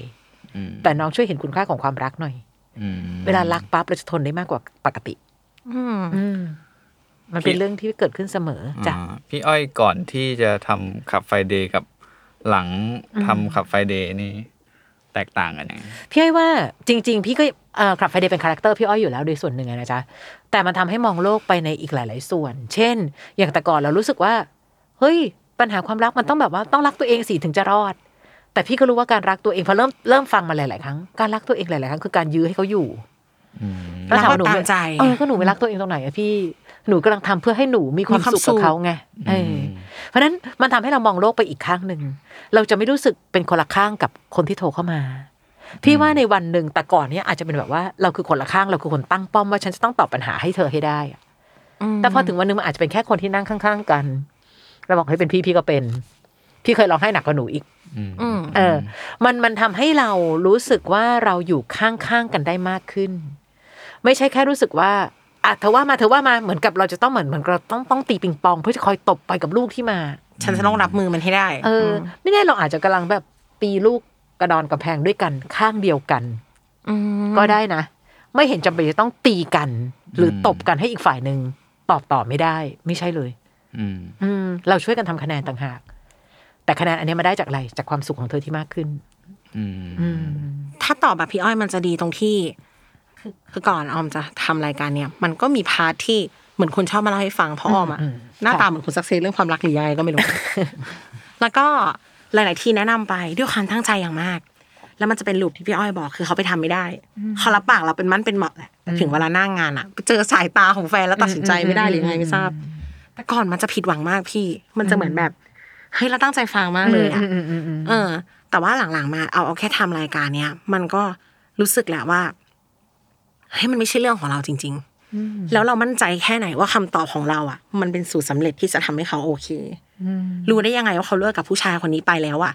Speaker 2: อืม
Speaker 4: แต่น้องช่วยเห็นคุณค่าของความรักหน่อย
Speaker 2: อืม
Speaker 4: เวลารักปั๊บเราจะทนได้มากกว่าปกติ
Speaker 3: อืม
Speaker 4: อืมมันเป็น
Speaker 2: พี่
Speaker 4: เรื่องที่เกิดขึ้นเสมอจ้ะ
Speaker 2: อ่าพี่อ้อยก่อนที่จะทำขับไฟเดย์กับหลังทำขับไฟเดย์นี่แตกต่างกันยังไง
Speaker 4: พี่อ้อยว่าจริง ๆ พี่ก็ขับไฟเดย์เป็นคาแรคเตอร์พี่อ้อยอยู่แล้วโดยส่วนหนึ่งอะนะจ๊ะแต่มันทำให้มองโลกไปในอีกหลาย ๆ ส่วน เช่น อย่างแต่ก่อนเรารู้สึกว่า เฮ้ย ปัญหาความรักมันต้องแบบว่าต้องรักตัวเองสิถึงจะรอด แต่พี่ก็รู้ว่าการรักตัวเองพอเริ่มเริ่มฟังมาหลาย ๆ ครั้งการรักตัวเองหลาย ๆ ครั้งคือการยื้อให้เขาอยู่
Speaker 2: อืม
Speaker 3: รักแบบตามใจ
Speaker 4: เออก็หนูไม่รักตัวเองตรงไหนอะพี่ หนูกำลังทำเพื่อให้หนูมีความ
Speaker 3: มีความ
Speaker 4: สุขกั
Speaker 3: สุ
Speaker 4: บ
Speaker 3: ข
Speaker 4: เขาไงเอออเพราะฉะนั้นมันทำให้เรามองโลกไปอีกข้างหนึ่ง เราจะไม่รู้สึกเป็นคนละข้างกับคนที่โทรเข้ามา พี่ว่าในวันหนึ่งแต่ก่อนเนี้ยอาจจะเป็นแบบว่าเราคือคนละข้างเราคือคนตั้งป้อมว่าฉันจะต้องตอบปัญหาให้เธอให้ได้อะแต่พอถึงวันหนึ่งมันอาจจะเป็นแค่คนที่นั่งข้าง ๆ กันเราบอกให้ยเป็นพี่พี่ก็เป็น พี่เคยร้องไห้หนักกว่าหนูอีก
Speaker 3: อืม
Speaker 4: เออ มันมันทำให้เรารู้สึกว่าเราอยู่ข้างๆกันได้มากขึ้น ไม่ใช่แค่รู้สึกว่าอ่ะเธอว่ามาเธอว่ามาเหมือนกับเราจะต้องเหมือนเหมือนเราต้องต้องตีปิงปอง เพื่อจะคอยตบไปกับลูกที่มา
Speaker 3: ฉันจะต้องรับมือมันให้ได้
Speaker 4: เออ ไม่แน่เราอาจจะกำลังแบบปีลูกกระดอนกระแพงด้วยกันข้างเดียวกัน
Speaker 3: ม
Speaker 4: ก็ได้นะ ไม่เห็นจำเป็นจะต้องตีกัน หรือตบกันให้อีกฝ่ายหนึ่งตอบต่อไม่ได้ ไม่ใช่เลย
Speaker 2: อืม
Speaker 4: อืมเราช่วยกันทำคะแนนต่างหาก แต่คะแนนอันเนี้ยมาได้จากอะไรจากความสุขของเธอที่มากขึ้น
Speaker 2: อืม
Speaker 4: อืม
Speaker 3: ถ้าตอบแบบพี่อ้อยมันจะดีตรงที่ คือก่อนออมจะทำรายการเนี่ย มันก็มีพาร์ทที่เหมือนคนชอบมาเล่าให้ฟังเพราะออมอะ
Speaker 4: อืมอืม
Speaker 3: หน้าตาเหมือนคนสักเซสเรื่องความรักหรือยังไงก็ไม่รู้ แล้วก็หลาย ๆ ที่แนะนำไปด้วยความตั้งใจอย่างมาก แล้วมันจะเป็นลูปที่พี่อ้อยบอก คือเขาไปทำไม่ได้เขารับปากเราเป็นมั่นเป็นเหมาะแหละแต่ถึงเวลาหน้างงานอะไปเจอสายตาของแฟนแล้วตัดสินใจไม่ได้หรือยังไงไม่ทราบ แต่ก่อนมันจะผิดหวังมากพี่ มันจะเหมือนแบบเฮ้ยเราตั้งใจฟังมากเลยอะ เออ แต่ว่าหลังๆมาเอาเอาแค่ทำรายการเนี้ยมันก็รู้สึกแหละว่าเฮ้ยมันไม่ใช่เรื่องของเราจริง ๆ แล้วเรามั่นใจแค่ไหนว่าคำตอบของเราอ่ะ มันเป็นสูตรสำเร็จที่จะทำให้เขาโอเครู้ได้ยังไงว่าเขาเลิกกับผู้ชายคนนี้ไปแล้วอ่ะ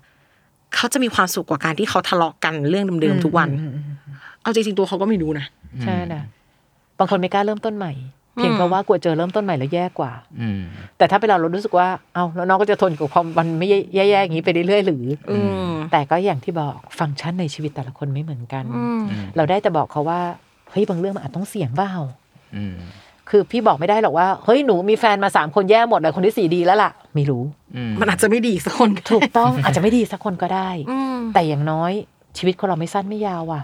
Speaker 3: เขาจะมีความสุขกว่าการที่เขาทะเลาะกันเรื่องเดิมๆทุกวัน เอาจริงๆตัวเขาก็ไม่รู้นะ
Speaker 4: ใช่นะบางคนไม่กล้าเริ่มต้นใหม่ เพียงเพราะว่ากลัวเจอเริ่มต้นใหม่แล้วแย่กว่า
Speaker 2: อืม
Speaker 4: แต่ถ้าเป็นเราเรารู้สึกว่าเอาแล้วน้องก็จะทนกับความมันไม่แย่ๆอย่างนี้ไปเรื่อยๆหรือ
Speaker 3: อืม
Speaker 4: แต่ก็อย่างที่บอกฟังก์ชันในชีวิตแต่ละคนไม่เหมือนกัน
Speaker 3: อืม
Speaker 4: เราได้แต่บอกเขาว่าเฮ้ยบางเรื่องมันอาจต้องเสี่ยงเปล่า
Speaker 2: อืม
Speaker 4: คือพี่บอกไม่ได้หรอกว่าเฮ้ยหนูมีแฟนมาสามคนแย่หมดเลยคนที่สี่ดีแล้วล่ะไม่รู้
Speaker 2: อืม
Speaker 3: มันอาจจะไม่ดีสักคน
Speaker 4: ถูก ต้อง อาจจะไม่ดีสักคนก็ได้
Speaker 3: อืม
Speaker 4: แต่อย่างน้อยชีวิตคนเราไม่สั้นไม่ยาวอ่ะ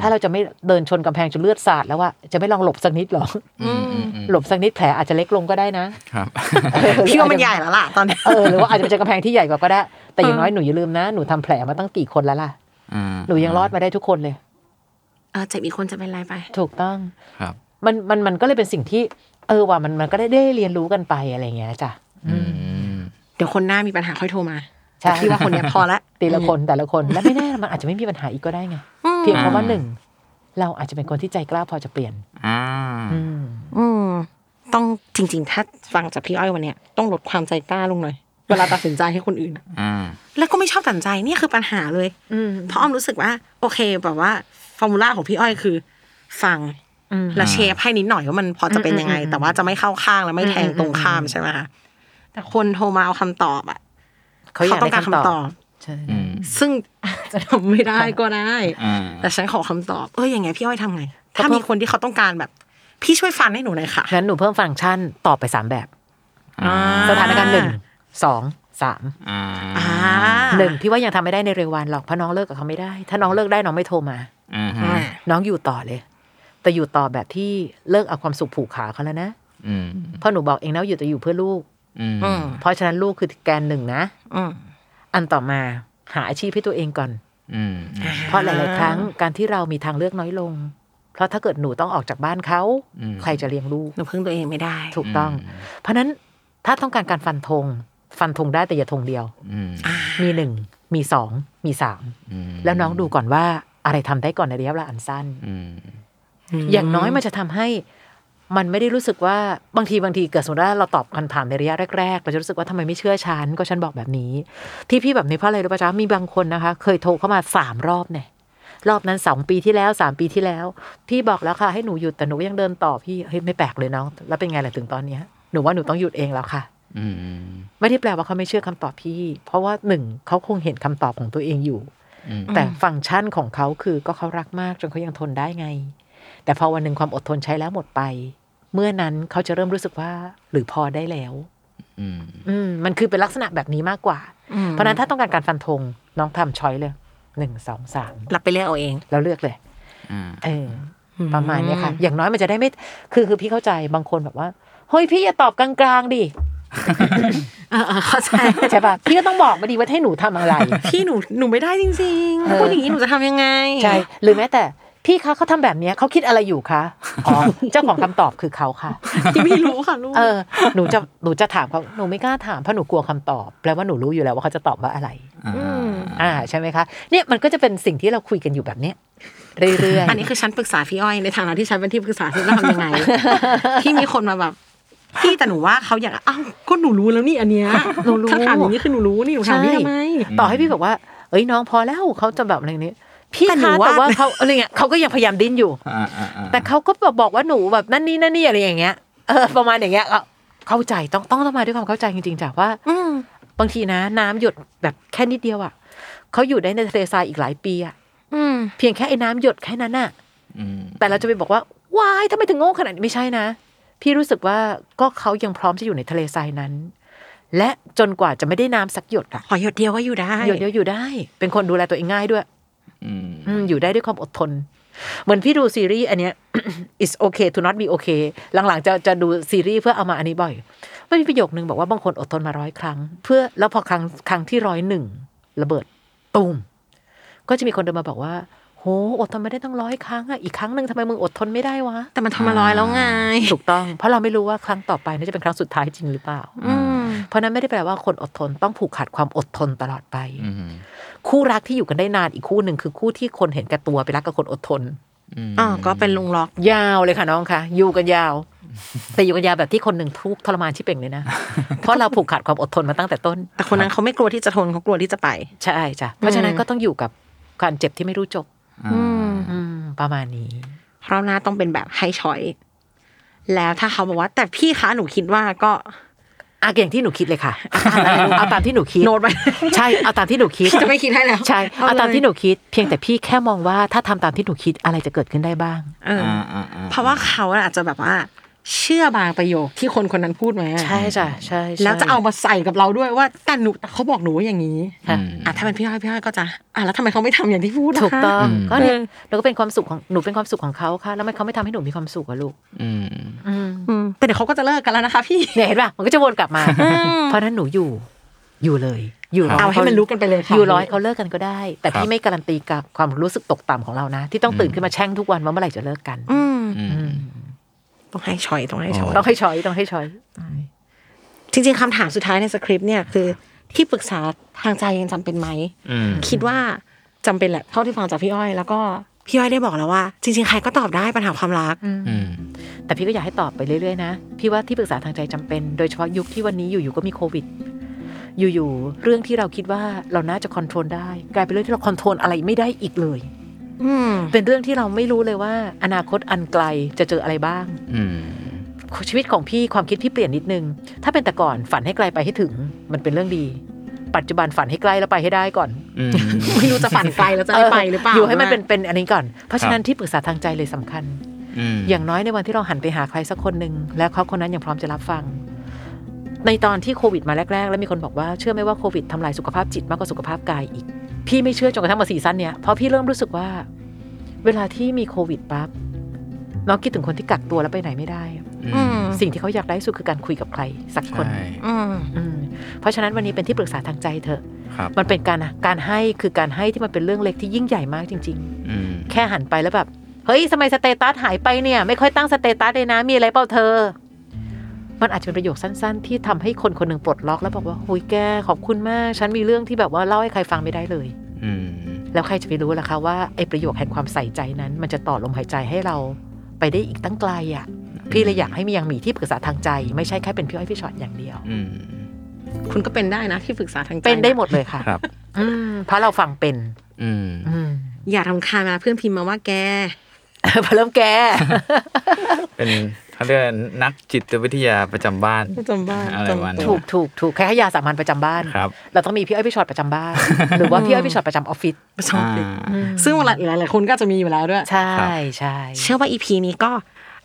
Speaker 4: ถ้าเราจะไม่เดินชนกำแพงจนเลือดสาดแล้วว่าจะไม่ลองหลบสักนิดหรอ
Speaker 2: อืมอืมอืม
Speaker 4: หลบสักนิดแผลอาจจะเล็กลงก็ได้นะครับ
Speaker 3: พี่ว่ามันใหญ่แล้วล่ะตอนนี้
Speaker 4: เออหรือว่าอาจจะไปเจอกำแพงที่ใหญ่กว่าก็ได้ แต่อย่างน้อยหนูอย่าลืมนะ หนูทำแผลมาตั้งกี่คนแล้วล่ะ
Speaker 2: อ่า
Speaker 4: หนูยังรอดมาได้ทุกคนเลย
Speaker 3: เออเจ็บอีกคนจะเป็นไรไป
Speaker 4: ถูกต้อง
Speaker 2: ครับ
Speaker 4: มันมันมันก็เลยเป็นสิ่งที่ เออว่ามันมันก็ได้ได้เรียนรู้กันไปอะไรอย่างเงี้ยจ้ะ
Speaker 2: อืม
Speaker 3: เดี๋ยวคนหน้ามีปัญหาค่อยโทรมา
Speaker 4: ใช่
Speaker 3: แต่พี่ว่าคนเนี้ยพอละ
Speaker 4: แต่ละคนแต่ละคนและไม่แน่มันอาจจะไม่มีปัญหาอีกก็ได้ไงเพียงเพราะว่าหนึ่งเราอาจจะเป็นคนที่ใจกล้าพอจะเปลี่ยน
Speaker 2: อ่า
Speaker 4: อืม
Speaker 3: อืมต้องจริง ๆ ถ้าฟังจากพี่อ้อยวันเนี้ยต้องลดความใจกล้าลงหน่อย เวลาตัดสินใจให้คนอื่นอะ
Speaker 2: อ่า
Speaker 3: แล้วก็ไม่ชอบตัดสินใจเนี่ยคือปัญหาเลย
Speaker 4: อืม
Speaker 3: เพราะอ้อมรู้สึกว่า โอเคแบบว่าฟอร์มูล่าของพี่อ้อยคือ ฟัง
Speaker 4: อืม
Speaker 3: แล้วเชฟให้นิดหน่อยว่ามันพอจะเป็นยังไง แต่ว่าจะไม่เข้าข้างและไม่แทงตรงข้ามใช่ไหมคะแต่คนโทรมาเอาคำตอบอ่ะ
Speaker 4: เขาอยาก
Speaker 3: ต้อง
Speaker 4: ได้
Speaker 3: การคำ
Speaker 4: คำต
Speaker 3: ต
Speaker 4: อ
Speaker 3: อ
Speaker 4: บบ ใช่
Speaker 2: อืม
Speaker 3: ซึ่งอาจจะทำไม่ได้ก็ได้
Speaker 2: อ่า
Speaker 3: แต่ฉันขอคำตอบ เอ้ยอย่างไงพี่อ้อยทำไง ถ้ามีคนที่เขาต้องการแบบ พี่ช่วยฟันให้หนูหน่อยค่ะ
Speaker 4: งั้นหนูเพิ่มฟังก์ชันตอบไปสามแบบ สถานการณ์หนึ่งสองสาม
Speaker 2: อ่า
Speaker 3: อ่า
Speaker 4: หนึ่งพี่ว่ายังทำไม่ได้ในเร็ววันหรอกเพราะน้องเลิกกับเขาไม่ได้ ถ้าน้องเลิกได้น้องไม่โทรมา
Speaker 2: อ่าฮะ
Speaker 3: อ่า
Speaker 4: น้องอยู่ต่อเลย แต่อยู่ต่อแบบที่เลิกเอาความสุขผูกขาเขาแล้วนะ
Speaker 2: อืม
Speaker 4: เพราะหนูบอกเองนะว่าอยู่แต่อยู่เพื่อลูก
Speaker 2: อืม
Speaker 3: อืม
Speaker 4: เพราะฉะนั้นลูกคือแกนหนึ่งนะ
Speaker 3: อืม
Speaker 4: อันต่อมาหาอาชีพให้ตัวเองก่อน
Speaker 2: อืม
Speaker 4: เพราะหลาย ๆ ครั้งการที่เรามีทางเลือกน้อยลง เพราะถ้าเกิดหนูต้องออกจากบ้านเขา
Speaker 2: อืม
Speaker 4: ใครจะเลี้ยงลูก
Speaker 3: หนูพึ่งตัวเองไม่ได้
Speaker 4: ถูกต้อง เพราะฉะนั้นถ้าต้องการการฟันธงฟันธงได้แต่อย่าธงเดียว
Speaker 2: อืม
Speaker 4: มีหนึ่งมีสองมีสาม
Speaker 2: อืม
Speaker 4: แล้วน้องดูก่อนว่าอะไรทำได้ก่อนในระยะเวลาอันสั้น
Speaker 2: อืม
Speaker 4: อย่างน้อยมันจะทำให้มันไม่ได้รู้สึกว่าบางทีบางทีเกิดสมมติว่าเราตอบคำถามในระยะแรกๆ เราจะรู้สึกว่าทำไมไม่เชื่อฉันก็ฉันบอกแบบนี้ ที่พี่แบบนี้เพราะอะไรรู้ป่ะจ๊ะมีบางคนนะคะ เคยโทรเข้ามาสามรอบเนี่ยรอบนั้นสองปีที่แล้วสามปีที่แล้ว พี่บอกแล้วค่ะให้หนูหยุดแต่หนูก็ยังเดินต่อพี่เฮ้ยไม่แปลกเลยน้องแล้วเป็นไงล่ะถึงตอนเนี้ยหนูว่าหนูต้องหยุดเองแล้วค่ะ
Speaker 2: อืม
Speaker 4: ไม่ได้แปลว่าเขาไม่เชื่อคำตอบพี่ เพราะว่าหนึ่งเขาคงเห็นคำตอบของตัวเองอยู่
Speaker 2: อืม
Speaker 4: แต่ฟังก์ชันของเขาคือก็เขารักมากจนเขายังทนได้ไง แต่พอวันหนึ่งความอดทนใช้แล้วหมดไป เมื่อนั้นเขาจะเริ่มรู้สึกว่าหรือพอได้แล้ว
Speaker 2: อืม
Speaker 4: อืมมันคือเป็นลักษณะแบบนี้มากกว่า เพราะฉะนั้นถ้าต้องการการฟันธงน้องทำช้อยเลยหนึ่งสองสาม
Speaker 3: รับไปเลือกเอาเอง
Speaker 4: แล้วเลือกเลย
Speaker 2: อ่า
Speaker 4: เอออประมาณเนี้ยค่ะ อย่างน้อยมันจะได้ไม่คือคือพี่เข้าใจบางคนแบบว่าเฮ้ยพี่อย่าตอบกลางๆดิ
Speaker 3: เออเข้าใจ
Speaker 4: ใช่ป่ะพี่ก็ต้องบอกมาดีว่าให้หนูทำอะไร
Speaker 3: พี่หนูหนูไม่ได้จริง
Speaker 4: เออ
Speaker 3: ๆพูดอย่างนี้หนูจะทำยังไง
Speaker 4: ใช่หรือแม้แต่ พี่คะเขาทำแบบเนี้ยเขาคิดอะไรอยู่คะอ๋อ เจ้าของคำตอบคือเขาค่ะ
Speaker 3: ที่ไม่รู้ค่ะลูก
Speaker 4: เออหนูจะหนูจะถามเขาหนูไม่กล้าถามเพราะหนูกลัวคำตอบแปลว่าหนูรู้อยู่แล้วว่าเขาจะตอบว่าอะไร อ่าใช่ไหมคะเนี่ยมันก็จะเป็นสิ่งที่เราคุยกันอยู่แบบเนี้ยเรื่อยๆ
Speaker 3: อันนี้คือฉันปรึกษาพี่อ้อยในฐานะที่ฉันเป็นที่ปรึกษาฉันจะทำยังไง ที่มีคนมาแบบพี่แต่หนูว่าเขาอยากอ้าวก็หนูรู้แล้วนี่อันเนี้ยหนูรู้ถ้าถามอย่างนี้คือหนูรู้นี่หนูถามพี่ทำไม
Speaker 4: ต่อให้พี่บอกว่าเอ้ยน้องพอแล้วเขาจะแบบอะไรอย่างนี้พี่
Speaker 3: แต่หนู
Speaker 4: คะ
Speaker 3: ว่า
Speaker 4: แต่ว่าเขาอะไรเงี้ยเขาก็ยังพยายามดิ้นอยู่ แต่เขาก็แบบบอกว่าหนูแบบนั่นนี่นั่นนี่อะไรอย่างเงี้ยเออประมาณอย่างเงี้ยก็เข้าใจต้องต้องต้องมาด้วยความเข้าใจจริงๆจากว่าบางทีนะ น้ำหยดแบบแค่นิดเดียวอ่ะเขาอยู่ได้ในทะเลทรายอีกหลายปีอ่ะเพียงแค่ไอ้น้ำหยดแค่นั้นอ่ะ แต่เราจะไปบอกว่า ว้ายทำไมถึงโง่ขนาดนี้ไม่ใช่นะ พี่รู้สึกว่าก็เขายังพร้อมจะอยู่ในทะเลทรายนั้น และจนกว่าจะไม่ได้น้ำสักหยดอะ
Speaker 3: ขอหยดเดียวก็อยู่ได้
Speaker 4: หยดเดียวอยู่ได้ เป็นคนดูแลตัวเองง่ายด้วย อืมอยู่ได้ด้วยความอดทน เหมือนพี่ดูซีรีส์อันเนี้ย is okay to not be okay หลังๆ จะจะดูซีรีส์เพื่อเอามาอันนี้บ่อยมันมีประโยคนึงบอกว่าบางคนอดทนมาร้อยครั้ง เพื่อแล้วพอครั้งครั้งที่ร้อยหนึ่งระเบิดตูมก็จะมีคนเดินมาบอกว่า โหอดทนไม่ได้ตั้งร้อยครั้งอะอีกครั้งหนึ่งทำไมมึงอดทนไม่ได้วะ
Speaker 3: แต่มันทำมาร้อยแล้วไง
Speaker 4: ถูกต้อง เพราะเราไม่รู้ว่าครั้งต่อไปนี่จะเป็นครั้งสุดท้ายจริงหรือเปล่า เพราะนั้นไม่ได้แปลว่าคนอดทนต้องผูกขาดความอดทนตลอดไป คู่รักที่อยู่กันได้นานอีกคู่หนึ่งคือคู่ที่คนเห็นแก่ตัวไปรักกับคนอดทน
Speaker 3: อ๋อก็เป็นลุงล็อก
Speaker 4: ยาวเลยค่ะน้องคะอยู่กันยาว แต่อยู่กันยาวแบบที่คนหนึ่งทุกข์ทรมานชิบเป่ง เลยนะ เพราะเราผูกขาดความอดทนมาตั้งแต่ต้น
Speaker 3: แต่คนนั้นเขาไม่กลัวที่จะทนเขากลัวที่จะไป
Speaker 4: ใช่จ้ะ เพราะฉะนั้นก็ต้องอยู่กับการเจ็บที่ไม่รู้จบ อืม ประมาณนี้
Speaker 3: เพราะหน้าต้องเป็นแบบให้ช้อย แล้วถ้าเขาบอกว่า แต่พี่คะหนูคิดว่าก็
Speaker 4: อาเก่างที่หนูคิดเลยค่ะเอาตามที่หนูคิด
Speaker 3: โน้ตไว้
Speaker 4: ใช่เอาตามที่หนูคิด
Speaker 3: จะไม่คิดให้แล้ว
Speaker 4: ใช่
Speaker 3: ล
Speaker 4: เอา
Speaker 3: ย
Speaker 4: ตามที่หนูคิด เพียงแต่พี่แค่มองว่าถ้าทำตามที่หนูคิดอะไรจะเกิดขึ้นได้บ้าง
Speaker 3: เอออเพราะว่าเขาอาจจะแบบว่า เชื่อบางประโยคที่คนคนนั้นพูดมา
Speaker 4: ใช่จ้ะใช่
Speaker 3: แล้วจะเอามาใส่กับเราด้วยว่าแต่หนูแต่เขาบอกหนูว่าอย่างนี้
Speaker 4: ค่ะ
Speaker 3: อ่ะถ้าเป็นพี่อ้อยพี่อ้อยก็จะอ่ะแล้วทำไมเขาไม่ทำอย่างที่พูดล่ะ
Speaker 4: ถูกต้อง
Speaker 3: คะ
Speaker 4: ก็เนี่ยเราก็เป็นความสุขของหนูเป็นความสุขของเขาค่ะ แล้วทำไมเขาไม่ทำให้หนูมีความสุขอะลูก
Speaker 3: อืมแต่เดี๋ยวเขาก็จะเลิกกันแล้วนะคะ พี่
Speaker 4: เนี่ยเห็นป่ะมันก็จะวนกลับมา เพราะฉะนั้นหนูอยู่ อยู่เลย อยู่ร
Speaker 3: เอาให้มันรู้กันไปเลยค่ะ
Speaker 4: อยู่ร้อยเขาเลิกกันก็ได้ แต่พี่ไม่การันตีกับความรู้สึกตกต่ำของเรานะ ที่ต้องตื่นขึ้นมาแช่งทุกวันว่าเมื่อไหร่จะเลิกกัน
Speaker 3: อืมต้องให้ช้อยต้องให้ช้อย
Speaker 4: ต้องให้ช้อยต้องให้ช้อย
Speaker 3: จริงๆคำถามสุดท้ายในสคริปต์เนี่ยคือที่ปรึกษาทางใจยังจำเป็นไหม คิดว่าจำเป็นแหละเท่าที่ฟังจากพี่อ้อย แล้วก็พี่อ้อยได้บอกแล้วว่า จริง ๆ ใครก็ตอบได้ปัญหาความรัก
Speaker 4: แต่พี่ก็อยากให้ตอบไปเรื่อยๆนะ พี่ว่าที่ปรึกษาทางใจจำเป็น โดยเฉพาะยุคที่วันนี้อยู่ๆก็มีโควิด อยู่ๆเรื่องที่เราคิดว่าเราน่าจะควบคุมได้ กลายเป็นเรื่องที่เราควบคุมอะไรไม่ได้อีกเลย
Speaker 3: อืม
Speaker 4: เป็นเรื่องที่เราไม่รู้เลยว่า อนาคตอันไกลจะเจออะไรบ้าง ชีวิตของพี่ความคิดพี่เปลี่ยนนิดนึง ถ้าเป็นแต่ก่อนฝันให้ไกลไปให้ถึง มันเป็นเรื่องดี ปัจจุบันฝันให้ใกล้แล้วไปให้ได้ก่อน
Speaker 3: ไม่รู้จะฝันไกลแล้วจะได้ไปหรือเปล่า
Speaker 4: ยู่ให้มันเป็นเป็นอันนี้ก่อน เพราะฉะนั้น
Speaker 2: ครับ
Speaker 4: ที่ปรึกษาทางใจเลยสำคัญ อย่างน้อยในวันที่เราหันไปหาใครสักคนหนึ่งแล้วเขาคนนั้นยังพร้อมจะรับฟัง ในตอนที่โควิดมาแรก ๆ แล้วมีคนบอกว่าเชื่อไหมว่าโควิดทำลายสุขภาพจิตมากกว่าสุขภาพกายอีก พี่ไม่เชื่อจนกระทั่งมาซีซั่นเนี้ยเพราะพี่เริ่มรู้สึกว่า เวลาที่มีโควิดปั๊บน้องคิดถึงคนที่กักตัวแล้วไปไหนไม่ได้อะ
Speaker 3: อืม
Speaker 4: สิ่งที่เขาอยากได้ที่สุดคือการคุยกับใครสักคน
Speaker 3: อืม
Speaker 4: อืมเพราะฉะนั้นวันนี้เป็นที่ปรึกษาทางใจเถอะ
Speaker 2: ครับ
Speaker 4: มันเป็นการการให้คือการให้ที่มันเป็นเรื่องเล็กที่ยิ่งใหญ่มากจริง ๆ แค่หันไปแล้วแบบ เฮ้ยทำไมสเตตัสหายไปเนี่ย ไม่ค่อยตั้งสเตตัสเลยนะ มีอะไรเปล่าเธอ มันอาจจะเป็นประโยคสั้นๆ ที่ทำให้คนคนหนึ่งปลดล็อกแล้วบอกว่าหุยแกขอบคุณมาก ฉันมีเรื่องที่แบบว่าเล่าให้ใครฟังไม่ได้เลย แล้วใครจะไปรู้ล่ะคะว่าไอ้ประโยคแห่งความใส่ใจนั้น มันจะต่อลมหายใจให้เราไปได้อีกตั้งไกลอะ่ะ พี่เลยอยากให้มียังมีที่ปรึกษาทางใจ ไม่ใช่แค่เป็นพี่อ้อยพี่ชอตอย่างเดียว
Speaker 3: คุณก็เป็นได้นะที่ปรึกษาทางใจ
Speaker 4: เป็นได้หมดเลยค่ะ
Speaker 2: ครับ
Speaker 4: อืมเพราะเราฟังเป็นอืม
Speaker 3: อย่ารำคาญนะเพื่อนพิมพ์มาว่าแก
Speaker 4: พอเริ่มแก
Speaker 2: เป็นเขาเรียกนักจิตวิทยาประจำบ้าน
Speaker 3: ประจำบ้าน
Speaker 2: อะไรวัน
Speaker 4: ถูกถูกถูกแค่ให้ยาสามัญประจำบ้าน
Speaker 2: ครับ
Speaker 4: เราต้องมีพี่อ้อยพี่ช็อตประจำบ้าน หรือว่าพี่อ้อยพี่ช็อตประจำออฟฟิศ
Speaker 3: ประชอบเลยซึ่งหลายๆคนก็จะมีอยู่แล้วด้วย
Speaker 4: ใช่
Speaker 2: ครับ
Speaker 4: ใช่
Speaker 3: เชื่อว่าอีพีนี้ก็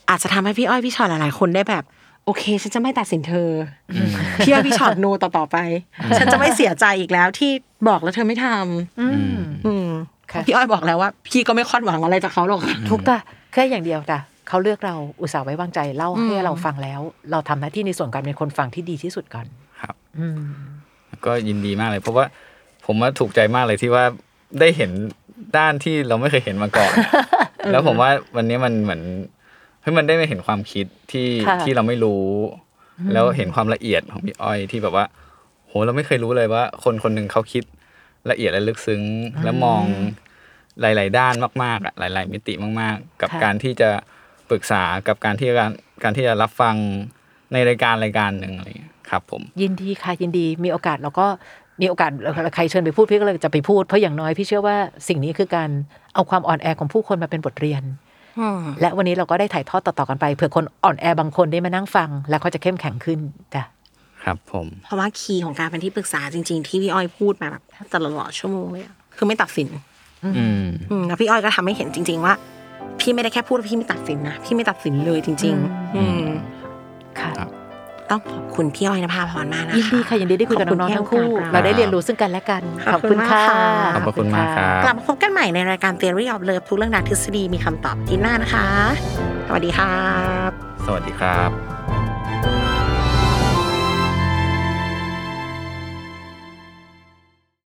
Speaker 3: อาจจะทำให้พี่อ้อยพี่ชอตหลายๆคนได้แบบ โอเค ฉันจะไม่ตัดสินเธออพี่อ้อยพี่ชอตโนต่อต่อๆไป ฉันจะไม่เสียใจอีกแล้วที่บอกแล้วเธอไม่ทำอืม
Speaker 4: ค่ะ
Speaker 3: พี่อ้อยบอกแล้วว่า พี่ก็ไม่คาดหวังอะไรจากเขาหรอกค่ะ
Speaker 4: ทุกต่ะแค่อย่างเดียวจ้ะเขาเลือกเราอุตส่าห์ไว้วางใจเล่าให้เราฟังแล้ว เราทำหน้าที่ในส่วนการเป็นคนฟังที่ดีที่สุดก่อน
Speaker 2: ครับ
Speaker 4: อืม
Speaker 2: ก็ยินดีมากเลย เพราะว่า ผมว่าถูกใจมากเลยที่ว่าได้เห็นด้านที่เราไม่เคยเห็นมาก่อน แล้วผมว่าวันนี้มันเหมือนเฮ้ยมันได้มาเห็นความคิดที่
Speaker 4: ค่ะ
Speaker 2: ที่เราไม่รู้ แล้วเห็นความละเอียดของพี่อ้อยที่แบบว่า โหเราไม่เคยรู้เลยว่า คนคนหนึ่งเขาคิดละเอียดและลึกซึ้ง แล้วมองหลาย ๆ ด้านมากๆอะหลาย ๆ มิติมาก ๆ กับ
Speaker 4: ค่ะ
Speaker 2: การที่จะปรึกษากับการที่การการที่จะรับฟังในรายการรายการหนึ่งอะไรอย่างเงี้ยครับ ผม
Speaker 4: ยินดีค่ะยินดีมีโอกาสเราก็มีโอกาสใครเชิญไปพูดพี่ก็เลยจะไปพูดเพราะอย่างน้อยพี่เชื่อว่าสิ่งนี้คือการเอาความอ่อนแอของผู้คนมาเป็นบทเรียน และวันนี้เราก็ได้ถ่ายทอดต่อๆกันไปเผื่อคนอ่อนแอบางคนได้มานั่งฟัง แล้วเขาจะเข้มแข็งขึ้นจ้ะ
Speaker 2: ครับผม
Speaker 3: เพราะว่าคีย์ของการเป็นที่ปรึกษาจริง ๆ ที่พี่อ้อยพูดมาแบบแทบจะตลอดชั่วโมงเลยอะคือไม่ตัดสิน
Speaker 2: อืม
Speaker 3: อืมแล้วพี่อ้อยก็ทำให้เห็นจริง ๆ ว่า พี่ไม่ได้แค่พูดว่าพี่ไม่ตัดสินนะพี่ไม่ตัดสินเลยจริง ๆ อืม
Speaker 4: ค่ะ
Speaker 3: ต้องขอบคุณพี่อ้อยนภาพรมากนะคะ
Speaker 4: ยินดีค่ะยินดีได้คุยกับน้องๆทั้งคู่
Speaker 3: ขอบคุณค่ะ
Speaker 4: เราได้เรียนรู้ซึ่งกันและกัน
Speaker 3: ขอบคุณมากค่ะ
Speaker 2: ขอบพระคุณมากครับ
Speaker 3: กลับมาพบกันใหม่ในรายการ Theory of Love ทุกเรื่องราวทฤษฎีมีคำตอบที่หน้านะคะ สวัสดีครับ
Speaker 2: สวัสดีครับ